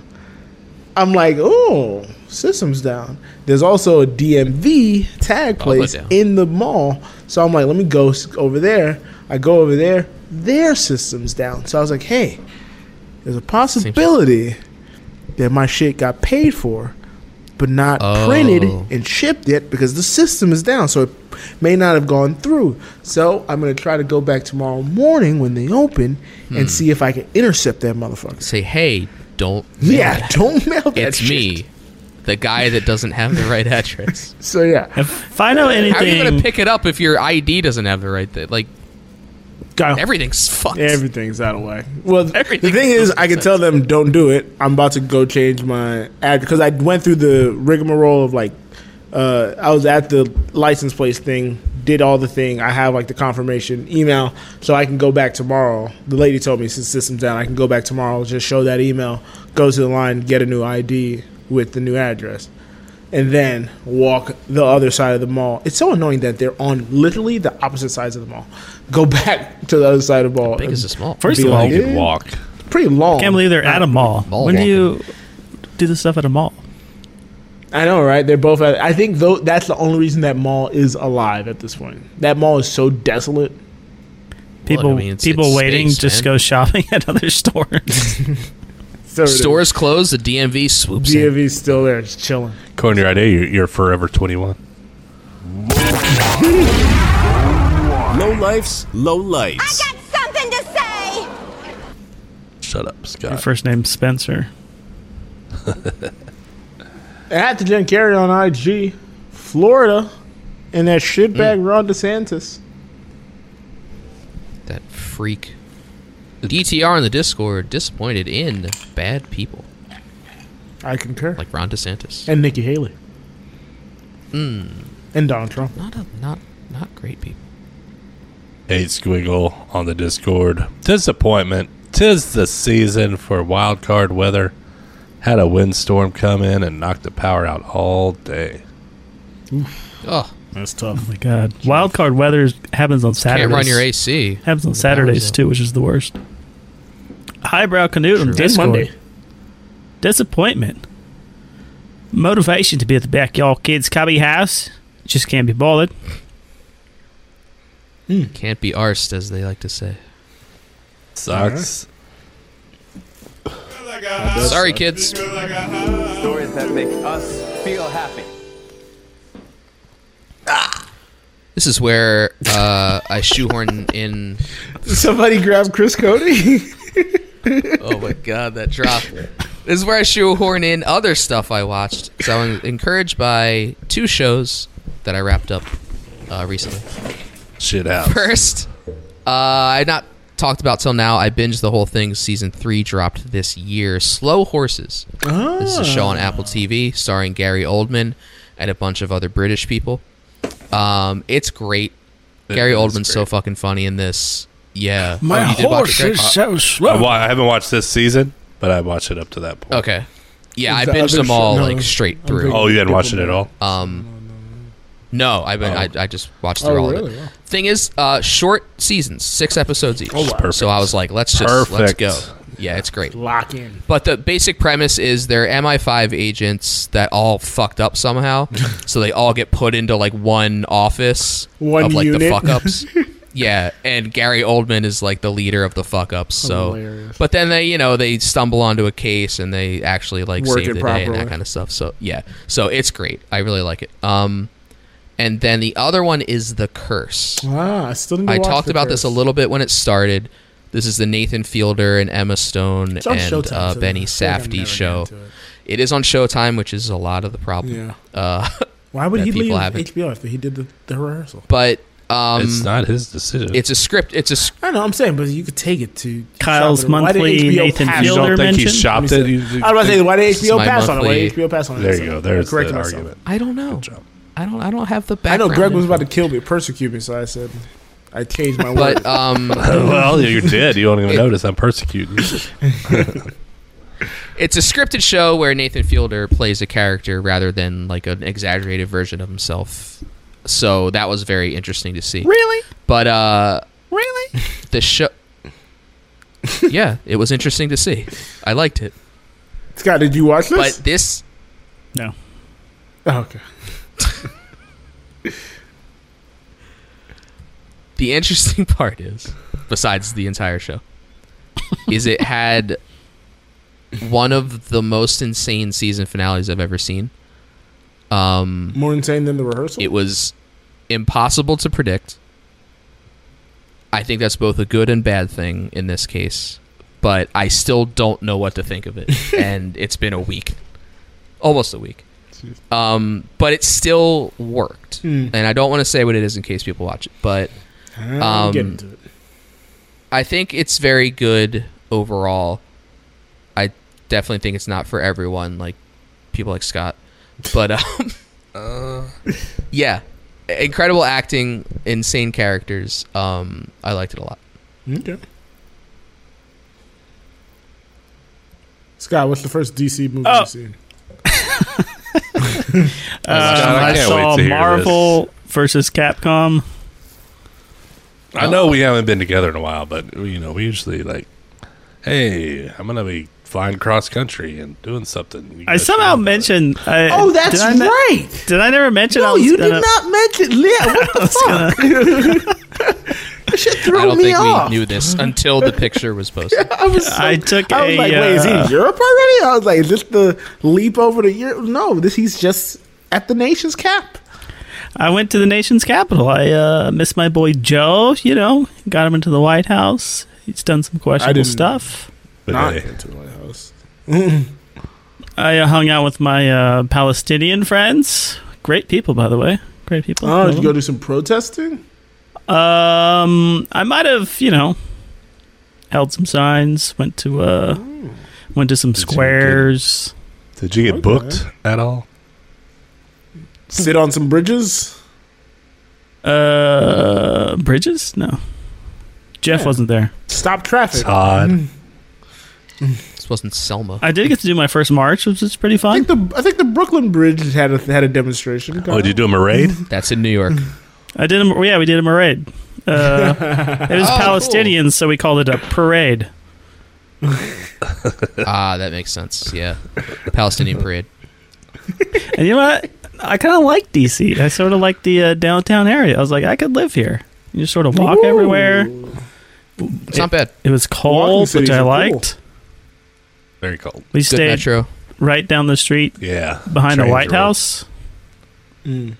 S4: I'm like, oh, system's down. There's also a DMV tag
S2: Oh, they're
S4: place
S2: down.
S4: in the mall. So I'm like, let me go s- over there. I go over there. Their system's down. So I was like, hey, there's a possibility that my shit got paid for, but not
S2: Oh.
S4: printed and shipped yet because the system is down. So it may not have gone through. So I'm going to try to go back tomorrow morning when they open
S2: Hmm.
S4: and see if I can intercept that motherfucker.
S2: Say hey, don't.
S4: Yeah, don't mail that
S2: It's
S4: shit.
S2: me, the guy that doesn't have the right address.
S4: So yeah.
S1: If I know anything,
S2: How are you gonna pick it up if your ID doesn't have the right thing? Like everything's fucked.
S4: Everything's out of whack. Well, the thing is, I can tell them don't do it. I'm about to go change my ad because I went through the rigmarole of like, uh, I was at the license place thing, did all the thing. I have like the confirmation email, so I can go back tomorrow. The lady told me since system's down, I can go back tomorrow. Just show that email, go to the line, get a new ID with the new address. And then walk the other side of the mall. It's so annoying that they're on literally the opposite sides of the mall. Go back to the other side of the mall.
S2: big
S4: and "Eh,
S2: is this mall?
S1: First of all,
S11: you could walk.
S4: pretty long.
S1: I can't believe they're at a mall.
S4: Mall
S1: when do you do this stuff at a mall?
S4: I know, right? They're both. At, I think though that's the only reason that mall is alive at this point. That mall is so desolate.
S1: People, people waiting just go shopping at other stores.
S4: So it is.
S2: Stores closed. The DMV swoops in.
S4: DMV's still there, just chilling.
S11: Corny idea. You're, you're forever 21.
S12: Low lifes, low lights.
S13: Something to say.
S11: Shut up, Scott.
S1: Your first name's Spencer.
S4: At the Jen Carrey on IG, Florida, and that shitbag
S1: Mm.
S4: Ron DeSantis.
S2: That freak. DTR in the Discord disappointed in bad people
S4: I concur.
S2: like Ron DeSantis.
S4: And Nikki Haley.
S1: Hmm.
S2: Mm,
S4: And Donald Trump.
S2: not a, not not great people.
S11: Eight Squiggle on the Discord. Disappointment. Tis the season for wild card weather. Had a windstorm come in and knocked the power out all day.
S2: Oh,
S1: that's tough. Oh my god! Wild card weather happens on Saturdays.
S2: Can't run your AC.
S1: Happens on
S2: The power's
S1: Saturdays
S2: out.
S1: too, which is the worst. Highbrow Canute on
S2: True.
S1: Discord.
S2: And Monday.
S1: Disappointment. Motivation to be at the backyard kids' cubby house. Just can't be bothered.
S2: Can't be arsed, as they like to say.
S11: Sucks.
S2: Sorry, kids.
S14: Stories that make us feel happy.
S2: This is where uh, I shoehorn in.
S4: Somebody grab Chris Cody.
S2: Oh my god, that drop! This is where I shoehorn in other stuff I watched. So I'm encouraged by two shows that I wrapped up uh, recently.
S11: Shit out.
S2: First, uh, I not talked about till now. I binged the whole thing. Season three dropped this year. Slow Horses. This is a show on
S11: Ah.
S2: Apple TV starring Gary Oldman and a bunch of other British people. Um, it's great. Gary Oldman's so fucking funny in this. Yeah, Oh, you did watch it, Greg?
S11: I, wa- I haven't watched this season, but I watched it up to that point.
S2: Okay. Yeah, I
S11: Is the
S2: binged
S11: other
S2: them
S11: show-
S2: all
S11: no.
S2: like straight
S11: I'm
S2: through.
S11: thinking Oh, you hadn't watched it at all?
S2: Um, no, I been, I, I just watched
S11: Oh,
S2: through all of
S11: really?
S2: it.
S11: Wow.
S2: Thing is, uh, short seasons, six episodes each.
S11: Oh, wow.
S2: So I was like, let's just let's
S11: Perfect.
S2: go. Yeah, it's great.
S4: Lock in.
S2: But the basic premise is they're MI5 agents that all fucked up somehow, so they all get put into like one office
S4: One
S2: of like the
S4: unit.
S2: fuck ups. yeah, and Gary Oldman is like the leader of the fuck ups. So,
S4: Hilarious.
S2: but then they you know they stumble onto a case and they actually like
S4: Work
S2: save
S4: it
S2: the day and
S4: properly.
S2: that kind of stuff. So yeah, so it's great. I really like it. Um, and then the other one is the curse.
S4: Ah, I still need to
S2: I
S4: watch
S2: talked
S4: the
S2: about
S4: first.
S2: this a little bit when it started. This is the Nathan Fielder and Emma Stone
S4: It's on
S2: and
S4: Showtime,
S2: uh,
S4: so
S2: Benny
S4: I feel like I'm
S2: Safdie
S4: never
S2: show. It is on Showtime, which is a lot of the problem. Uh,
S4: Why would
S2: that
S4: he
S2: people
S4: leave
S2: haven't-
S4: HBO if he did the, the rehearsal?
S2: But um,
S11: It's not his decision.
S2: It's a script. It's a sc-
S4: I know. I'm saying, but you could take it to
S1: Kyle's
S4: shop it. Why did
S1: monthly
S4: HBO
S1: Nathan
S4: pass-
S1: Fielder
S11: don't think he
S1: mention?
S11: shopped
S1: Let me
S11: it?
S1: see.
S11: You- you-
S4: I was about to say, why did
S1: This is
S4: HBO
S1: my
S4: pass on it? Why
S1: monthly-
S4: did HBO pass on it?
S11: There you
S4: So,
S11: go. There's
S4: I corrected
S11: the
S4: myself.
S11: argument.
S2: I don't know. I don't. I don't have the
S4: I know
S2: background.
S4: Greg was about to kill me, persecute me, so I said, I changed my word.
S2: But um,
S11: well, you're dead. You don't even notice. I'm persecuting you.
S2: It's a scripted show where Nathan Fielder plays a character rather than like an exaggerated version of himself. So that was very interesting to see.
S4: Really?
S2: But uh
S4: Really?
S2: The show Yeah, it was interesting to see. I liked it.
S4: Scott, did you watch
S2: But
S4: this?
S2: this
S1: No.
S4: Oh, okay.
S2: the interesting part is besides the entire show is it had one of the most insane season finales I've ever seen. Um
S4: More insane than the rehearsal?
S2: It was impossible to predict. I think that's both a good and bad thing in this case, but I still don't know what to think of it. and it's been a week, almost a week. Um, but it still worked,
S4: Hmm.
S2: and I don't want to say what it is in case people watch it, but
S4: I'll
S2: um,
S4: get into it.
S2: I think it's very good overall. I definitely think it's not for everyone, like people like Scott. But um,
S4: Uh.
S2: yeah, incredible acting, insane characters. Um, I liked it a lot.
S4: Okay. Scott, what's the first DC movie
S1: Oh.
S4: you've seen?
S2: Oh, Uh,
S1: Um, I, saw Marvel versus Capcom.
S11: I know we haven't been together in a while, but you know we usually like hey, I'm gonna be flying cross country and doing something. You uh,
S1: I somehow mentioned. I,
S4: Oh, that's
S1: did I ne-
S4: right.
S1: Did I never mention? I
S4: No,
S1: was
S4: you did
S1: gonna-
S4: not mention. Yeah, what the fuck? That shit threw
S2: I don't
S4: me
S2: think
S4: off.
S2: we knew this until the picture was posted.
S4: I was so-
S1: I took
S4: I was
S1: a,
S4: like, wait, is he
S1: uh,
S4: in Europe already? I was like, is this the leap over to Europe? No, this he's just at the nation's cap.
S1: I went to the nation's capital. I uh, missed my boy Joe. You know, got him into the White House. He's done some
S4: I
S1: questionable
S4: didn't-
S1: stuff.
S4: Not
S11: hey.
S4: into the White House.
S1: I uh, hung out with my uh, Palestinian friends. Great people, by the way. Great people.
S4: Oh,
S1: Love
S4: did you go do some protesting?
S1: them. um, I might have, you know, held some signs. Went to uh,
S4: Oh.
S1: went to some squares.
S11: Did you get booked at all?
S4: Sit on some bridges?
S1: Uh, bridges? No. Jeff
S4: Yeah.
S1: wasn't there.
S4: Stop traffic.
S11: Todd.
S2: This wasn't Selma.
S1: I did get to do my first march, which is pretty
S4: I
S1: fun.
S4: think the I think the Brooklyn Bridge had a, had a demonstration.
S11: Oh, did you do him a raid?
S2: That's in New York.
S1: I did a yeah, we did a parade. Uh, it was
S2: Oh,
S1: Palestinians, so we called it a parade.
S2: ah, that makes sense. Yeah, Palestinian parade.
S1: And you know what? I kind of like DC. I sort of like the uh, downtown area. I was like, I could live here. You just sort of walk
S2: Ooh.
S1: everywhere.
S2: It's not bad.
S1: It was
S2: Walking
S1: cold,
S2: cities
S1: which
S2: are
S1: I
S2: cool.
S1: liked.
S11: Very cold.
S1: We
S2: Good
S1: stayed
S2: metro.
S1: right down the street.
S11: Yeah,
S1: behind the
S11: Trains
S1: White
S11: are old.
S1: House.
S4: Mm.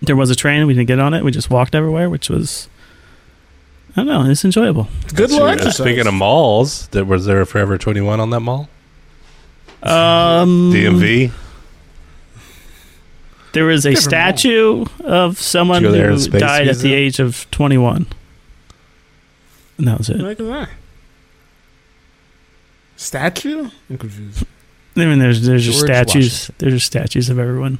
S1: There was a train. We didn't get on it. We just walked everywhere, which was I don't know. It's enjoyable.
S4: Good
S11: Sure.
S4: little
S11: Uh,
S4: exercise.
S11: Speaking of malls, that was there a Forever 21 on that mall?
S1: Um,
S11: DMV.
S1: There was a
S4: Different mall.
S1: statue of someone
S11: Did you go there
S1: who
S11: in Space
S1: died at the
S11: Museum?
S1: age of 21. And that was it.
S4: Look at that. Statue? I'm confused.
S1: I mean, there's there's just
S4: George
S1: statues. There's just statues of everyone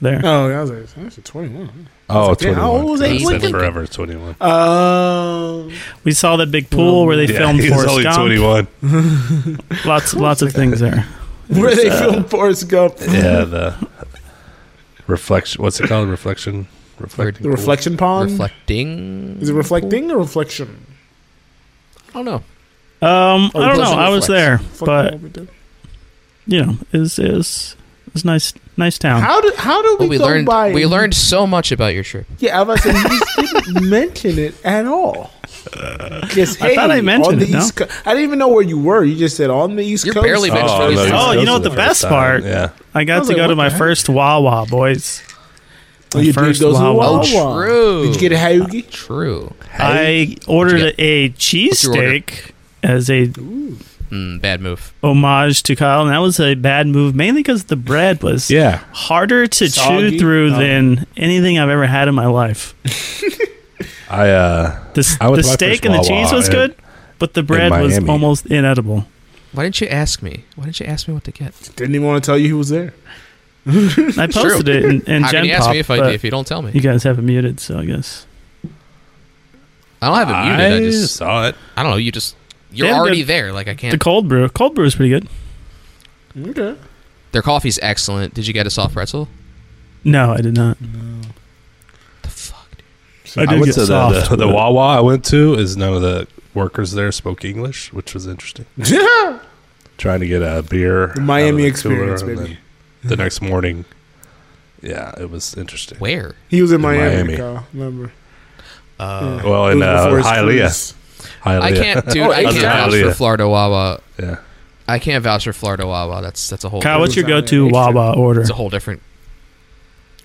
S1: there.
S4: Oh, I was like, that's a 21.
S11: Oh,
S4: It's like, damn, how
S11: 21.
S4: old was
S11: I
S4: Abe
S11: said
S4: Lincoln?
S11: Forever 21.
S4: Um,
S1: We saw that big pool where they
S11: Yeah,
S1: filmed
S11: he was
S1: Forrest
S11: only
S1: Gump.
S11: 21.
S1: Lots lots of things there.
S4: where they
S1: It's, uh,
S4: filmed Forrest Gump.
S11: Yeah, the reflection. What's it called? Reflection. Reflecting.
S4: The reflection pond?
S2: Reflecting.
S4: Is it reflecting or reflection?
S2: I don't know.
S1: Um,
S4: Oh,
S1: I don't
S4: it
S1: know.
S4: doesn't
S1: I was there,
S4: reflect. Fuck
S1: but
S4: all we did.
S1: you know, it was, it was, it was nice nice town.
S4: how do how do we,
S2: Well, we
S4: go
S2: learned.
S4: by?
S2: We learned so much about your trip.
S4: Yeah, I was about to say, you just didn't mention it at all. Just,
S1: I thought I
S4: hey, on
S1: mentioned
S4: the
S1: it, no?
S4: East Co- I didn't even know where you were. You just said on the East
S2: You're
S4: Coast.
S2: barely mentioned Oh, East
S1: Oh, you know what the best part?
S11: Yeah.
S1: I
S4: I
S1: got to
S4: was like,
S1: go to
S4: what
S1: my
S4: the heck?
S1: first Wawa, boys.
S4: Oh,
S1: My
S4: you did
S1: first
S4: go to the
S1: Wawa.
S4: Wawa. Oh, wow.
S2: True.
S4: Did you get a hayugi?
S2: True.
S1: I ordered
S2: What'd
S1: a
S2: What'd you order?
S1: cheesesteak as a Hmm,
S2: Mm, bad move.
S1: homage to Kyle, and that was a bad move, mainly because the bread was
S11: Yeah.
S1: harder to
S4: Soggy?
S1: chew through
S4: Oh.
S1: than anything I've ever had in my life.
S11: I uh.
S1: The, s-
S11: I went
S1: the
S11: to my
S1: steak
S11: first
S1: and the
S11: Wawa
S1: cheese was
S11: in-
S1: good, but the bread was
S11: Miami.
S1: almost inedible.
S2: Why didn't you ask me? Why didn't you ask me what to get?
S4: Didn't even want to tell you who was there.
S1: I posted it in, in
S2: How can
S1: Gen
S2: you ask
S1: Pop,
S2: me if I
S1: but
S2: if you don't tell me?
S1: you guys have it muted, so I guess.
S2: I don't have it muted. I,
S11: I
S2: just
S11: saw it.
S2: I don't know. You just you're
S1: Damn
S2: already
S1: good.
S2: there. Like I can't.
S1: The cold brew, cold brew is pretty good.
S4: Okay.
S2: Their coffee's excellent. Did you get a soft pretzel?
S1: No, I did not. I did
S11: went
S1: get
S11: to
S1: soft,
S11: the, the, the
S1: but-
S11: Wawa I went to is none of the workers there spoke English, which was interesting.
S4: Yeah.
S11: Trying to get a beer. out of
S4: Miami
S11: the
S4: experience,
S11: cooler, and
S4: baby.
S11: then The next morning. Yeah, it was interesting.
S2: Where?
S4: He was in,
S11: In
S4: Miami,
S11: Miami.
S4: Kyle, remember?
S2: Uh,
S4: Yeah.
S11: Well, in
S4: It was
S11: uh,
S4: before his
S11: Hialeah.
S4: cruise.
S11: Hialeah.
S2: I can't, dude.
S1: Oh,
S2: I
S11: was
S2: can't
S11: in
S2: vouch for
S11: Hialeah.
S2: Florida Wawa.
S11: Yeah.
S2: I can't vouch for Florida Wawa. That's that's a whole.
S1: Kyle, what's your
S4: It was on
S1: go-to
S4: there.
S1: Wawa order?
S2: It's a whole different.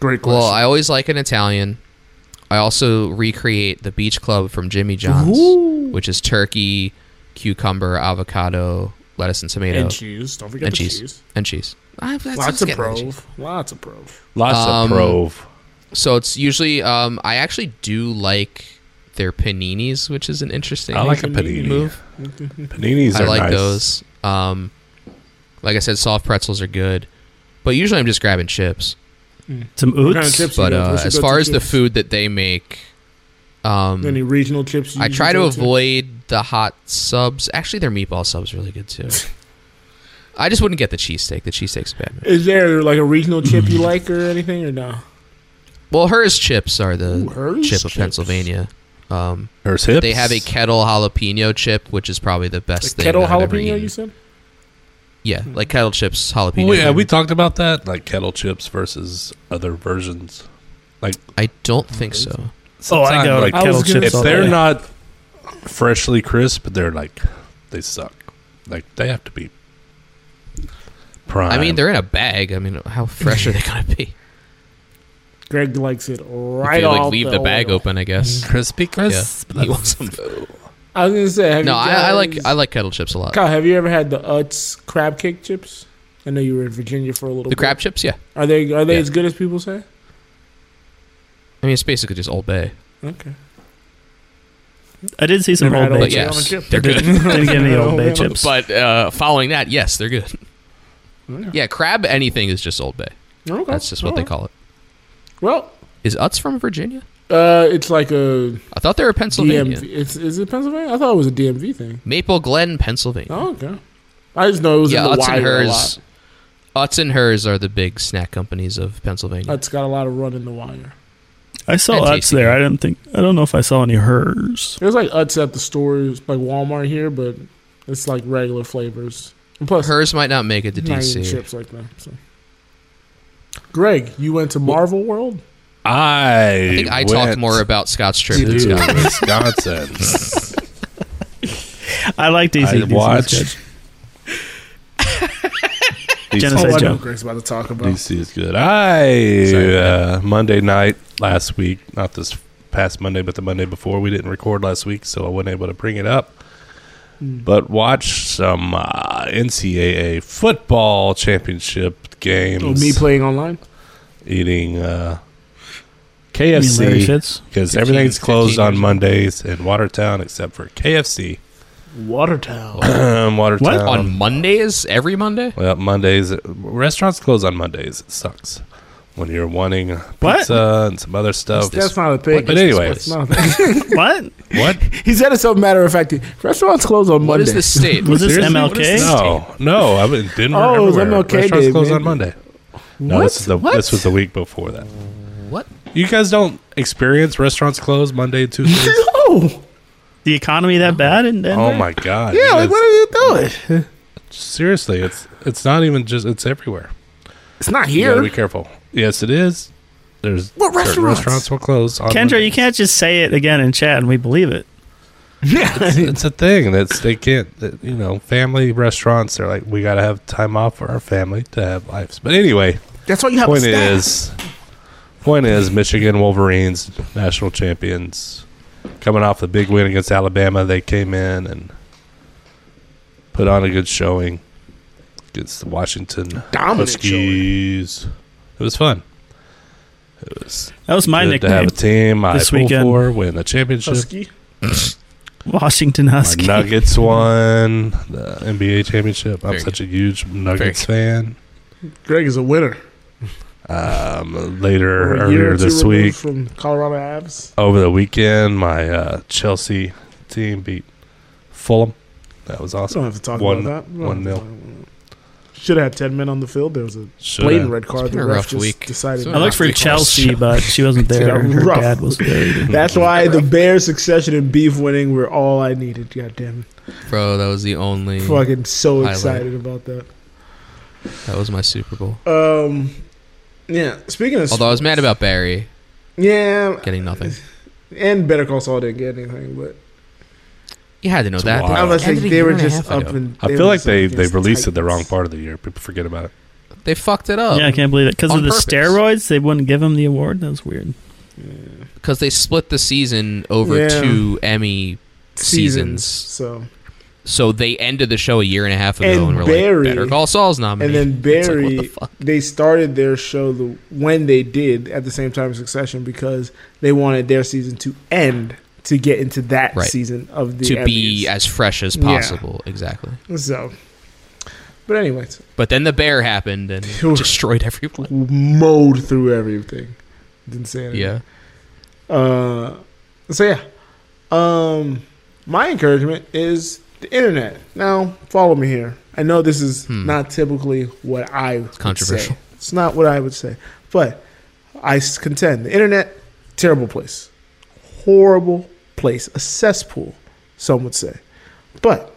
S4: Great question.
S2: Well, I always like an Italian. I also recreate the beach club from Jimmy John's,
S4: Ooh.
S2: which is turkey, cucumber, avocado, lettuce, and tomato,
S4: and cheese. Don't forget
S2: and
S4: the
S2: cheese.
S4: cheese.
S2: and cheese. I- that's-
S4: Lots
S2: let's
S4: of
S2: get into cheese.
S4: prove. Lots of prove.
S11: Lots
S2: Um,
S11: of Prove.
S2: So it's usually. Um, I actually do like their paninis, which is an interesting.
S11: I like a panini.
S2: move.
S4: Mm-hmm.
S11: Paninis are
S2: I like
S11: nice.
S2: those. Um, like I said, soft pretzels are good, but usually I'm just grabbing chips.
S1: Some
S4: What kind of
S1: oots.
S4: chips you
S2: But
S4: got?
S2: uh,
S4: What's your
S2: as
S4: go-to
S2: far as the
S4: chips?
S2: food that they make, um,
S4: any regional chips? You
S2: I
S4: usually
S2: try to
S4: go to?
S2: avoid the hot subs. Actually, their meatball subs really good too. I just wouldn't get the cheesesteak. The cheesesteak's bad. man.
S4: Is there like a regional chip you like or anything or no?
S2: Well, hers chips are the
S4: Ooh, hers
S2: chip of
S4: chips.
S2: Pennsylvania. Um,
S3: There's
S2: They
S3: hips.
S2: have a kettle jalapeno chip, which is probably the best thing.
S4: Kettle
S2: that I've ever
S4: jalapeno,
S2: eaten.
S4: you said? Hmm.
S2: Yeah, like kettle chips jalapeno.
S3: Well, yeah, we talked about that, like kettle chips versus other versions. Like
S2: I don't think so.
S1: Oh, I go
S3: like
S1: kettle chips
S3: If
S1: all
S3: they're
S1: day.
S3: not freshly crisp, they're like they suck. Like they have to be prime.
S2: I mean, they're in a bag. I mean, how fresh are they gonna be?
S4: Greg likes it right
S2: if you,
S4: off. Mm.
S2: like, leave the, bag open, I guess.
S3: Crispy,
S2: crisp. Yeah. You want some-
S4: I was gonna say, have
S2: No,
S4: you
S2: I, I
S4: guys-
S2: like I like kettle chips a lot.
S4: Kyle, have you ever had the Utz crab cake chips? I know you were in Virginia for a little.
S2: The
S4: bit.
S2: crab chips, yeah.
S4: Are they are they
S2: Yeah.
S4: as good as people say?
S2: I mean, it's basically just Old Bay.
S4: Okay.
S1: I did see some
S4: Never
S1: Old
S4: had
S1: Bay
S4: Old Bay on a
S1: chips.
S4: chip.
S2: They're good.
S1: Didn't- didn't get any Old Bay chips.
S2: But uh, following that, yes, they're good.
S4: Yeah.
S2: Yeah, crab anything is just Old Bay.
S4: Okay.
S2: That's just what they
S4: Alright.
S2: call it.
S4: Well,
S2: Is Utz from Virginia?
S4: uh, it's like a.
S2: I thought they were Pennsylvania.
S4: DMV. It's, is it Pennsylvania? I thought it was a DMV thing.
S2: Maple Glen, Pennsylvania.
S4: Oh, okay. I just know it was
S2: yeah,
S4: in the
S2: Utz and
S4: wire a
S2: Hers.
S4: lot.
S2: Utz and Hers are the big snack companies of Pennsylvania.
S4: Utz got a lot of run in the wire.
S1: I saw
S2: And
S1: Utz
S2: tasty.
S1: there. I didn't think. I don't know if I saw any hers.
S4: It was like Utz at the stores, like Walmart here, but it's like regular flavors. And plus,
S2: Hers might not make it to
S4: not even
S2: DC.
S4: chips like that. So. Greg, you went to Marvel World.
S3: I,
S2: I think I
S3: went
S2: talked more about Scott's trip
S3: to
S2: than Scott.
S3: Wisconsin.
S1: I like DC.
S3: I
S1: DC was good.
S3: watched.
S1: Genocide
S4: oh, I know
S1: Joe.
S4: Greg's about to talk about.
S3: DC is good. I uh, Monday night last week, not this past Monday, but the Monday before, we didn't record last week, so I wasn't able to bring it up.
S4: Hmm.
S3: But watched some uh, NCAA football championship games.
S4: Oh, me playing online.
S3: eating uh,
S1: You mean Larry
S3: KFC
S1: Fitz?
S3: because
S1: 15,
S3: everything's closed
S1: 15
S3: on Mondays in Watertown except for KFC.
S4: Watertown.
S3: Watertown
S2: On Mondays? Every Monday?
S3: Well, Mondays restaurants close on Mondays. It sucks when you're wanting pizza
S4: What?
S3: and some other stuff.
S4: That's not a thing.
S3: But anyway,
S4: That's not a thing.
S1: what?
S3: What?
S4: He said it so matter of fact. Restaurants close on Monday.
S3: Seriously? No, no. I'm in Denver.
S4: Oh, it was
S3: everywhere.
S4: MLK
S3: Restaurants
S4: Day,
S3: close
S4: maybe.
S3: on Monday. No,
S4: What?
S3: this is the
S4: What?
S3: this was the week before that.
S2: What?
S3: You guys don't experience restaurants close Monday and Tuesdays?
S4: no.
S1: The economy that bad in Denver?
S3: Oh my god!
S1: Yeah, like, what
S4: are you doing?
S3: Seriously, it's it's not even just it's everywhere.
S4: It's not
S3: You
S1: here.
S3: gotta be careful. Yes, it is. There's
S1: What
S3: certain
S1: restaurants?
S3: Restaurants will close. On
S1: Kendra, you can't just say it again in chat and we believe it.
S3: it's, it's a thing that's they can't. That, you know, family restaurants. They're like, we gotta have time off for our family to have lives. But anyway,
S4: That's why you have a
S3: Point
S4: staff.
S3: is, point is, Michigan Wolverines national champions coming off the big win against Alabama. They came in and put on a good showing against the Washington
S4: Dominant
S3: Huskies. It was fun. It was
S1: That was my
S3: good
S1: nickname.
S3: to have a team I
S1: this
S3: pull
S1: weekend.
S3: for win the championship.
S1: Husky? Washington Husky.
S3: My Nuggets won the NBA championship. I'm
S1: Very
S3: such a huge Nuggets fan.
S4: Greg is a winner.
S3: Um,
S4: We're
S3: later,
S4: a year
S3: earlier
S4: or two
S3: this
S4: removed
S3: week,
S4: from Colorado Abs.
S3: over the weekend, my uh, Chelsea team beat Fulham. That was awesome.
S4: don't have to talk
S3: one,
S4: about that. We don't
S3: One
S4: have to
S3: nil.
S4: Should have had ten men on the field. There was a
S3: Should
S4: blatant
S3: have.
S4: red card.
S3: It's
S4: The
S3: been a
S4: ref
S3: rough
S4: just
S3: week.
S4: decided.
S1: I looked for Chelsea, but she wasn't
S4: It's been
S1: there.
S4: a
S1: Her
S4: rough
S1: dad was there.
S4: That's why the Bears' succession and beef winning were all I needed. God damn
S2: Bro, that was the only.
S4: it! Fucking so
S2: highlight.
S4: excited about that.
S2: That was my Super Bowl.
S4: Um, yeah. Speaking of,
S2: Although I was mad about Barry
S4: yeah,
S2: getting nothing.
S4: and Better Call Saul didn't get anything, but
S2: You had to know
S3: It's
S2: that.
S3: wild.
S4: I was like, they were just
S2: I know.
S4: up and
S3: Uh, I
S4: they
S3: feel
S4: were
S3: like
S4: just up
S3: they,
S4: against
S3: they
S4: the
S3: released it the
S4: Titans.
S3: wrong part of the year. People forget about it.
S2: They fucked it up.
S1: Yeah, I can't believe it. Because of
S2: Oh. On
S1: the
S2: purpose.
S1: steroids, they wouldn't give him the award. That was weird.
S2: because they split the season over
S4: Yeah.
S2: two Emmy
S4: Seasons,
S2: seasons.
S4: so.
S2: so they ended the show a year and a half ago, and,
S4: And
S2: we're
S4: Barry-
S2: like, "Better Call Saul's
S4: And
S2: nominated."
S4: then
S2: It's like, what
S4: Barry, they started their show the when they did at the same time as Succession because they wanted their season to end to get into that
S2: Right.
S4: season of the
S2: to be as fresh as
S4: Yeah.
S2: possible, exactly.
S4: Emmys. So, but anyways,
S2: But then the bear happened and destroyed everyone.
S4: mowed through everything. Didn't say anything.
S2: Yeah,
S4: Uh, so yeah, um, my encouragement is the internet. Now follow me here. I know this is not typically what I would
S2: controversial.
S4: say. It's not what I would say, but I s- contend the internet terrible place, horrible, place, a cesspool, some would say. But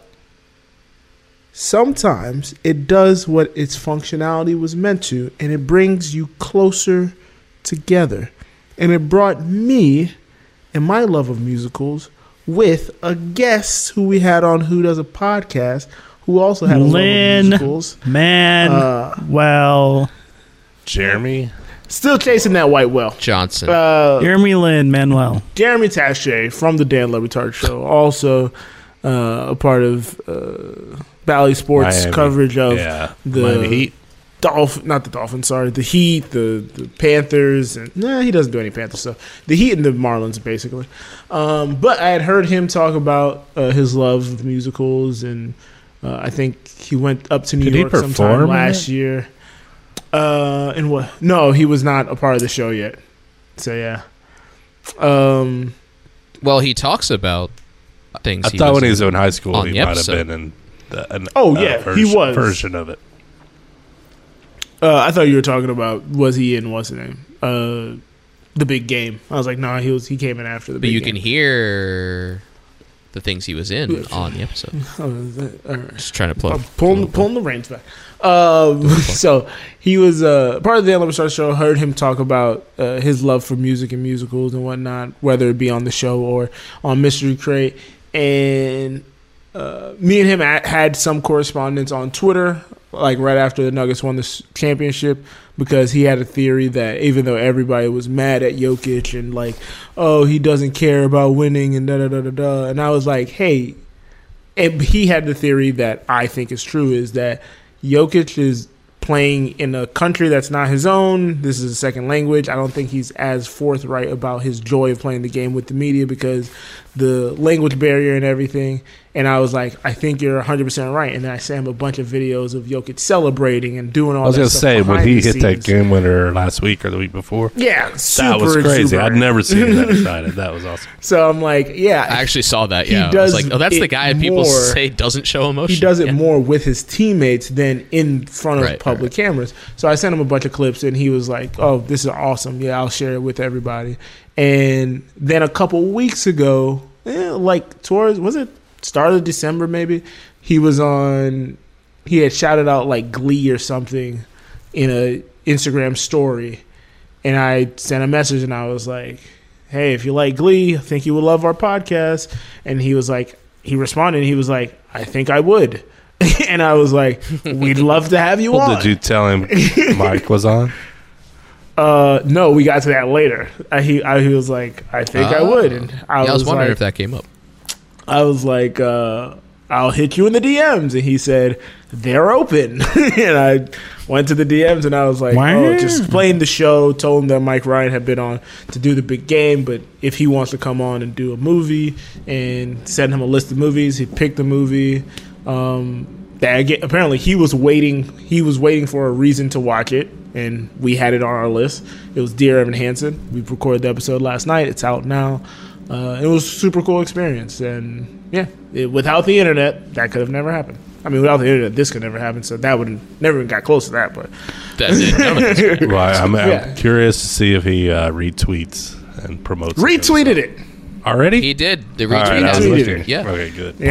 S4: sometimes it does what its functionality was meant to, and it brings you closer together. And it brought me and my love of musicals with a guest who we had on Who Does a Podcast, who also had a love of
S1: Lynn,
S4: musicals.
S1: man,
S2: Uh,
S1: well,
S11: Jeremy,
S4: Still chasing that white well.
S2: Johnson.
S4: Uh,
S1: Jeremy Lynn Manuel.
S4: Jeremy Taché from the Dan Levitard Show, also uh, a part of uh, Bally Sports
S11: Miami.
S4: coverage of
S11: Yeah.
S4: the
S11: Miami Heat.
S4: Dolph, not the Dolphins, sorry, the Heat, the, the Panthers, and nah, he doesn't do any Panthers stuff. The Heat and the Marlins, basically. Um, but I had heard him talk about uh, his love of musicals, and uh, I think he went up to New
S11: Did he
S4: York
S11: perform
S4: sometime
S11: in
S4: last
S11: it?
S4: year. Uh, and what? No, he was not a part of the show yet. So yeah. Um,
S2: Well, he talks about things.
S11: I
S2: he
S11: thought when he
S2: in
S11: was in high school,
S2: on
S11: he
S2: the
S11: might have
S2: episode.
S11: been in the, an,
S4: Oh,
S11: a
S3: uh,
S4: yeah, he
S11: version,
S4: was.
S11: version of it.
S4: Uh, I thought you were talking about was he in what's his name? Uh, the big game. I was like, no, he was he came in after the
S2: But
S4: big
S2: you
S4: game.
S2: can hear the things he was in on the episode.
S4: Oh, is that- all right.
S2: Just trying to plug.
S4: I'm pulling pulling the reins back. Um, so he was uh, part of the Ellen Star show. Heard him talk about uh, his love for music and musicals and whatnot, whether it be on the show or on Mystery Crate. And uh, me and him at, had some correspondence on Twitter, like right after the Nuggets won the s- championship, because he had a theory that even though everybody was mad at Jokic and like, oh, he doesn't care about winning and da da da da da, and I was like, hey, and he had the theory that I think is true is that Jokic is playing in a country that's not his own. This is a second language. I don't think he's as forthright about his joy of playing the game with the media because the language barrier and everything. And I was like, I think you're 100% right. And then I sent him a bunch of videos of Jokic celebrating and doing all
S11: I was
S4: that
S11: gonna
S4: stuff
S11: say when
S4: behind
S11: he
S4: the
S11: hit that
S4: scenes.
S11: game winner last week or the week before.
S4: Yeah,
S11: that was
S4: super
S11: crazy. I'd
S4: exuberant.
S11: never seen that excited. That was awesome.
S4: So I'm like, yeah,
S2: I actually saw that.
S4: He
S2: Yeah, I was
S4: does
S2: like, oh, that's the
S4: it
S2: guy people
S4: more-
S2: say doesn't show emotion.
S4: He does it more with his teammates than in front of public cameras. So I sent him a bunch of clips, and he was like, "Oh, this is awesome! Yeah, I'll share it with everybody." And then a couple weeks ago, eh, like towards was it start of December maybe, he was on. He had shouted out like Glee or something in a Instagram story, and I sent a message, and I was like. Hey, if you like Glee, I think you would love our podcast. And he was like, he responded, and he was like, I think I would. and I was like, we'd love to have you
S11: Well,
S4: on.
S11: did you tell him Mike was on?
S4: Uh, no, we got to that later. I, he, I, he was like, I think I
S11: Oh.
S4: would. And I,
S2: Oh. yeah, I was wondering
S4: like,
S2: if that came up.
S4: I was like, uh, I'll hit you in the DMs. And he said, they're open. and I went to the DMs and I was like, oh, just explain the show. Told him that Mike Ryan had been on to do the big game, but if he wants to come on and do a movie and send him a list of movies, he picked the movie. Um, that aga- apparently he was waiting. He was waiting for a reason to watch it, and we had it on our list. It was Dear Evan Hansen. We recorded the episode last night. It's out now. Uh, it was a super cool experience, and yeah, it, without the internet, that could have never happened. I mean, without the internet, this could never happen. So that would never even got close to that. But
S2: That's it. None of this-
S11: Well, I'm, I'm
S4: Yeah.
S11: curious to see if he uh, retweets and promotes it.
S4: retweeted it.
S11: already.
S2: He did. The
S11: All right,
S2: retweet.
S11: I was
S2: was
S11: looking.
S2: Yeah.
S11: Okay, good.
S2: So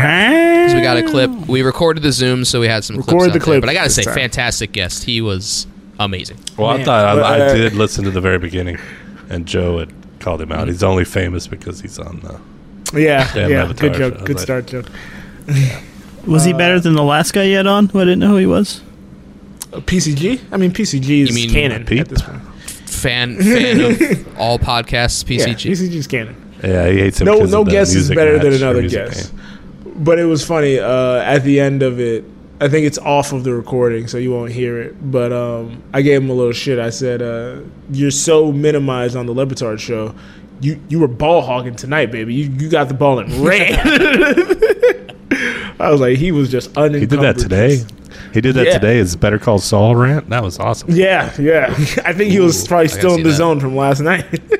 S2: we got a clip. We recorded the Zoom, so we had some clips.
S4: Record
S2: out
S4: the
S2: there.
S4: clip
S2: But I gotta
S4: this
S2: say,
S4: time.
S2: fantastic guest. He was amazing.
S11: Well, I
S4: Man.
S11: thought I,
S4: But,
S11: I
S4: uh,
S11: did listen to the very beginning, and Joe had called him out. He's only famous because he's on the.
S4: Yeah,
S11: Damn
S4: yeah,
S11: Avatar
S4: good
S11: show. I
S4: joke,
S11: was
S4: good
S11: like,
S4: start joke.
S1: Was
S2: uh,
S1: he better than the last guy yet on? Who I didn't know who he was.
S4: PCG. I mean, PCG is
S2: You mean
S4: canon
S11: Peep?
S4: at this point.
S2: Fan fan of all podcasts. PCG.
S4: Yeah, PCG is canon.
S11: Yeah, he hates him.
S4: no
S11: 'cause
S4: no
S11: of the
S4: guess is
S11: music
S4: better than
S11: match or
S4: another
S11: music
S4: guess
S11: game.
S4: but it was funny uh, at the end of it i think it's off of the recording so you won't hear it but um, i gave him a little shit i said uh, you're so minimized on the Levitard show you you were ball hogging tonight baby you, you got the ball and ran i was like he was just unencumbered.
S11: He did that today. He did that
S4: Yeah.
S11: today. His Better Call Saul rant. That was awesome.
S4: yeah yeah i think he was probably
S2: gotta
S4: still in
S2: see
S4: the
S2: that.
S4: zone from last night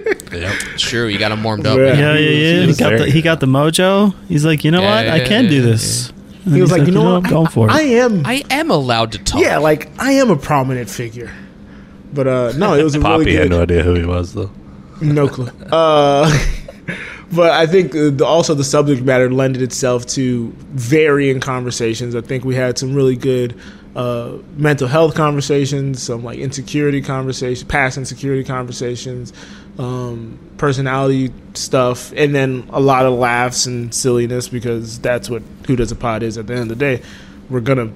S2: Sure, you got him warmed up.
S4: Yeah.
S1: Yeah, yeah, yeah. He
S11: was
S1: got
S11: there.
S1: the he got the mojo. He's like, you know
S2: Yeah,
S1: what? I
S2: yeah,
S1: can
S2: yeah,
S1: do
S2: yeah,
S1: this. And
S4: he was
S1: he's
S4: like you know
S1: "You
S4: what
S1: I'm going for it.
S4: I am
S2: I am allowed to talk.
S4: Yeah, like I am a prominent figure. But uh no, it was a
S11: Poppy
S4: really
S11: had
S4: good
S11: no idea who he was though.
S4: no clue. Uh but I think uh, the, also the subject matter lended itself to varying conversations. I think we had some really good uh, mental health conversations, some like insecurity conversations, past insecurity conversations, um, personality stuff, and then a lot of laughs and silliness because that's what Who Does a Pod is at the end of the day. We're gonna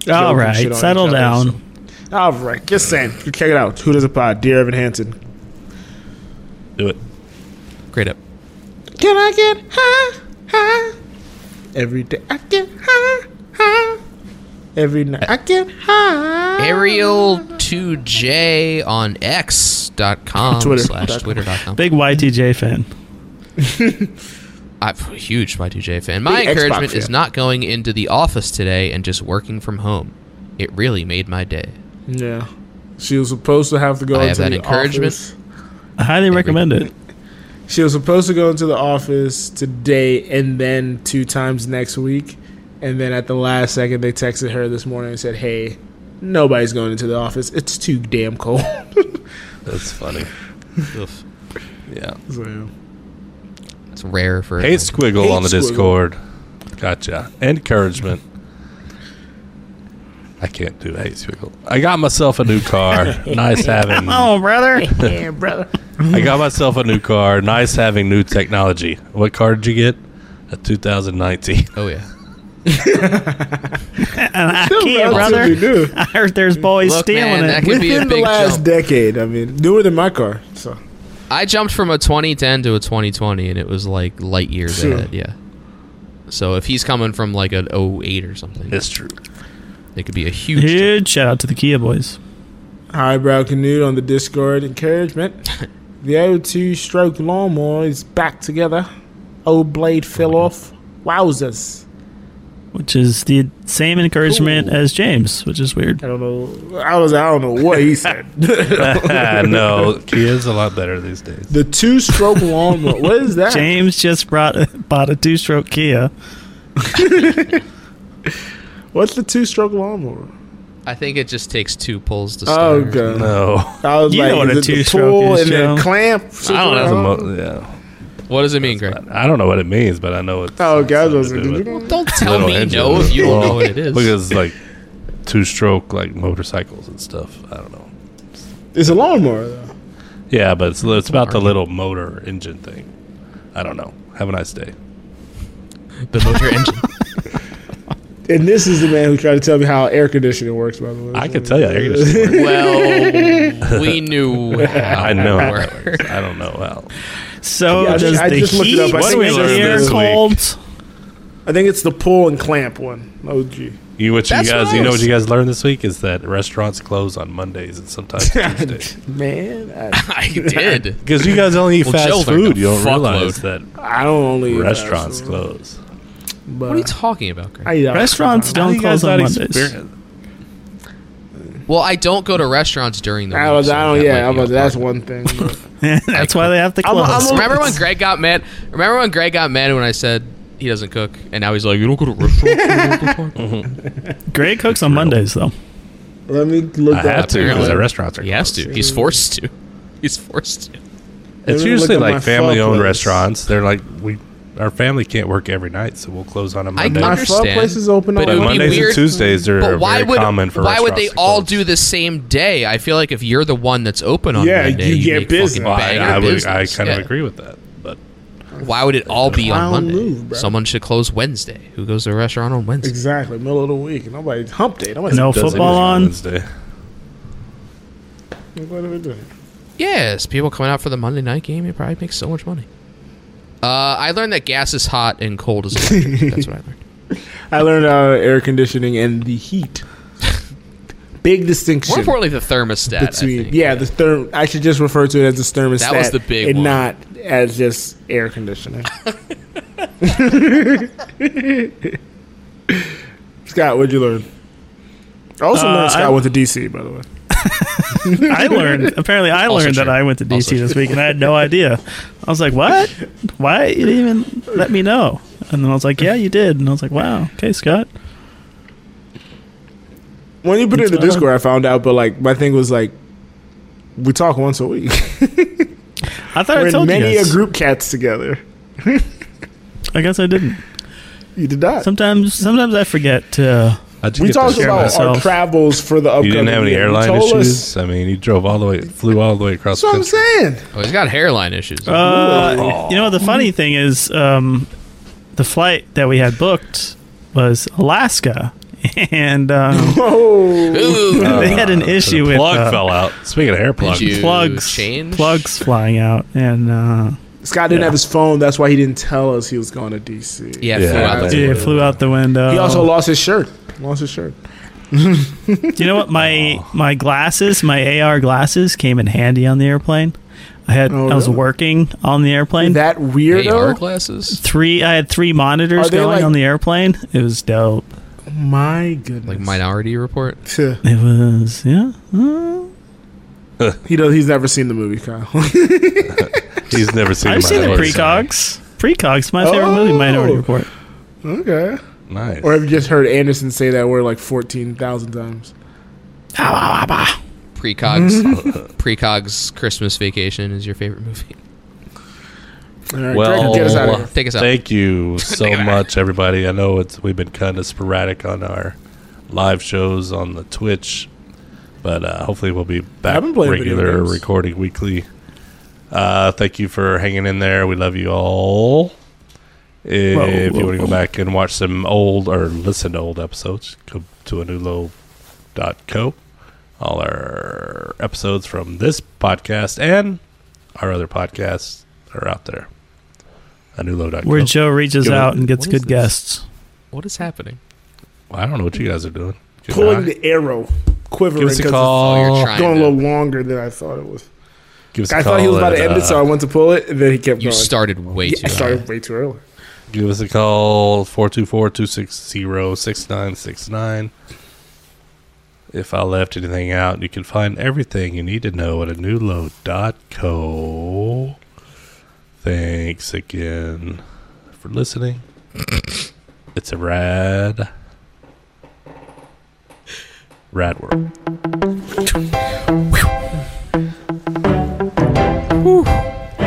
S4: joke
S1: All
S4: and
S1: right,
S4: shit on
S1: settle
S4: each other,
S1: down.
S4: so- all right, just saying. Check it out. Who does a pod? Dear Evan Hansen.
S3: Do it.
S2: Great up.
S4: Can I get high, high? Every day I get high, high. Every night I get high.
S2: Ariel2j on x.com
S1: Twitter.
S2: slash twitter.com.
S1: Big YTJ fan.
S2: I'm a huge my 2J fan. My
S1: Big Xbox
S2: encouragement is
S1: fan.
S2: not going into the office today and just working from home. It really made my day.
S4: Yeah. She was supposed to have to go
S2: I have
S4: into
S2: that
S4: the
S2: encouragement.
S4: office.
S1: I highly recommend it.
S4: She was supposed to go into the office today and then two times next week. And then at the last second, they texted her this morning and said, hey, nobody's going into the office. It's too damn cold.
S3: That's funny. Yeah.
S4: So,
S2: It's rare for
S3: Hey, Squiggle
S2: Hate
S3: on the
S2: Squiggle.
S3: Discord. Gotcha. Encouragement. I can't do Hey Squiggle. I got myself a new car. nice having.
S1: Oh, brother.
S4: yeah, brother.
S3: I got myself a new car. Nice having new technology. What car did you get? A 2019.
S2: Oh yeah.
S1: And I
S4: Still
S1: can't, brother.
S4: relatively new.
S1: I heard there's boys stealing it.
S4: Within the last decade, I mean, newer than my car. So
S2: I jumped from a 2010 to a 2020, and it was like light years
S4: Sure.
S2: ahead. Yeah. So if he's coming from like an 08 or something,
S3: that's true.
S2: It could be a huge.
S1: Huge shout out to the Kia boys.
S4: Highbrow Canute on the Discord encouragement. the O2 stroke lawnmower is back together. Old blade fell off. Wowzers.
S1: Which is the same encouragement as James, which is weird.
S4: I don't know. I was. I don't know what he said.
S3: no, Kia's a lot better these days.
S4: The two stroke lawnmower. What is that?
S1: James just brought bought a two stroke Kia.
S4: What's the two stroke lawnmower?
S2: I think it just takes two pulls to start.
S4: Oh, God.
S3: No.
S4: I was
S1: You
S4: like,
S1: know what
S4: is
S1: a
S4: it the
S1: two-stroke
S4: pull
S1: is,
S4: and then
S1: Joe.
S4: clamp?
S2: I don't know.
S3: Mo- yeah.
S2: What does it mean, Greg?
S3: I don't know what it means, but I know it's.
S4: Oh, God. I was like,
S3: do
S4: did
S3: it.
S4: you know?
S2: Don't tell
S3: little
S2: me
S3: engine.
S2: no if you don't know
S3: Well,
S2: what it is.
S3: Because like two stroke like motorcycles and stuff. I don't know.
S4: It's a lawnmower, though.
S3: Yeah, but it's, it's about the little motor engine thing. I don't know. Have a nice day.
S2: The motor engine.
S4: And this is the man who tried to tell me how air conditioning works, by the way.
S3: I can tell you. how You're gonna squirt.
S2: Well, we knew. How
S3: I know.
S2: it
S3: how
S2: worked.
S3: that works. I don't know how.
S1: So
S4: Yeah, I
S1: does
S4: just- I
S1: the
S4: just looked it up.
S1: heat
S4: I
S1: make
S4: think we learned
S1: the air
S3: this week.
S1: cold?
S4: I think it's the pull and clamp one. Oh, OG.
S3: You what you
S4: That's
S3: guys you know what
S4: nice.
S3: you guys learned this week is that restaurants close on Mondays and sometimes Tuesdays.
S4: Man,
S2: I did.
S3: Because you guys only eat
S2: Well,
S3: fast
S2: Joe learned
S3: food,
S2: a
S3: you don't realize
S2: fuckload.
S3: that
S4: I don't only eat fast
S3: restaurants
S4: food.
S3: close.
S4: But
S2: What are you talking about, Greg?
S4: I eat out.
S1: Restaurants
S3: How do
S1: don't
S3: you
S1: close
S3: guys
S1: on
S3: not
S1: Mondays.
S3: experience-
S2: Well, I don't go to restaurants during the.
S4: I
S2: week,
S4: was,
S2: so
S4: I don't,
S2: that
S4: yeah,
S2: might
S4: I'm
S2: be a
S4: about, that's
S2: part
S4: one thing. but-
S1: That's why they have to
S4: I'm-
S1: close.
S4: I'm-
S2: Remember when Greg got mad? Remember when Greg got mad when I said he doesn't cook, and now he's like, "You don't go to restaurants."
S1: Greg cooks on Mondays though.
S4: Let me look
S3: I
S4: that
S3: have
S4: up.
S3: to because
S2: Apparently.
S3: the restaurants are
S2: he has to. He's forced to. He's forced to.
S3: It's
S4: Let me
S3: usually
S4: look at my
S3: like family
S4: pho
S3: owned
S4: place.
S3: restaurants. They're like we our family can't work every night, so we'll close on a Monday.
S4: My
S2: understand,
S4: pho place is open
S2: but
S4: on
S2: it would be
S3: Mondays
S2: weird-
S3: and Tuesdays are
S2: But why
S3: very
S2: would
S3: common for
S2: why would they
S3: restaurants to
S2: all
S3: close.
S2: do the same day? I feel like if you're the one that's open on
S4: Yeah,
S2: Monday,
S4: you
S2: you,
S4: get
S2: make fucking
S4: business.
S3: Well, I,
S2: banger
S3: I, would, I
S2: business.
S3: kind
S2: Yeah.
S3: of agree with that, but
S2: Why would it all be on
S4: Wild
S2: Monday?
S4: move, bro.
S2: Someone should close Wednesday. Who goes to a restaurant on Wednesday?
S4: Exactly, middle of the week. Nobody hump day. Nobody.
S1: No
S3: Doesn't
S1: football
S3: usually
S1: on.
S3: Wednesday.
S4: What are we doing?
S2: Yes, people coming out for the Monday night game, it probably makes so much money. Uh, I learned that gas is hot and cold is electric. That's what I learned.
S4: I learned how air conditioning and the heat. Big
S2: More
S4: distinction
S2: importantly, the thermostat. I
S4: between
S2: think.
S4: yeah, the therm. I should just refer to it as the thermostat.
S2: That was the big
S4: and
S2: one.
S4: not as just air conditioning. Scott, what'd you learn? I also
S1: Uh,
S4: learned Scott
S1: I-
S4: went to DC, by the way.
S1: I learned. Apparently, I
S2: Also
S1: learned that
S2: true.
S1: I went to DC
S2: Also
S1: this week, and I had no idea. I was like, "What? Why you didn't even let me know?" And then I was like, "Yeah, you did." And I was like, "Wow, okay, Scott."
S4: When you put it in the
S1: It's, uh,
S4: Discord, I found out, but like my thing was like, we talk once a week.
S1: I thought
S4: We're
S1: I
S4: in
S1: told
S4: many
S1: you guys.
S4: a group chats together.
S1: I guess I didn't.
S4: You did not.
S1: Sometimes, sometimes I forget to.
S4: We talked about our travels for the upcoming.
S3: You didn't have any
S4: year. You
S3: airline
S4: told us-
S3: issues. I mean, you drove all the way, flew all the way across.
S4: That's what I'm
S3: the
S4: saying.
S2: Oh, he's got hairline issues.
S4: Oh.
S1: Uh, you know, the funny thing is, um, the flight that we had booked was Alaska, and um, they had an issue with
S3: plug
S1: uh,
S3: fell out. Speaking of hair plugs,
S1: plugs, plugs flying out, and uh,
S4: Scott didn't
S1: yeah.
S4: have his phone. That's why he didn't tell us he was going to DC.
S2: Yeah,
S1: yeah, it flew out the window.
S4: He also lost his shirt. Oh. Lost his shirt.
S1: you know what my my glasses my ar glasses came in handy on the airplane i had i was
S4: Oh, really?
S1: working on the airplane
S4: that weirdo
S2: AR glasses?
S1: three i had three monitors
S4: Are they
S1: going
S4: like-
S1: on the airplane it was dope
S4: My goodness.
S2: Like Minority Report.
S1: it was yeah Mm.
S4: he does. He's never seen the movie, Kyle.
S3: He's never seen.
S1: i've
S3: my
S1: seen the
S3: life.
S1: precogs precogs my favorite movie
S4: Oh.
S1: minority report
S4: okay.
S3: Nice.
S4: Or have you just heard Anderson say that word like fourteen thousand times?
S2: Precogs. Precogs Christmas Vacation is your favorite movie.
S4: All right,
S3: Well,
S4: Greg, get us out of here.
S2: Take us out.
S3: Thank you so much, everybody. I know it's we've been kind of sporadic on our live shows on the Twitch, but uh, hopefully we'll be back
S4: haven't played video
S3: regular
S4: games.
S3: recording weekly. Uh, thank you for hanging in there. We love you all. If you want to go back and watch some old or listen to old episodes, go to anulo.co. All our episodes from this podcast and our other podcasts are out there. Anulo.co.
S1: where joe reaches
S3: Give it-
S1: out and gets
S2: what
S1: good
S2: is this?
S1: guests
S2: What is happening?
S3: I don't know what you guys are doing. Good
S4: Pulling
S3: night.
S4: the arrow, quivering
S3: Give us a
S4: because
S3: call.
S2: Oh, you're
S4: it's
S2: trying
S4: going a
S2: to-
S4: little longer than I thought it was.
S3: Give us a
S4: I
S3: call
S4: thought he was about to
S3: at,
S4: end it,
S3: uh,
S4: so I went to pull it, and then he kept
S2: You
S4: going.
S2: started way
S4: Yeah,
S2: too
S4: I started
S2: high.
S4: way too early.
S3: Give us a call 424-260-6969. If I left anything out, you can find everything you need to know at anulo.co. Thanks again for listening. it's a rad rad world.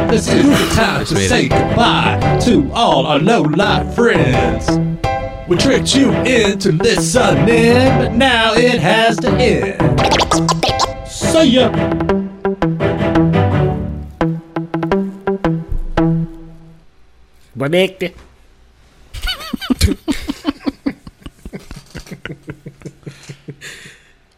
S15: This is the time to say goodbye to all our low life friends. We tricked you into listening, but now it has to end. See ya.
S4: Connect.